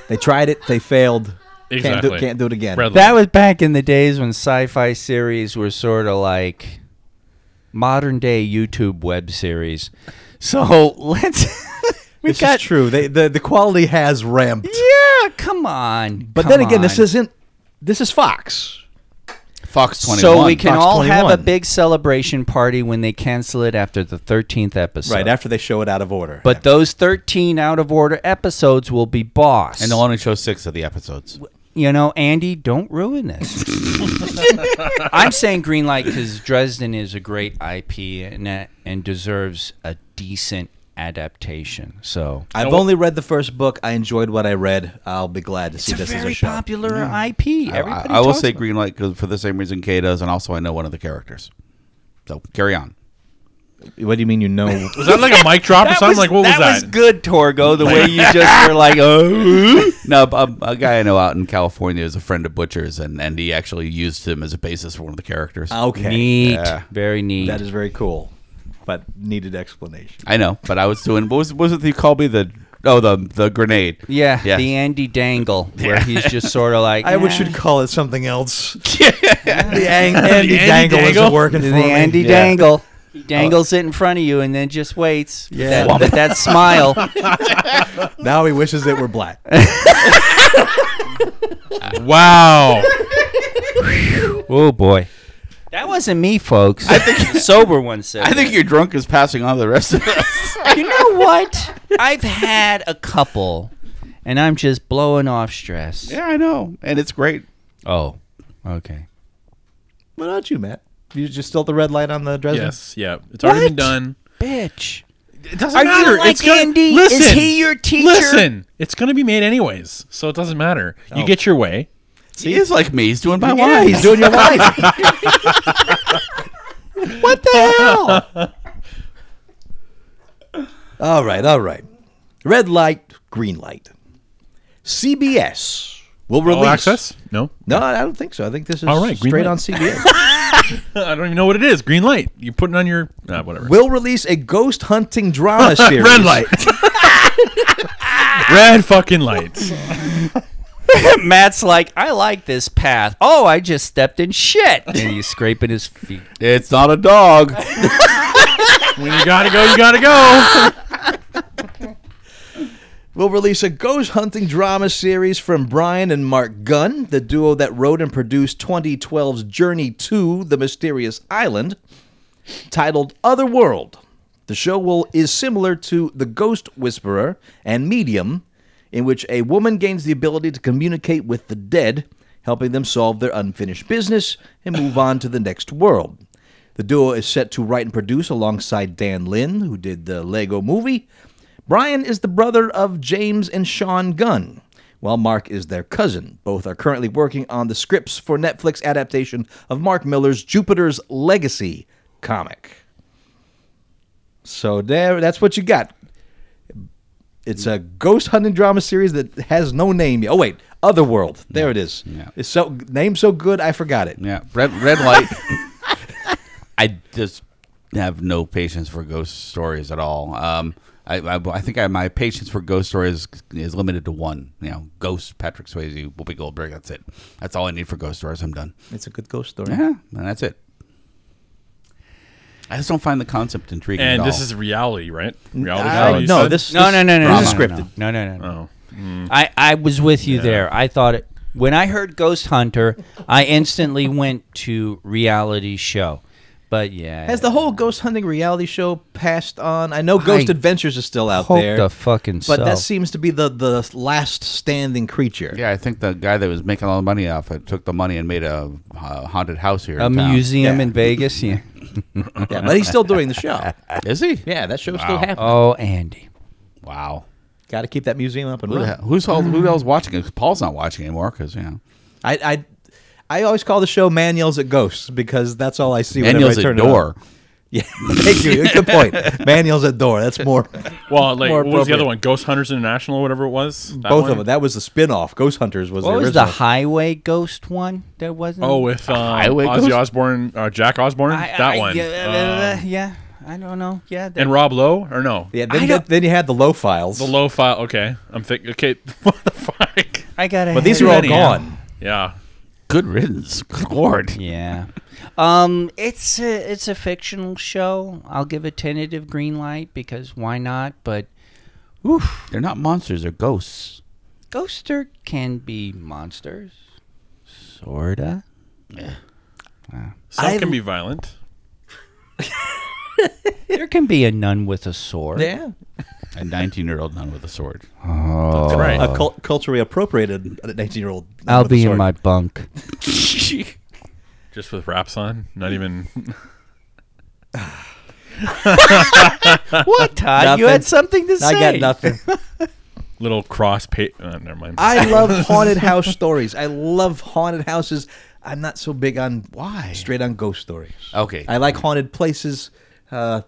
Speaker 5: They tried it, they failed. Can't,
Speaker 4: Exactly.
Speaker 5: do, can't do it again.
Speaker 4: Red light.
Speaker 2: That was back in the days when sci-fi series were sort of like modern day YouTube web series. So (laughs)
Speaker 5: (laughs)
Speaker 2: let's we
Speaker 5: This
Speaker 2: got
Speaker 5: is true. They, the, the quality has ramped.
Speaker 2: yeah, come on.
Speaker 5: But
Speaker 2: come
Speaker 5: then again, this
Speaker 2: on.
Speaker 5: isn't. This is Fox.
Speaker 3: Fox 21.
Speaker 2: so we can
Speaker 5: Fox
Speaker 2: all have a
Speaker 5: 21.
Speaker 2: big celebration party when they cancel it after the thirteenth episode.
Speaker 5: Right, after they show it out of order.
Speaker 2: but those thirteen out of order episodes will be boss.
Speaker 3: And they'll only show six of the episodes.
Speaker 2: you know, Andy, don't ruin (laughs) this. I'm saying green light because Dresden is a great IP and that- and deserves a decent adaptation. So
Speaker 5: I've only read the first book. I enjoyed what I read. I'll be glad to see
Speaker 2: it's a Mm.
Speaker 5: this as
Speaker 2: very
Speaker 5: a show.
Speaker 2: popular IP.
Speaker 3: I,
Speaker 2: Everybody
Speaker 3: I will
Speaker 2: talks
Speaker 3: say
Speaker 2: about it.
Speaker 3: green light 'cause for the same reason Kay does, and also I know one of the characters. So carry on.
Speaker 5: What do you mean
Speaker 2: (laughs)
Speaker 5: you know?
Speaker 4: was that like a mic drop or
Speaker 2: That
Speaker 4: something?
Speaker 2: was,
Speaker 4: like what was
Speaker 2: was
Speaker 4: that?
Speaker 2: good, Torgo. The way you (laughs) just were like,
Speaker 3: (laughs)
Speaker 2: oh,
Speaker 3: No, but, um, a guy I know out in California is a friend of Butcher's, and, and he actually used him as a basis for one of the characters.
Speaker 5: okay.
Speaker 2: neat,
Speaker 3: Yeah.
Speaker 2: very neat.
Speaker 5: That is very cool, but needed explanation.
Speaker 3: I know, but I was doing. What was, what was it you called me? The oh, the the grenade.
Speaker 2: yeah,
Speaker 3: yeah.
Speaker 2: the Andy Dangle, where he's just sort of like,
Speaker 5: I
Speaker 2: "Nah."
Speaker 5: wish should call it something (laughs) else. the
Speaker 2: (laughs)
Speaker 5: ang-
Speaker 4: Andy
Speaker 5: Andy, Dangle, isn't
Speaker 4: Dangle?
Speaker 5: working for
Speaker 2: the
Speaker 5: me.
Speaker 2: Andy (laughs)
Speaker 5: Yeah.
Speaker 2: Dangle. He dangles it in front of you and then just waits. with (laughs)
Speaker 5: Yeah.
Speaker 2: That, with that smile.
Speaker 5: (laughs) Now he wishes it were black.
Speaker 4: Wow.
Speaker 2: Oh boy, that wasn't me, folks. I (laughs) think sober one said.
Speaker 3: I think your drunk is passing on to the rest of us.
Speaker 2: that. you know what? I've had a couple, and I'm just blowing off stress.
Speaker 3: (laughs) yeah, I know, and it's great.
Speaker 2: Oh, okay.
Speaker 5: What about you, Matt? You just still the red light on the dresser?
Speaker 4: (laughs) yes. Yeah. It's already
Speaker 2: What?
Speaker 4: been done.
Speaker 2: Bitch,
Speaker 4: It doesn't
Speaker 2: Are you
Speaker 4: matter.
Speaker 2: like
Speaker 4: it's gonna,
Speaker 2: Andy? Is
Speaker 4: Listen,
Speaker 2: he your teacher?
Speaker 4: Listen, it's going to be made anyways, so it doesn't matter. You get your way.
Speaker 3: See, he is like me. He's doing my
Speaker 5: Yeah,
Speaker 3: wine.
Speaker 5: he's doing your life. (laughs)
Speaker 2: what the hell?
Speaker 5: all right, all right. Red light, green light. CBS will release.
Speaker 4: All access? No. (laughs)
Speaker 5: No, I don't think so. I think this is
Speaker 4: All right, green
Speaker 5: straight
Speaker 4: light. (laughs)
Speaker 5: on CBS.
Speaker 4: I don't even know what it is. Green light. You put it on your ah, whatever.
Speaker 5: will release a ghost hunting drama series.
Speaker 4: (laughs) Red light. Red fucking lights.
Speaker 2: Matt's like, I like this path. Oh, I just stepped in shit, and he's scraping his feet.
Speaker 3: It's not a dog.
Speaker 4: When you gotta go, you gotta go.
Speaker 5: will release a ghost hunting drama series from Brian and Mark Gunn, the duo that wrote and produced 2012's Journey to the Mysterious Island, titled Otherworld. The show will is similar to The Ghost Whisperer and Medium, in which a woman gains the ability to communicate with the dead, helping them solve their unfinished business and move on to the next world. The duo is set to write and produce alongside Dan Lin, who did the Lego movie, Brian is the brother of James and Sean Gunn, while Mark is their cousin. Both are currently working on the scripts for Netflix adaptation of Mark Miller's Jupiter's Legacy comic. So there, that's what you got. It's a ghost hunting drama series that has no name yet. Oh wait, Otherworld. There it is.
Speaker 3: Yeah.
Speaker 5: It's so name so good I forgot it.
Speaker 3: Yeah, red red (laughs) light. I just have no patience for ghost stories at all. Um, I, I, I think I, my patience for ghost stories is limited to one. You know, Ghost, Patrick Swayze, Whoopi Goldberg. That's it. That's all I need for ghost stories. I'm done.
Speaker 5: It's a good ghost story.
Speaker 3: Yeah, and that's it. I just don't find the concept intriguing.
Speaker 4: And
Speaker 3: at
Speaker 4: this
Speaker 3: all.
Speaker 4: is reality, right? Reality
Speaker 5: I-
Speaker 4: show. Ah, you
Speaker 5: Oh, no,
Speaker 4: said?
Speaker 5: this,
Speaker 2: No, no, no, no.
Speaker 5: this is
Speaker 2: no, no,
Speaker 5: scripted.
Speaker 2: No, no, no. no.
Speaker 4: Oh.
Speaker 5: Hmm.
Speaker 2: I, I was with you there. I thought it when I heard Ghost Hunter, I instantly went to reality show. But yeah,
Speaker 5: Has the whole ghost hunting reality show passed on? I know
Speaker 2: I
Speaker 5: Ghost Adventures is still out
Speaker 2: hope
Speaker 5: there,
Speaker 2: the fucking
Speaker 5: but that
Speaker 2: so.
Speaker 5: seems to be the the last standing creature.
Speaker 3: Yeah, I think the guy that was making all the money off it took the money and made a uh, haunted house here.
Speaker 2: a
Speaker 3: in town.
Speaker 2: museum
Speaker 5: Yeah.
Speaker 2: in Vegas.
Speaker 5: (laughs)
Speaker 2: Yeah.
Speaker 5: Yeah, but he's still doing the show.
Speaker 3: Is he?
Speaker 5: Yeah, that show's still happening.
Speaker 2: Oh, Andy.
Speaker 3: Wow.
Speaker 5: Got to keep that museum up and
Speaker 3: Who the
Speaker 5: running.
Speaker 3: hell, who's all, who else watching it? Paul's not watching anymore because you know.
Speaker 5: I, I I always call the show "Man Yells at Ghosts" because that's all I see.
Speaker 3: and
Speaker 5: whenever
Speaker 3: yells
Speaker 5: I
Speaker 3: at
Speaker 5: turn It on.
Speaker 3: door.
Speaker 5: (laughs) Yeah, thank you.
Speaker 2: (laughs)
Speaker 5: Good point. Man yells at door. That's more.
Speaker 4: Well, like
Speaker 5: More
Speaker 4: what was the
Speaker 5: appropriate.
Speaker 4: other one? Ghost Hunters International, or whatever it was. That
Speaker 5: both
Speaker 4: one?
Speaker 5: of them. That was the spin-off. Ghost Hunters was
Speaker 2: What
Speaker 5: the
Speaker 2: was
Speaker 5: original.
Speaker 2: the highway ghost one? There wasn't.
Speaker 4: Oh, with um,
Speaker 3: Highway
Speaker 4: Ozzy
Speaker 3: Ghost?
Speaker 4: Osbourne, uh, Jack Osbourne,
Speaker 2: I-
Speaker 4: that
Speaker 2: I-
Speaker 4: one,
Speaker 2: Yeah,
Speaker 4: Uh,
Speaker 5: Um,
Speaker 2: uh, yeah, I don't know. Yeah. there-
Speaker 4: and Rob Lowe, or no?
Speaker 2: I
Speaker 5: yeah, then, then,
Speaker 2: don't-
Speaker 5: then you had the low files.
Speaker 4: The low file. Okay, I'm thinking. Okay, (laughs) what the fuck?
Speaker 2: I got it.
Speaker 5: but these are all gone.
Speaker 4: Yeah.
Speaker 3: Good riddance. Good lord.
Speaker 2: Yeah. Um, it's a it's a fictional show. I'll give a tentative green light because why not? But
Speaker 3: They're not monsters. They're ghosts.
Speaker 2: ghoster can be monsters, sorta.
Speaker 4: Some
Speaker 5: I-
Speaker 4: can be violent.
Speaker 2: There can be a nun with a sword.
Speaker 5: Yeah,
Speaker 3: A 19 year old nun with a sword.
Speaker 5: Oh.
Speaker 4: That's right.
Speaker 5: a cult- culturally appropriated uh, nineteen-year-old.
Speaker 2: Oh. I'll be in my bunk.
Speaker 4: Just with wraps on. Not even. (laughs)
Speaker 2: what, Todd? You
Speaker 5: Nothing.
Speaker 2: had something to
Speaker 5: I
Speaker 2: say.
Speaker 5: got nothing.
Speaker 4: little cross pay. Uh, never mind.
Speaker 2: (laughs)
Speaker 5: I love haunted house stories. I love haunted houses. I'm not so big on
Speaker 3: Why?
Speaker 5: straight on ghost stories.
Speaker 3: Okay.
Speaker 5: I like haunted places. Uh,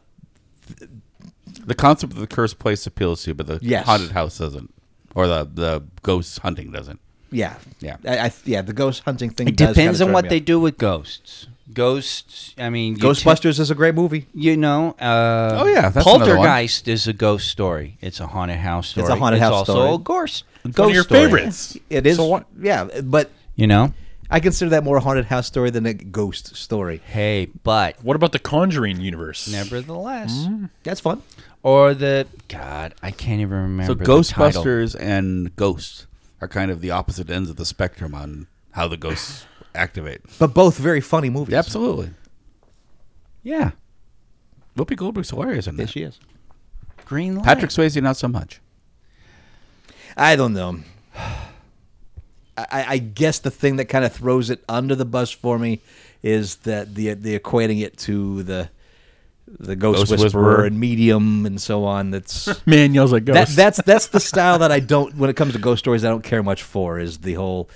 Speaker 3: the concept of the cursed place appeals to you, but the
Speaker 5: Yes.
Speaker 3: haunted house doesn't. Or the, the ghost hunting doesn't.
Speaker 5: yeah,
Speaker 3: Yeah.
Speaker 5: I, I, yeah, the ghost hunting thing.
Speaker 2: It
Speaker 5: does
Speaker 2: depends
Speaker 5: kinda
Speaker 2: on
Speaker 5: turn
Speaker 2: what
Speaker 5: me
Speaker 2: they
Speaker 5: off.
Speaker 2: do with ghosts. Ghosts. I mean, you t-
Speaker 5: Ghostbusters is a great movie.
Speaker 2: You know, uh,
Speaker 3: Oh, yeah, that's another one.
Speaker 2: Poltergeist is a ghost story. It's a haunted house story.
Speaker 5: a haunted house
Speaker 2: also
Speaker 5: story.
Speaker 2: a ghost. Ghost
Speaker 4: One of your
Speaker 2: story,
Speaker 4: favorites.
Speaker 5: It is. Yeah, but
Speaker 2: You know,
Speaker 5: I consider that more a haunted house story than a ghost story.
Speaker 2: hey, but
Speaker 4: What about the Conjuring universe?
Speaker 2: nevertheless,
Speaker 5: That's fun.
Speaker 2: or the God, I can't even remember.
Speaker 3: So
Speaker 2: the title.
Speaker 3: Ghostbusters and Ghost are kind of the opposite ends of the spectrum on how the (sighs) ghosts activate.
Speaker 5: But both very funny movies.
Speaker 3: Absolutely.
Speaker 2: Yeah.
Speaker 3: Whoopi Goldberg's hilarious in
Speaker 5: Yes,
Speaker 3: that.
Speaker 5: she is.
Speaker 2: Green light.
Speaker 3: Patrick Swayze, not so much.
Speaker 5: I don't know. I, I guess the thing that kind of throws it under the bus for me is that the the equating it to the the ghost,
Speaker 3: Ghost
Speaker 5: whisperer,
Speaker 3: Whisperer.
Speaker 5: and medium and so
Speaker 3: (laughs)
Speaker 5: on. That's
Speaker 4: Man yells at
Speaker 5: that,
Speaker 4: ghosts.
Speaker 5: that's that's the style that I don't when it comes to ghost stories. I don't care much for is the whole.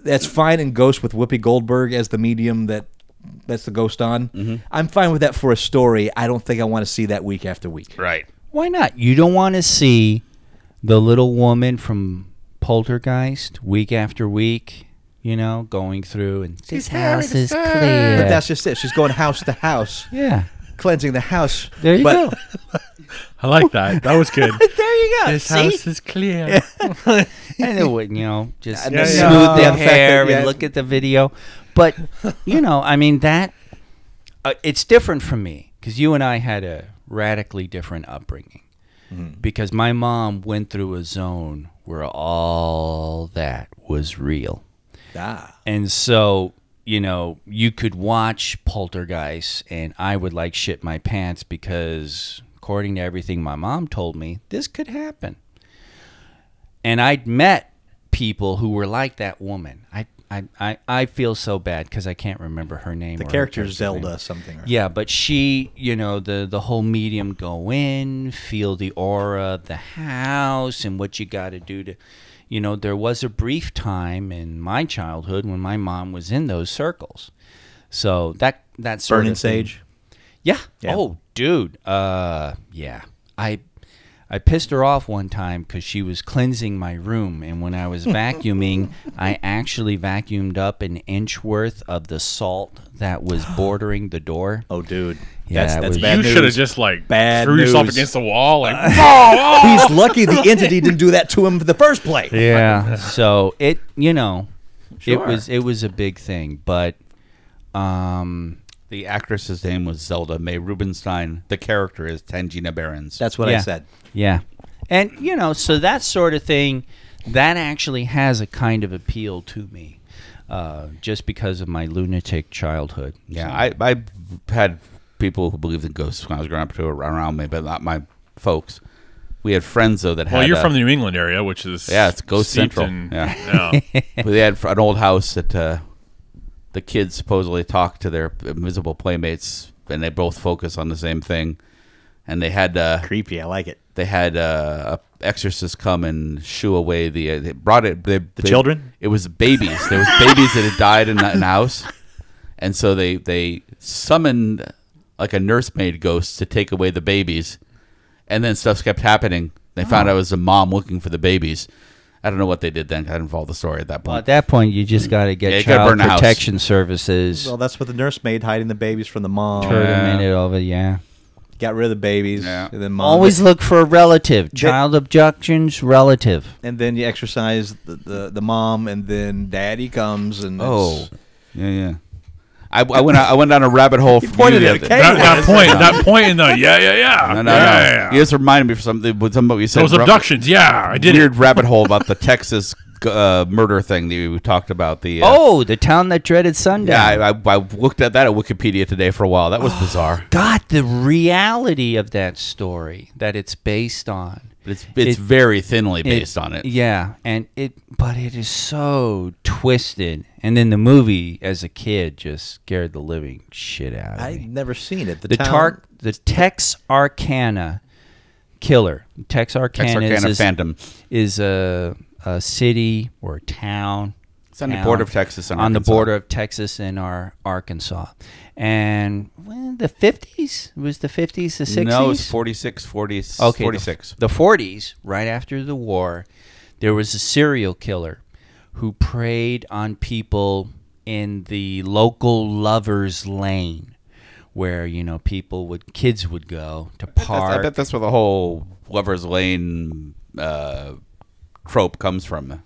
Speaker 5: That's fine in Ghost with Whoopi Goldberg as the medium that that's the ghost on.
Speaker 3: Mm-hmm.
Speaker 5: I'm fine with that for a story. I don't think I want to see that week after week.
Speaker 3: Right.
Speaker 2: Why not? You don't want to see the little woman from Poltergeist week after week, you know, going through and this house is clear.
Speaker 5: But that's just it. She's going house to house.
Speaker 2: yeah.
Speaker 5: cleansing the house.
Speaker 2: There you (laughs)
Speaker 5: but
Speaker 2: go.
Speaker 4: I like that. That was
Speaker 5: (laughs)
Speaker 4: good.
Speaker 2: There you go.
Speaker 4: this
Speaker 2: see?
Speaker 4: house is clear.
Speaker 2: and it would, you know, just
Speaker 5: And then
Speaker 2: smooth
Speaker 5: smooth
Speaker 2: their
Speaker 5: the fact that-
Speaker 2: hair
Speaker 5: yeah.
Speaker 2: and look at the video. But (laughs) you know, I mean that uh, it's different from me because you and I had a radically different upbringing.
Speaker 5: Mm-hmm.
Speaker 2: Because my mom went through a zone where all that was real.
Speaker 5: Ah,
Speaker 2: And so, you know, you could watch Poltergeist and I would like shit my pants because according to everything my mom told me, this could happen. And I'd met people who were like that woman. I I, I, I feel so bad because I can't remember her name.
Speaker 5: the
Speaker 2: or her
Speaker 5: character
Speaker 2: character's name.
Speaker 5: Zelda something. Right?
Speaker 2: Yeah, but she, you know, the the whole medium go in, feel the aura of the house and what you got to do to you know, there was a brief time in my childhood when my mom was in those circles. So that that sort
Speaker 5: Burning
Speaker 2: of thing-
Speaker 5: sage.
Speaker 2: yeah.
Speaker 5: Yeah.
Speaker 2: Oh, dude. Uh, yeah. I I pissed her off one time because she was cleansing my room, and when I
Speaker 5: (laughs)
Speaker 2: was vacuuming, I actually vacuumed up an inch worth of the salt that
Speaker 5: (gasps)
Speaker 2: was bordering the door.
Speaker 5: Oh, dude,
Speaker 2: Yeah,
Speaker 5: that's
Speaker 2: it
Speaker 5: that's
Speaker 2: was-
Speaker 5: bad
Speaker 4: you
Speaker 5: news.
Speaker 4: should have
Speaker 5: (laughs)
Speaker 4: just like
Speaker 5: Bad
Speaker 4: threw yourself
Speaker 5: news.
Speaker 4: against the wall. Like
Speaker 5: (laughs) He's lucky the entity didn't do that to him in the first place.
Speaker 2: Yeah. (laughs) so it, you know, it was it was a big thing, but um,
Speaker 3: The actress's name was Zelda Mae Rubinstein. The character is Tangina Barons.
Speaker 5: That's what I
Speaker 2: Yeah.
Speaker 5: said.
Speaker 2: Yeah. And, you know, so that sort of thing, that actually has a kind of appeal to me uh, just because of my lunatic childhood.
Speaker 3: yeah. I I had people who believed in ghosts when I was growing up too around me, but not my folks. We had friends though that had.
Speaker 4: well, you're
Speaker 3: uh,
Speaker 4: from the New England area, which is
Speaker 3: Yeah, it's Ghost
Speaker 4: steeped
Speaker 3: Central.
Speaker 4: in- (laughs)
Speaker 3: Yeah. (laughs) but they had an old house that uh, the kids supposedly talk to their invisible playmates, and they both focus on the same thing. And they had uh,
Speaker 5: Creepy. I like it.
Speaker 3: they had uh, a exorcist come and shoo away the. Uh, they brought it. They, the
Speaker 5: children?
Speaker 3: It was babies. there was babies that had died in that in the house, and so they they summoned like a nursemaid ghost to take away the babies, and then stuff kept happening. They
Speaker 5: Oh.
Speaker 3: found out it was a mom looking for the babies. I don't know what they did then. I didn't follow the story at that
Speaker 2: Well, at
Speaker 3: point.
Speaker 2: that point, you just got to get
Speaker 3: Yeah, you gotta burn
Speaker 2: child
Speaker 3: the house.
Speaker 2: protection services.
Speaker 5: Well, that's what the nursemaid hiding the babies from the mom.
Speaker 2: Turn
Speaker 3: Yeah.
Speaker 2: a minute over, yeah.
Speaker 5: Got rid of the babies.
Speaker 3: Yeah.
Speaker 5: And then mom.
Speaker 2: Always look for a relative. Child abductions, relative.
Speaker 5: and then you exercise the, the, the mom, and then daddy comes and
Speaker 3: oh,
Speaker 5: it's-
Speaker 3: yeah, yeah. I, I went I went down a rabbit hole. (laughs) You
Speaker 5: pointed at a
Speaker 4: that, that point, that point (laughs) in the yeah, yeah, yeah,
Speaker 3: No, no, no.
Speaker 4: yeah, yeah, yeah.
Speaker 3: You just reminded me of something. with Something you said.
Speaker 4: Those
Speaker 3: Rub-
Speaker 4: abductions, yeah, I did it.
Speaker 3: weird rabbit hole about
Speaker 4: (laughs)
Speaker 3: the Texas uh, murder thing that you talked about. The uh,
Speaker 2: Oh, the town that dreaded sundown.
Speaker 3: yeah, I, I, I looked at that at Wikipedia today for a while. That was (sighs) bizarre.
Speaker 2: God, the reality of that story that it's based on.
Speaker 3: But It's it's
Speaker 2: It-
Speaker 3: very thinly based
Speaker 2: It-
Speaker 3: on it.
Speaker 2: Yeah, and it but it is so twisted. And then the movie as a kid just scared the living shit out of
Speaker 5: I've
Speaker 2: me.
Speaker 5: never seen it. The,
Speaker 2: The
Speaker 5: town-
Speaker 2: Tark the Tex Arcana killer. Tex Arcana,
Speaker 3: Texarkana
Speaker 2: is,
Speaker 3: Phantom.
Speaker 2: is a a city or a town.
Speaker 3: It's on the
Speaker 2: town
Speaker 3: border of Texas and
Speaker 2: on the
Speaker 3: Arkansas.
Speaker 2: border of Texas and our Arkansas. And when the 50s It was the 50s the 60s
Speaker 3: No, it's 46, 40,
Speaker 2: okay, the-
Speaker 3: 46.
Speaker 2: The forties, right after the war, there was a serial killer who preyed on people in the local lovers lane, where you know people would kids would go to
Speaker 3: That's- I
Speaker 2: park.
Speaker 3: bet that's where the whole Lover's Lane uh, trope comes from.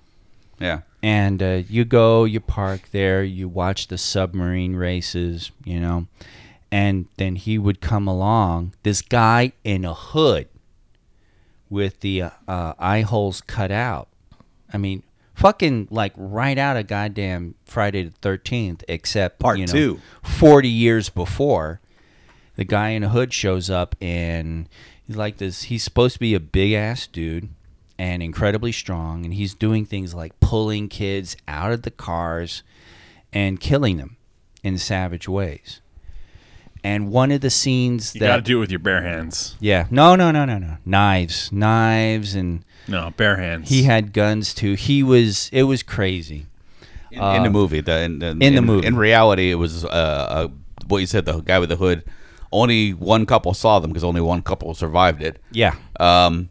Speaker 3: Yeah.
Speaker 2: and uh, you go, you park there, you watch the submarine races, you know, and then he would come along, this guy in a hood with the uh, uh, eye holes cut out, I mean, fucking like right out of goddamn Friday the Thirteenth, except
Speaker 5: Part
Speaker 2: you know,
Speaker 5: two.
Speaker 2: forty years before. The guy in a hood shows up and he's like this. He's supposed to be a big ass dude and incredibly strong, and he's doing things like pulling kids out of the cars and killing them in savage ways. And one of the scenes
Speaker 4: You
Speaker 2: that
Speaker 4: got to do it with your bare hands.
Speaker 2: yeah. No, no, no, no, no. Knives, knives, and
Speaker 4: No, bare hands.
Speaker 2: he had guns too. He was. It was crazy.
Speaker 3: in, in the movie. The, in, in,
Speaker 2: Um, in the movie.
Speaker 3: in reality, it was uh, uh, what you said. The guy with the hood. Only one couple saw them because only one couple survived it.
Speaker 2: Yeah.
Speaker 3: Um,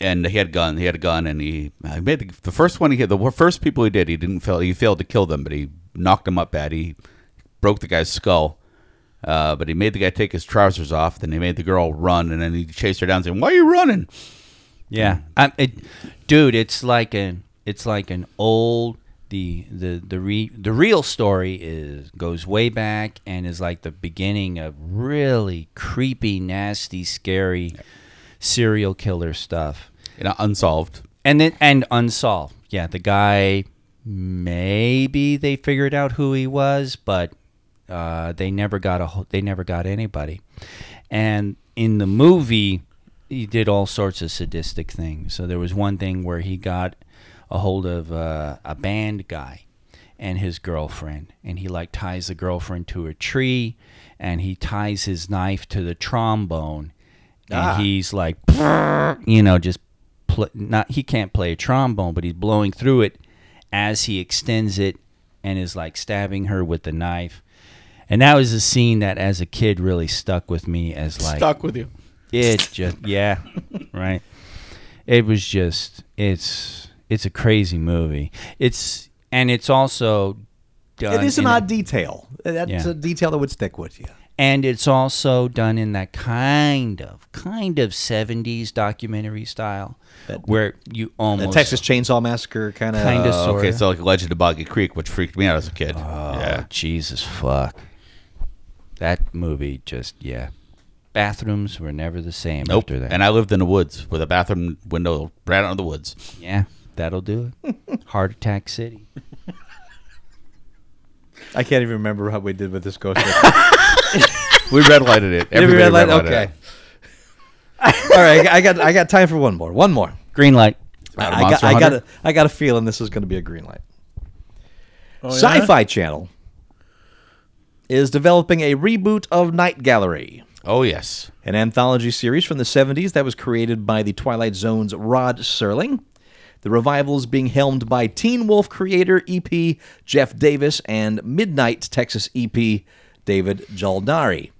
Speaker 3: and he had gun. He had a gun, and he, he made the first one. He hit the first people he did. He didn't fail. He failed to kill them, but he knocked them up bad. He broke the guy's skull. Uh, but he made the guy take his trousers off. Then he made the girl run, and then he chased her down, saying, "Why are you running?"
Speaker 2: Yeah. I, it, dude, it's like an. It's like an old. The the the re, the real story is goes way back and is like the beginning of really creepy, nasty, scary serial killer stuff.
Speaker 3: You know, uh, unsolved.
Speaker 2: and then and unsolved. Yeah, the guy maybe they figured out who he was, but uh, they never got a ho- they never got anybody. And in the movie, he did all sorts of sadistic things. So there was one thing where he got a hold of uh, a band guy and his girlfriend and he like ties the girlfriend to a tree and he ties his knife to the trombone and
Speaker 5: Ah.
Speaker 2: he's like (laughs) you know just pl- not he can't play a trombone but he's blowing through it as he extends it and is like stabbing her with the knife and that was a scene that as a kid really stuck with me as like
Speaker 3: Stuck with you.
Speaker 2: it just yeah, (laughs) right. It was just it's it's a crazy movie. It's and it's also done
Speaker 5: It is an
Speaker 2: in a-
Speaker 5: odd detail. That's
Speaker 2: Yeah.
Speaker 5: a detail that would stick with you.
Speaker 2: and it's also done in that kind of kind of 70s documentary style where you
Speaker 5: The
Speaker 2: almost
Speaker 5: Texas Chainsaw Massacre kind of.
Speaker 2: kind of
Speaker 3: Uh,
Speaker 2: sort
Speaker 3: okay,
Speaker 2: of
Speaker 3: so like Legend of Boggy Creek, which freaked me out as a kid.
Speaker 2: Oh.
Speaker 3: yeah.
Speaker 2: Jesus fuck. That movie just yeah. Bathrooms were never the same
Speaker 3: Nope.
Speaker 2: after that.
Speaker 3: And I lived in the woods with a bathroom window right out of the woods.
Speaker 2: yeah, that'll do
Speaker 3: (laughs)
Speaker 2: it. Heart Attack City.
Speaker 5: I can't even remember how we did with this ghost.
Speaker 3: We red lighted it.
Speaker 5: Did we
Speaker 3: Everybody
Speaker 5: red light?
Speaker 3: red-lighted
Speaker 5: Okay.
Speaker 3: it.
Speaker 5: (laughs) All right, I got I got time for one more. One more.
Speaker 2: Green light.
Speaker 3: Out of
Speaker 5: I got
Speaker 3: Monster
Speaker 5: I got a,
Speaker 3: Hunter?
Speaker 5: I got a feeling this is going to be a green light.
Speaker 4: Oh, yeah?
Speaker 5: Sci-Fi Channel is developing a reboot of Night Gallery,
Speaker 3: Oh yes.
Speaker 5: an anthology series from the 70s that was created by the Twilight Zone's Rod Serling. The revival is being helmed by Teen Wolf creator EP Jeff Davis and Midnight Texas EP David Jaldari.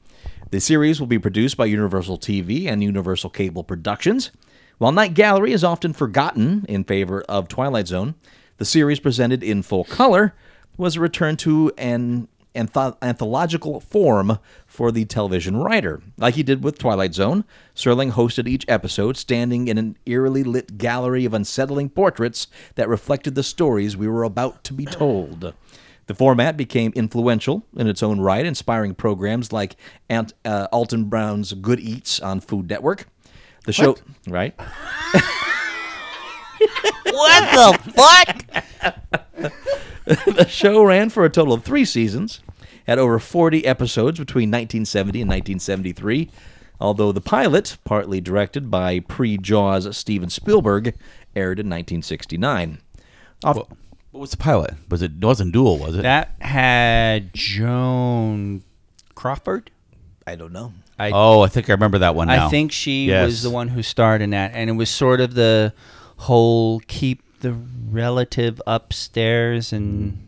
Speaker 5: The series will be produced by Universal TV and Universal Cable Productions. While Night Gallery is often forgotten in favor of Twilight Zone, the series presented in full color was a return to an antho- anthological form for the television writer. Like he did with Twilight Zone, Serling hosted each episode standing in an eerily lit gallery of unsettling portraits that reflected the stories we were about to be told. The format became influential in its own right, inspiring programs like Aunt, uh, Alton Brown's Good Eats on Food Network. The show, right?
Speaker 2: What the fuck?
Speaker 5: The show ran for a total of three seasons, had over 40 episodes between 1970 and 1973, although the pilot, partly directed by pre Jaws Steven Spielberg, aired in 1969. Off-
Speaker 3: What was the pilot? Was it, it wasn't Duel? Was it?
Speaker 2: That had Joan Crawford.
Speaker 5: I don't know.
Speaker 2: I
Speaker 3: oh, I think I remember that one. Now.
Speaker 2: I think she
Speaker 3: Yes.
Speaker 2: was the one who starred in that, and it was sort of the whole keep the relative upstairs and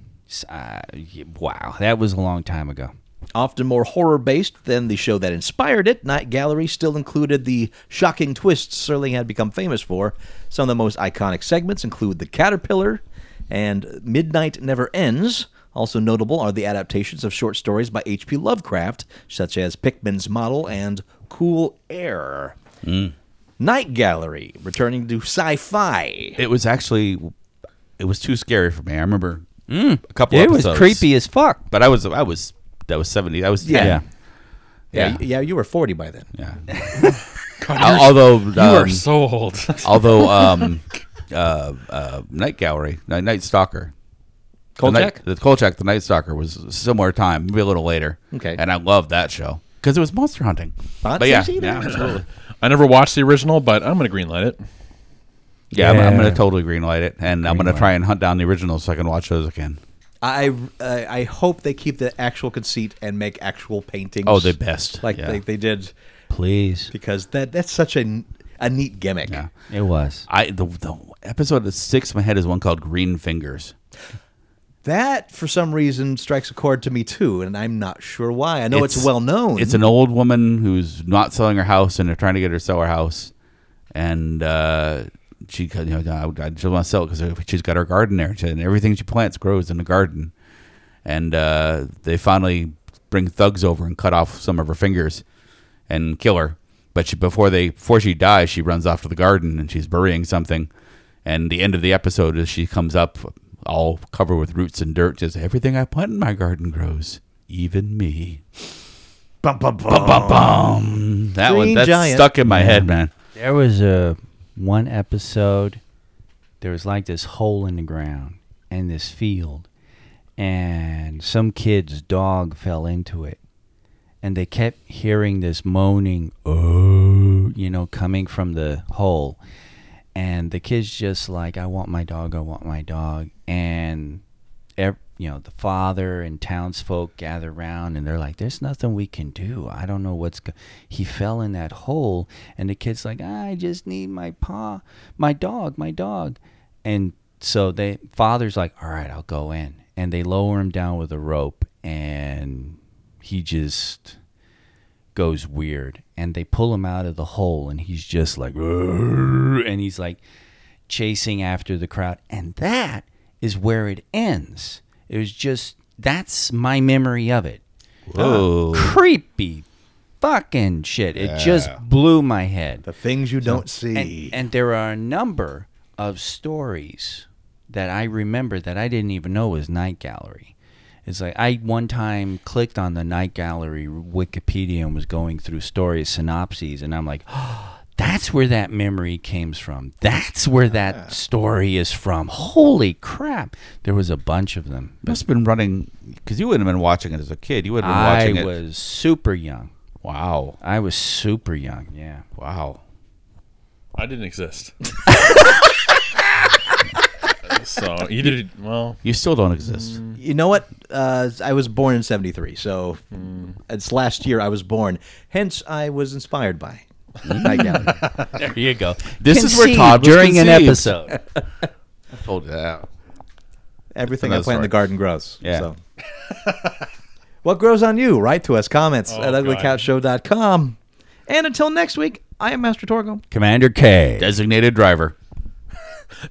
Speaker 2: uh, y- wow, that was a long time ago.
Speaker 5: Often more horror based than the show that inspired it, Night Gallery still included the shocking twists Serling had become famous for. Some of the most iconic segments include The Caterpillar and Midnight Never Ends. Also notable are the adaptations of short stories by H.P. Lovecraft, such as Pickman's Model and Cool Air. Night Gallery, returning to sci fi.
Speaker 3: it was actually. It was too scary for me. I remember a couple.
Speaker 2: Mm. it was
Speaker 3: episodes.
Speaker 2: creepy as fuck.
Speaker 3: But I was. I was. That was seventy. I was. 10.
Speaker 2: Yeah.
Speaker 3: Yeah.
Speaker 5: yeah, you were 40 by then.
Speaker 3: Yeah.
Speaker 4: God,
Speaker 3: Al-
Speaker 4: you're,
Speaker 3: although
Speaker 4: you are
Speaker 3: um,
Speaker 4: so old.
Speaker 3: although um, (laughs) uh, uh, Night Gallery, Night, Night Stalker.
Speaker 5: Kolchak?
Speaker 3: The, Night, the Kolchak, the Night Stalker was a similar time, maybe a little later.
Speaker 5: Okay.
Speaker 3: And I loved that show because it was monster hunting.
Speaker 5: Monster
Speaker 3: but yeah,
Speaker 5: hunting?
Speaker 3: yeah, absolutely.
Speaker 4: (laughs) I never watched the original, but I'm gonna greenlight it.
Speaker 3: Yeah, I'm, I'm
Speaker 2: Yeah.
Speaker 3: going to totally greenlight it, and I'm going to try and hunt down the original so I can watch those again.
Speaker 5: I uh, I hope they keep the actual conceit and make actual paintings.
Speaker 3: Oh, the best.
Speaker 5: like
Speaker 3: Yeah.
Speaker 5: they, they did
Speaker 2: Please.
Speaker 5: because that that's such a a neat gimmick.
Speaker 3: Yeah.
Speaker 2: It was.
Speaker 3: I the, the episode of six in my head is one called Green Fingers.
Speaker 5: That for some reason strikes a chord to me too, and I'm not sure why. I know it's, well known.
Speaker 3: It's an old woman who's not selling her house, and they're trying to get her to sell her house, and uh, she, you know, I, I just want to sell it because she's got her garden there, and everything she plants grows in the garden, and uh, they finally bring thugs over and cut off some of her fingers, and kill her. But she, before they before she dies, she runs off to the garden and she's burying something. And the end of the episode is she comes up all covered with roots and dirt, just everything I plant in my garden grows, even me.
Speaker 5: Bum, bum, bum.
Speaker 3: Ba-bum. That
Speaker 5: Green
Speaker 3: one that's
Speaker 5: Giant.
Speaker 3: stuck in my head, man.
Speaker 2: There was a one episode. There was like this hole in the ground and this field, and some kid's dog fell into it, and they kept hearing this moaning, oh, you know, coming from the hole, and the kid's just like, "I want my dog, I want my dog," and ev- you know, the father and townsfolk gather round and they're like, "There's nothing we can do. I don't know what's." Go-. He fell in that hole, and the kid's like, "I just need my paw, my dog, my dog," and so they father's like, "All right, I'll go in," and they lower him down with a rope, and he just goes weird and they pull him out of the hole and he's just like "Rrrr," and he's like chasing after the crowd and that is where it ends it was just that's my memory of it
Speaker 3: Whoa.
Speaker 2: creepy fucking shit it just blew my head
Speaker 5: The things you don't see.
Speaker 2: and, and there are a number of stories that I remember that I didn't even know was Night Gallery. It's like I one time clicked on the Night Gallery Wikipedia and was going through stories, synopses, and I'm like, (gasps) that's where that memory comes from. That's where that story is from. Holy crap. There was a bunch of them.
Speaker 3: Must have been running because you wouldn't have been watching it as a kid. You would have been
Speaker 2: I
Speaker 3: watching it.
Speaker 2: was super young.
Speaker 3: Wow.
Speaker 2: I was super young, yeah.
Speaker 3: Wow.
Speaker 4: I didn't (laughs) exist. so you did well.
Speaker 3: You still don't exist.
Speaker 2: Mm.
Speaker 5: you know what? Uh, I was born in '73, so
Speaker 3: Hmm.
Speaker 5: it's last year I was born. Hence, I was inspired by.
Speaker 3: Hmm.
Speaker 5: Night Gallery.
Speaker 3: There you go. This is where
Speaker 2: Conceived
Speaker 3: Todd was
Speaker 2: during an
Speaker 3: conceived.
Speaker 2: episode.
Speaker 3: I told you that.
Speaker 5: Everything I
Speaker 3: Another
Speaker 5: plant in
Speaker 3: story.
Speaker 5: the garden grows.
Speaker 3: Yeah.
Speaker 5: So. (laughs) what grows on you? Write to us. Comments at
Speaker 4: God.
Speaker 5: uglycouchshow.com. And until next week, I am Master Torgo,
Speaker 2: Commander K.
Speaker 3: Designated driver.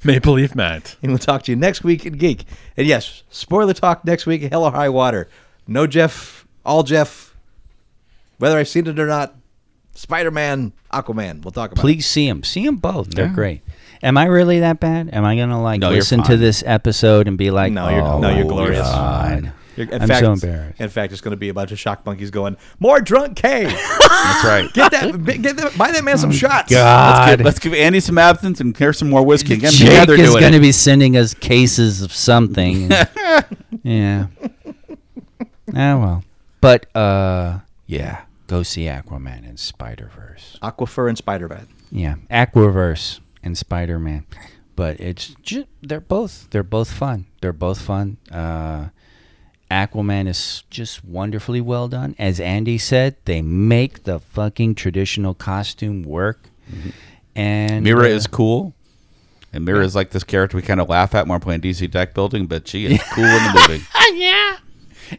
Speaker 4: Maple Leaf Matt.
Speaker 5: and we'll talk to you next week at Geek. And yes, spoiler talk next week, hell or high water. No Jeff, all Jeff, whether I've seen it or not, Spider Man, Aquaman. We'll talk about it.
Speaker 2: Please see them. See them both. They're great. Am I really that bad? Am I gonna like
Speaker 3: No, you're
Speaker 2: listen to
Speaker 3: fine.
Speaker 2: this episode and be like,
Speaker 5: No, you're,
Speaker 2: oh,
Speaker 5: no, you're
Speaker 2: my
Speaker 5: glorious.
Speaker 2: God.
Speaker 5: You're- in
Speaker 2: I'm
Speaker 5: fact,
Speaker 2: so embarrassed.
Speaker 5: In fact, it's going to be a bunch of shock monkeys going, more drunk K.
Speaker 2: Ah!
Speaker 3: That's right.
Speaker 5: Get that, (laughs) get that, buy that man
Speaker 2: Oh,
Speaker 5: some shots.
Speaker 3: Let's give, let's give Andy some absinthe and here's some more whiskey. Again,
Speaker 2: Jake
Speaker 3: together
Speaker 2: is
Speaker 3: doing
Speaker 2: gonna
Speaker 3: it.
Speaker 2: be sending us cases of
Speaker 5: (laughs)
Speaker 2: something. yeah. Ah well. But uh, yeah. Go see Aquaman and Spider Verse.
Speaker 5: Aquifer and Spider Man.
Speaker 2: Yeah, Aquaverse and Spider Man, but it's just, they're both they're both fun. They're both fun. Uh, Aquaman is just wonderfully well done. As Andy said, they make the fucking traditional costume work. And
Speaker 3: Mm-hmm. Mira
Speaker 2: uh,
Speaker 3: is cool. And Mira is like this character we kind of laugh at when we're playing DC deck building, but
Speaker 2: (laughs)
Speaker 3: she is cool in the movie.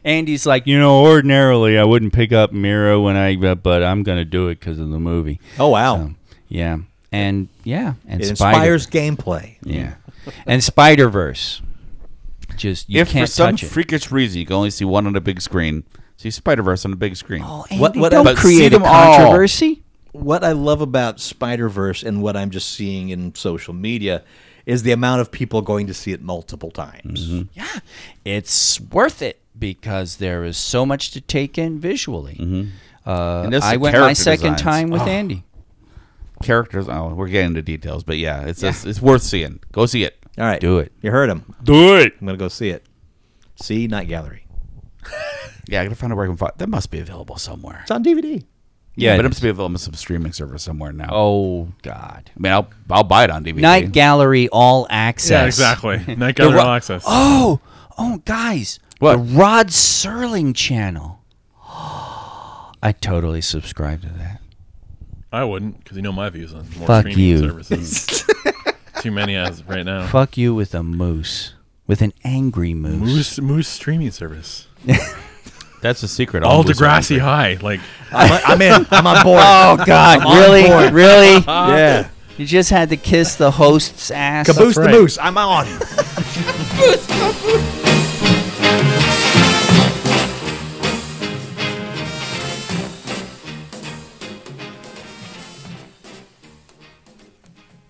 Speaker 2: Andy's like you know ordinarily I wouldn't pick up Mira when I but- but I'm gonna do it because of the movie.
Speaker 5: Oh wow!
Speaker 2: Um, yeah, and yeah, and
Speaker 5: it
Speaker 2: Spider-
Speaker 5: inspires gameplay.
Speaker 2: Yeah, and Spider Verse. Just you
Speaker 3: if
Speaker 2: can't
Speaker 3: for some
Speaker 2: touch it.
Speaker 3: freakish reason you can only see one on a big screen, see Spider Verse on a big screen.
Speaker 2: Oh,
Speaker 5: What-
Speaker 2: Andy,
Speaker 5: what
Speaker 2: don't
Speaker 5: else?
Speaker 3: But see
Speaker 2: create a
Speaker 3: them all.
Speaker 2: controversy.
Speaker 5: What I love about Spider Verse and what I'm just seeing in social media is the amount of people going to see it multiple times.
Speaker 3: Mm-hmm.
Speaker 2: Yeah, it's worth it because there is so much to take in visually. Uh,
Speaker 3: there's
Speaker 2: I
Speaker 3: the
Speaker 2: went my
Speaker 3: character
Speaker 2: second
Speaker 3: designs.
Speaker 2: time with Andy.
Speaker 3: characters. Oh, we're getting into details, but yeah, it's It's, it's worth seeing. Go see it.
Speaker 5: All right.
Speaker 3: do it.
Speaker 5: You heard him.
Speaker 4: Do it.
Speaker 5: I'm going to go see it. See Night Gallery.
Speaker 3: Yeah, I gotta find out where I can find. That must be available somewhere.
Speaker 5: It's on DVD.
Speaker 2: Yeah,
Speaker 3: but
Speaker 2: it
Speaker 3: it must be available on some streaming service somewhere now.
Speaker 2: Oh God.
Speaker 3: I mean, I'll I'll buy it on DVD.
Speaker 2: Night Gallery All Access.
Speaker 4: Yeah, (laughs) exactly. Night Gallery
Speaker 2: ro-
Speaker 4: All Access.
Speaker 2: Oh, oh, guys.
Speaker 3: What?
Speaker 2: The Rod Serling channel. (gasps) I totally subscribe to that.
Speaker 4: I wouldn't, because you know my views on more
Speaker 2: Fuck
Speaker 4: streaming
Speaker 2: you.
Speaker 4: (laughs) services. Too many as of right now.
Speaker 2: Fuck you with a moose. With an angry moose.
Speaker 4: Moose Moose streaming service.
Speaker 3: That's a secret.
Speaker 4: All
Speaker 3: Moose are angry.
Speaker 4: Degrassi High. Like
Speaker 5: I'm, I'm in. I'm on board.
Speaker 2: (laughs) Oh God! Really? Really?
Speaker 5: (laughs) yeah.
Speaker 2: You just had to kiss the host's ass.
Speaker 5: Caboose
Speaker 4: right.
Speaker 5: the Moose. I'm on.